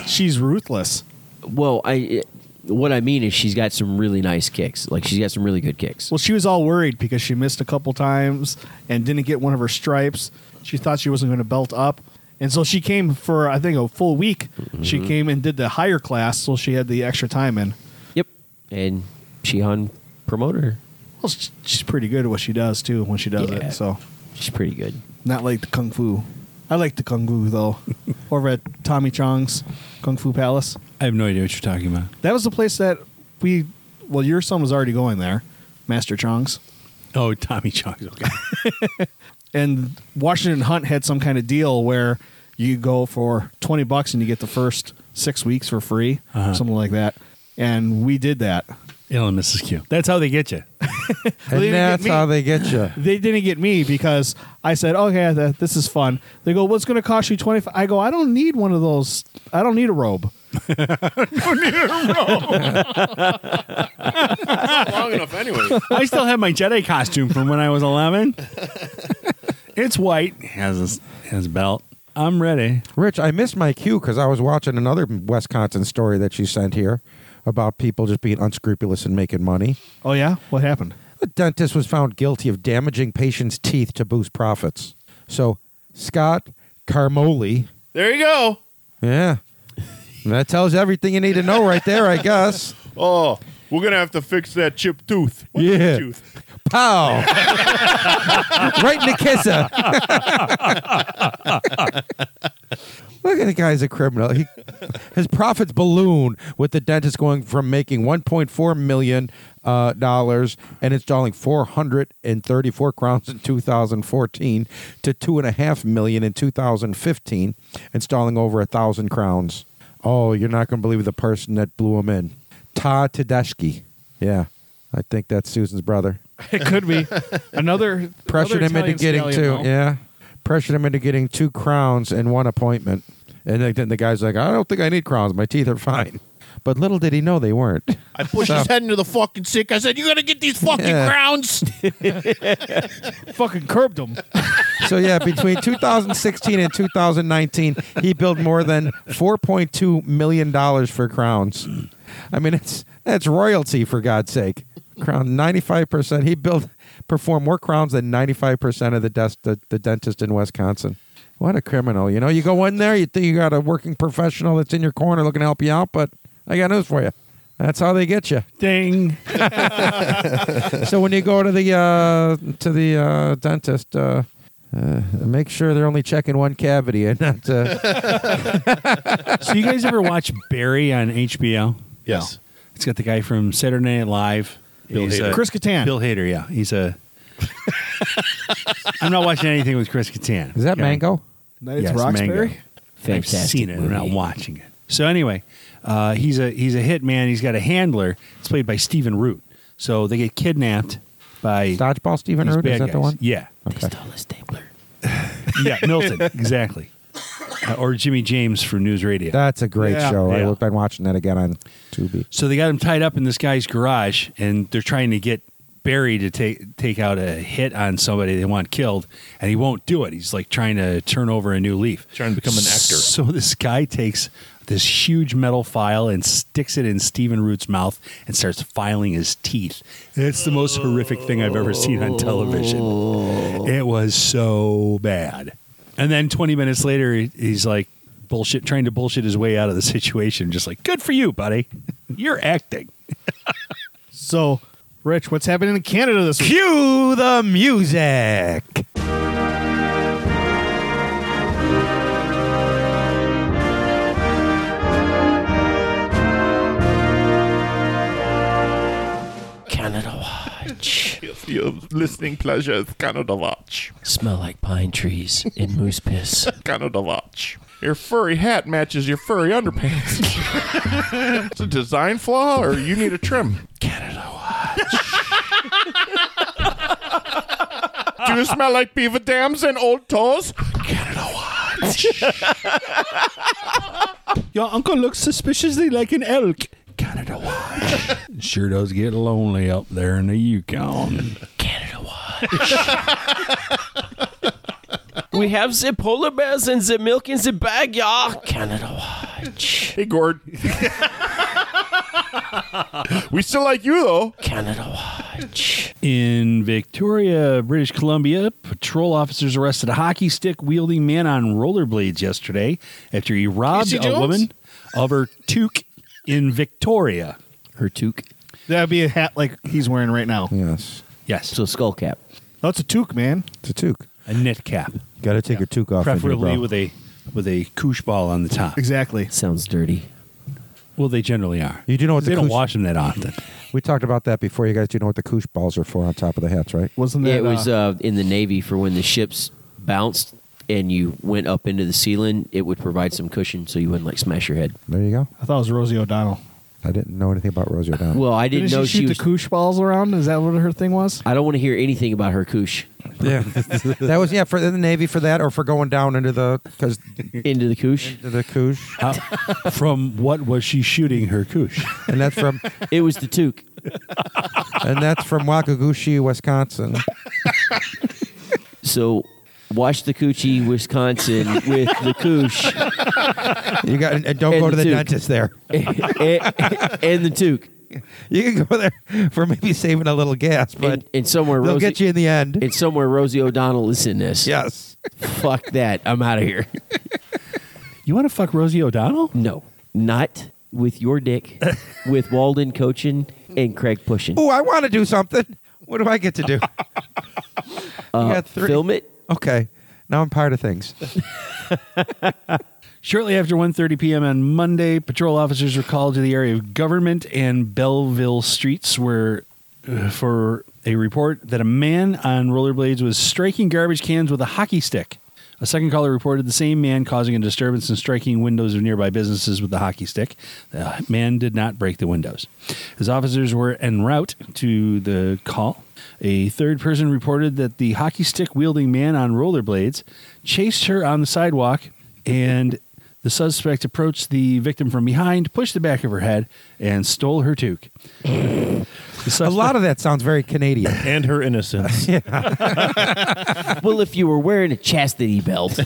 [SPEAKER 1] She's ruthless.
[SPEAKER 4] Well, I it- what I mean is she's got some really nice kicks. Like she's got some really good kicks.
[SPEAKER 1] Well, she was all worried because she missed a couple times and didn't get one of her stripes. She thought she wasn't going to belt up. And so she came for, I think, a full week.
[SPEAKER 4] Mm-hmm.
[SPEAKER 1] She came and did the higher class, so she had the extra time in.
[SPEAKER 4] Yep. And Shihan promoted her.
[SPEAKER 1] Well, sh- she's pretty good at what she does, too, when she does
[SPEAKER 4] Yeah.
[SPEAKER 1] it. So,
[SPEAKER 4] She's pretty good.
[SPEAKER 1] not like the Kung Fu. I like the Kung Fu, though, over at Tommy Chong's Kung Fu Palace.
[SPEAKER 5] I have no idea what you're talking about.
[SPEAKER 1] That was the place that we. Well, your son was already going there, Master Chong's,
[SPEAKER 5] Oh, Tommy Chong's okay.
[SPEAKER 1] and Washington Hunt had some kind of deal where you go for twenty bucks and you get the first six weeks for free,
[SPEAKER 5] Uh-huh.
[SPEAKER 1] something like that. And we did that.
[SPEAKER 5] Ill and Mrs. Q. That's how they get you.
[SPEAKER 1] Well, they
[SPEAKER 2] And
[SPEAKER 1] didn't get
[SPEAKER 2] that's
[SPEAKER 1] me.
[SPEAKER 2] how they get you.
[SPEAKER 1] They didn't get me because I said, "Okay, th- this is fun." They go, "What's going to cost you 25 I go, "I don't need one of those. I don't need a robe."
[SPEAKER 3] long enough anyway.
[SPEAKER 5] I still have my Jedi costume from when I was 11. it's white. Has a, has a belt. I'm ready.
[SPEAKER 2] Rich, I missed my cue because I was watching another Wisconsin story that you sent here about people just being unscrupulous and making money.
[SPEAKER 1] Oh yeah, what happened?
[SPEAKER 2] A dentist was found guilty of damaging patients' teeth to boost profits. So, Scott Carmoli.
[SPEAKER 3] There you go.
[SPEAKER 2] Yeah. That tells you everything you need to know right there, I guess.
[SPEAKER 3] Oh, we're gonna have to fix that chipped tooth. What
[SPEAKER 2] Yeah.
[SPEAKER 3] Tooth?
[SPEAKER 2] Pow! right in the kisser. Look at the guy's a criminal. He, his profits balloon with the dentist going from making 1.4 million uh, dollars and installing 434 crowns in 2014 to two and a half million in 2015, installing over a thousand crowns. Oh, you're not going to believe the person that blew him in, Ta Tedeschi. Yeah, I think that's Susan's brother
[SPEAKER 1] It could be another
[SPEAKER 2] pressured
[SPEAKER 1] another
[SPEAKER 2] him into
[SPEAKER 1] Italian
[SPEAKER 2] getting two.
[SPEAKER 1] stallion, though.
[SPEAKER 2] Yeah, pressured him into getting two crowns and one appointment. And then- then the guy's like, "I don't think I need crowns. My teeth are fine." But little did he know they weren't.
[SPEAKER 3] I pushed his head into the fucking sink. I said, "You're gonna get these fucking
[SPEAKER 2] Yeah.
[SPEAKER 3] crowns."
[SPEAKER 1] Fucking curbed him.
[SPEAKER 2] So yeah, between 2016 and 2019, he billed more than 4.2 million dollars for crowns. I mean, it's that's royalty for God's sake. Crown 95 percent. He billed performed more crowns than 95 percent of the, des- the the dentist in Wisconsin. What a criminal! You know, you go in there, you think you got a working professional that's in your corner looking to help you out, but I got news for you. That's how they get you.
[SPEAKER 5] Ding.
[SPEAKER 2] So when you go to the uh, to the uh, dentist, uh, uh, make sure they're only checking one cavity and not. Uh,
[SPEAKER 5] So you guys ever watch Barry on HBO?
[SPEAKER 3] Yes.
[SPEAKER 5] It's got the guy from Saturday Night Live.
[SPEAKER 3] Bill
[SPEAKER 5] He's uh,
[SPEAKER 3] Hader.
[SPEAKER 5] a-
[SPEAKER 1] Chris Kattan.
[SPEAKER 5] Bill Hader, yeah. He's a. I'm not watching anything with Chris Kattan.
[SPEAKER 2] is that
[SPEAKER 5] Okay?
[SPEAKER 2] mango?
[SPEAKER 1] Night
[SPEAKER 5] Yes,
[SPEAKER 1] at Roxbury.
[SPEAKER 5] Mango.
[SPEAKER 4] Fantastic.
[SPEAKER 5] I've seen it.
[SPEAKER 4] movie.
[SPEAKER 5] I'm not watching it. So anyway, uh, he's a he's a hitman. He's got a handler. It's played by Stephen Root. So they get kidnapped by
[SPEAKER 2] Dodgeball, Stephen
[SPEAKER 5] these
[SPEAKER 2] Root. Is
[SPEAKER 5] bad
[SPEAKER 2] that the
[SPEAKER 5] guys.
[SPEAKER 2] one?
[SPEAKER 5] Yeah,
[SPEAKER 4] They stole a stapler.
[SPEAKER 5] yeah, Milton, exactly. Uh, or Jimmy James from News Radio.
[SPEAKER 2] That's a great
[SPEAKER 1] Yeah.
[SPEAKER 2] show.
[SPEAKER 5] Yeah.
[SPEAKER 2] I've been watching that again on Tubi.
[SPEAKER 5] so they got him tied up in this guy's garage, and they're trying to get Barry to take take out a hit on somebody they want killed, and he won't do it. He's like trying to turn over a new leaf,
[SPEAKER 3] Trying to become an actor.
[SPEAKER 5] So this guy takes this huge metal file and sticks it in Stephen Root's mouth and starts filing his teeth. It's the most horrific thing I've ever seen on television. It was so bad. And then 20 minutes later, he- he's like bullshit, trying to bullshit his way out of the situation. Just like, good for you, buddy. You're acting.
[SPEAKER 1] So, Rich, what's happening in Canada this week?
[SPEAKER 2] Cue the music.
[SPEAKER 4] Canada Watch.
[SPEAKER 3] If your listening pleasure is Canada Watch.
[SPEAKER 4] Smell like pine trees and moose piss.
[SPEAKER 3] Canada Watch. Your furry hat matches your furry underpants. it's a design flaw, or you need a trim.
[SPEAKER 4] Canada Watch.
[SPEAKER 3] Do you smell like beaver dams and old toes?
[SPEAKER 5] Your uncle looks suspiciously like an elk. Canada Watch. sure does get lonely up there in the Yukon.
[SPEAKER 4] Canada Watch. we have the polar bears and the milk in the bag, y'all. Canada Watch.
[SPEAKER 3] Hey, Gord. we still like you, though.
[SPEAKER 4] Canada Watch.
[SPEAKER 5] In Victoria, British Columbia, patrol officers arrested a hockey stick wielding man on rollerblades yesterday after he robbed
[SPEAKER 1] Casey
[SPEAKER 5] a
[SPEAKER 1] Jones?
[SPEAKER 5] woman of her toque in Victoria.
[SPEAKER 4] Her toque.
[SPEAKER 1] That'd be a hat like he's wearing right now.
[SPEAKER 2] Yes,
[SPEAKER 5] Yes,
[SPEAKER 4] So skull cap.
[SPEAKER 1] That's a toque, man.
[SPEAKER 2] it's a toque.
[SPEAKER 5] a knit cap,
[SPEAKER 2] Got to take your toque off. in here,
[SPEAKER 5] preferably
[SPEAKER 2] bro.
[SPEAKER 5] with a with a koosh ball on the top.
[SPEAKER 1] Exactly.
[SPEAKER 4] Sounds dirty.
[SPEAKER 5] Well, they generally are.
[SPEAKER 2] You do know what
[SPEAKER 5] they
[SPEAKER 2] the
[SPEAKER 5] don't
[SPEAKER 2] koosh-
[SPEAKER 5] wash them that often.
[SPEAKER 2] We talked about that before. You guys do know what the koosh balls are for on top of the hats, right?
[SPEAKER 1] Wasn't that?
[SPEAKER 4] yeah, it was
[SPEAKER 1] uh,
[SPEAKER 4] uh, in the Navy for when the ships bounced and you went up into the ceiling, it would provide some cushion so you wouldn't like smash your head.
[SPEAKER 2] There you go.
[SPEAKER 1] I thought it was Rosie O'Donnell.
[SPEAKER 2] I didn't know anything about Rosie O'Donnell.
[SPEAKER 4] Well, I didn't
[SPEAKER 1] Didn't
[SPEAKER 4] know
[SPEAKER 1] she
[SPEAKER 4] she,
[SPEAKER 1] shoot
[SPEAKER 4] was.
[SPEAKER 1] the koosh balls around? Is that what her thing was?
[SPEAKER 4] I don't want to hear anything about her koosh
[SPEAKER 2] yeah, that was yeah for the Navy for that, or for going down into the because
[SPEAKER 4] into the koosh.
[SPEAKER 2] the koosh,
[SPEAKER 5] Uh, from what was she shooting her koosh?
[SPEAKER 2] and that's from
[SPEAKER 4] It was the toque.
[SPEAKER 2] and that's from Wakaguchi, Wisconsin.
[SPEAKER 4] So watch the coochie, Wisconsin with the koosh
[SPEAKER 2] You got and don't
[SPEAKER 4] And
[SPEAKER 2] go to
[SPEAKER 4] the
[SPEAKER 2] the
[SPEAKER 4] toque.
[SPEAKER 2] dentist there.
[SPEAKER 4] and, and the toque.
[SPEAKER 2] You can go there for maybe saving a little gas, but
[SPEAKER 4] And, and somewhere
[SPEAKER 2] they'll
[SPEAKER 4] Rosie,
[SPEAKER 2] get you in the end.
[SPEAKER 4] and somewhere Rosie O'Donnell is in this.
[SPEAKER 2] yes.
[SPEAKER 4] Fuck that. I'm out of here.
[SPEAKER 5] You want to fuck Rosie O'Donnell?
[SPEAKER 4] No. Not with your dick, with Walden coaching and Craig pushing.
[SPEAKER 2] Oh, I want to do something. What do I get to do?
[SPEAKER 4] Uh,
[SPEAKER 2] got three.
[SPEAKER 4] Film it.
[SPEAKER 2] okay. Now I'm part of things.
[SPEAKER 5] Shortly after 1:30 p.m. on Monday, patrol officers were called to the area of Government and Belleville streets where uh, for a report that a man on rollerblades was striking garbage cans with a hockey stick. A second caller reported the same man causing a disturbance and striking windows of nearby businesses with the hockey stick. The man did not break the windows. As officers were en route to the call, a third person reported that the hockey stick wielding man on rollerblades chased her on the sidewalk and the suspect approached the victim from behind, pushed the back of her head, and stole her toque. The
[SPEAKER 2] A
[SPEAKER 5] suspect-
[SPEAKER 2] lot of that sounds very Canadian.
[SPEAKER 3] And her innocence.
[SPEAKER 4] Well, if you were wearing a chastity belt,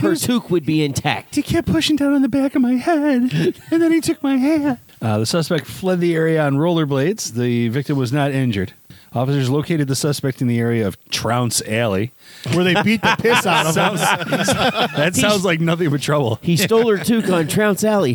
[SPEAKER 4] her toque would be intact.
[SPEAKER 5] He kept pushing down on the back of my head, and then he took my hand. Uh, the suspect fled the area on rollerblades. The victim was not injured. Officers located the suspect in the area of Trounce Alley.
[SPEAKER 1] Where they beat the piss out of him?
[SPEAKER 5] That sounds like nothing but trouble.
[SPEAKER 4] He stole her toque on Trounce Alley.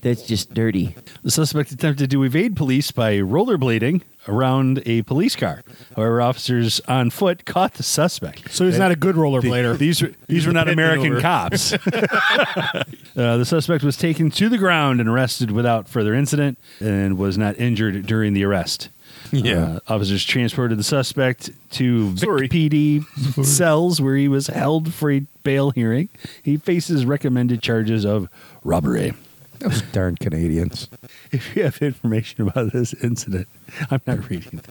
[SPEAKER 4] That's just dirty.
[SPEAKER 5] The suspect attempted to evade police by rollerblading around a police car. However, officers on foot caught the suspect.
[SPEAKER 1] So he's not a good rollerblader.
[SPEAKER 5] These were these were not
[SPEAKER 3] Bending
[SPEAKER 5] American
[SPEAKER 3] over.
[SPEAKER 5] cops. uh, the suspect was taken to the ground and arrested without further incident, and was not injured during the arrest.
[SPEAKER 2] Yeah.
[SPEAKER 5] Uh, officers transported the suspect to Vic
[SPEAKER 3] Sorry.
[SPEAKER 5] PD cells where he was held for a bail hearing. He faces recommended charges of robbery.
[SPEAKER 2] Those darn Canadians.
[SPEAKER 5] If you have information about this incident, I'm not reading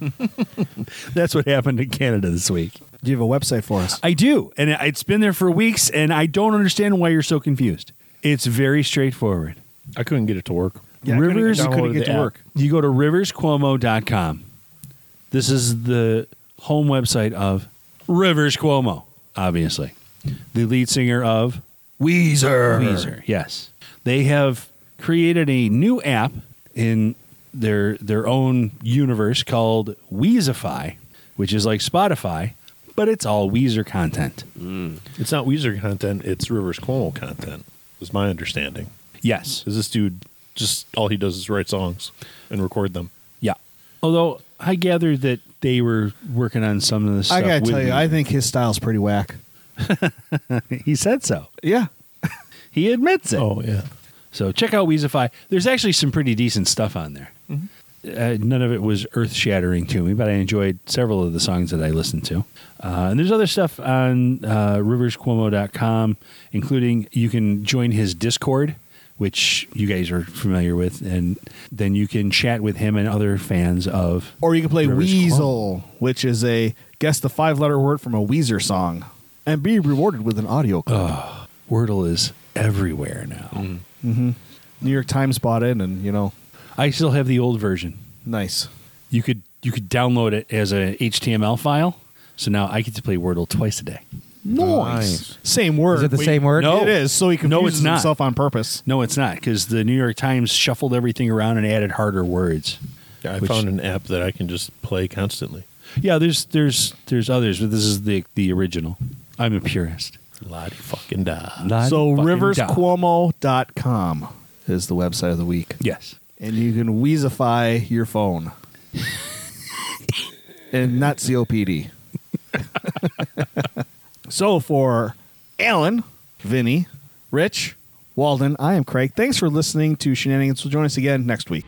[SPEAKER 5] that. That's what happened in Canada this week.
[SPEAKER 1] Do you have a website for us?
[SPEAKER 5] I do, and it- it's been there for weeks, and I don't understand why you're so confused. It's very straightforward.
[SPEAKER 3] I couldn't get it to work.
[SPEAKER 1] Yeah, I couldn't-
[SPEAKER 5] Rivers,
[SPEAKER 1] I couldn't
[SPEAKER 3] downloaded
[SPEAKER 1] get
[SPEAKER 3] the
[SPEAKER 1] to
[SPEAKER 3] app.
[SPEAKER 1] work.
[SPEAKER 5] you go to riverscuomo.com. This is the home website of Rivers Cuomo, obviously, the lead singer of Weezer. Weezer, yes. They have created a new app in their their own universe called Weezify, which is like Spotify, but it's all Weezer content.
[SPEAKER 3] It's not Weezer content, it's Rivers Cuomo content, is my understanding.
[SPEAKER 5] Yes.
[SPEAKER 3] Is this dude just all he does is write songs and record them?
[SPEAKER 5] Yeah. Although I gathered that they were working on some of this
[SPEAKER 1] I
[SPEAKER 5] stuff.
[SPEAKER 1] gotta
[SPEAKER 5] with
[SPEAKER 1] tell you,
[SPEAKER 5] me.
[SPEAKER 1] I think his style's pretty whack.
[SPEAKER 5] he said so.
[SPEAKER 1] Yeah,
[SPEAKER 5] He admits
[SPEAKER 1] Oh.
[SPEAKER 5] it.
[SPEAKER 3] yeah.
[SPEAKER 5] So check out Weezify. There's actually some pretty decent stuff on there. Uh, none of it was earth shattering to me, but I enjoyed several of the songs that I listened to. Uh, and there's other stuff on uh, riverscuomo.com, including you can join his Discord, which you guys are familiar with, and then you can chat with him and other fans of.
[SPEAKER 1] or you can play
[SPEAKER 5] Rivers
[SPEAKER 1] Weasel, which is a guess the five letter word from a Weezer song, and be rewarded with an audio. clip.
[SPEAKER 5] Wordle is everywhere now.
[SPEAKER 1] New York Times bought in, and you know,
[SPEAKER 5] I still have the old version.
[SPEAKER 1] nice.
[SPEAKER 5] You could you could download it as a HTML file. So now I get to play Wordle twice a day.
[SPEAKER 1] Nice. Same word.
[SPEAKER 2] Is it the
[SPEAKER 1] Wait,
[SPEAKER 2] same word?
[SPEAKER 5] no.
[SPEAKER 1] It is. So he confuses
[SPEAKER 5] No, it's not.
[SPEAKER 1] himself on purpose.
[SPEAKER 5] No, it's not because the New York Times shuffled everything around and added harder words.
[SPEAKER 3] I
[SPEAKER 5] Which-
[SPEAKER 3] found an app that I can just play constantly.
[SPEAKER 5] Yeah, there's there's there's others, but this is the the original. I'm a purist.
[SPEAKER 3] Lottie fucking da.
[SPEAKER 5] Not
[SPEAKER 1] So
[SPEAKER 5] fucking dumb.
[SPEAKER 1] riverscuomo.com is the website of the week.
[SPEAKER 5] Yes.
[SPEAKER 1] And you can Weezify your phone. and not COPD. so for Alan, Vinny, Rich, Walden, I am Craig. Thanks for listening to Shenanigans. We'll join us again next week.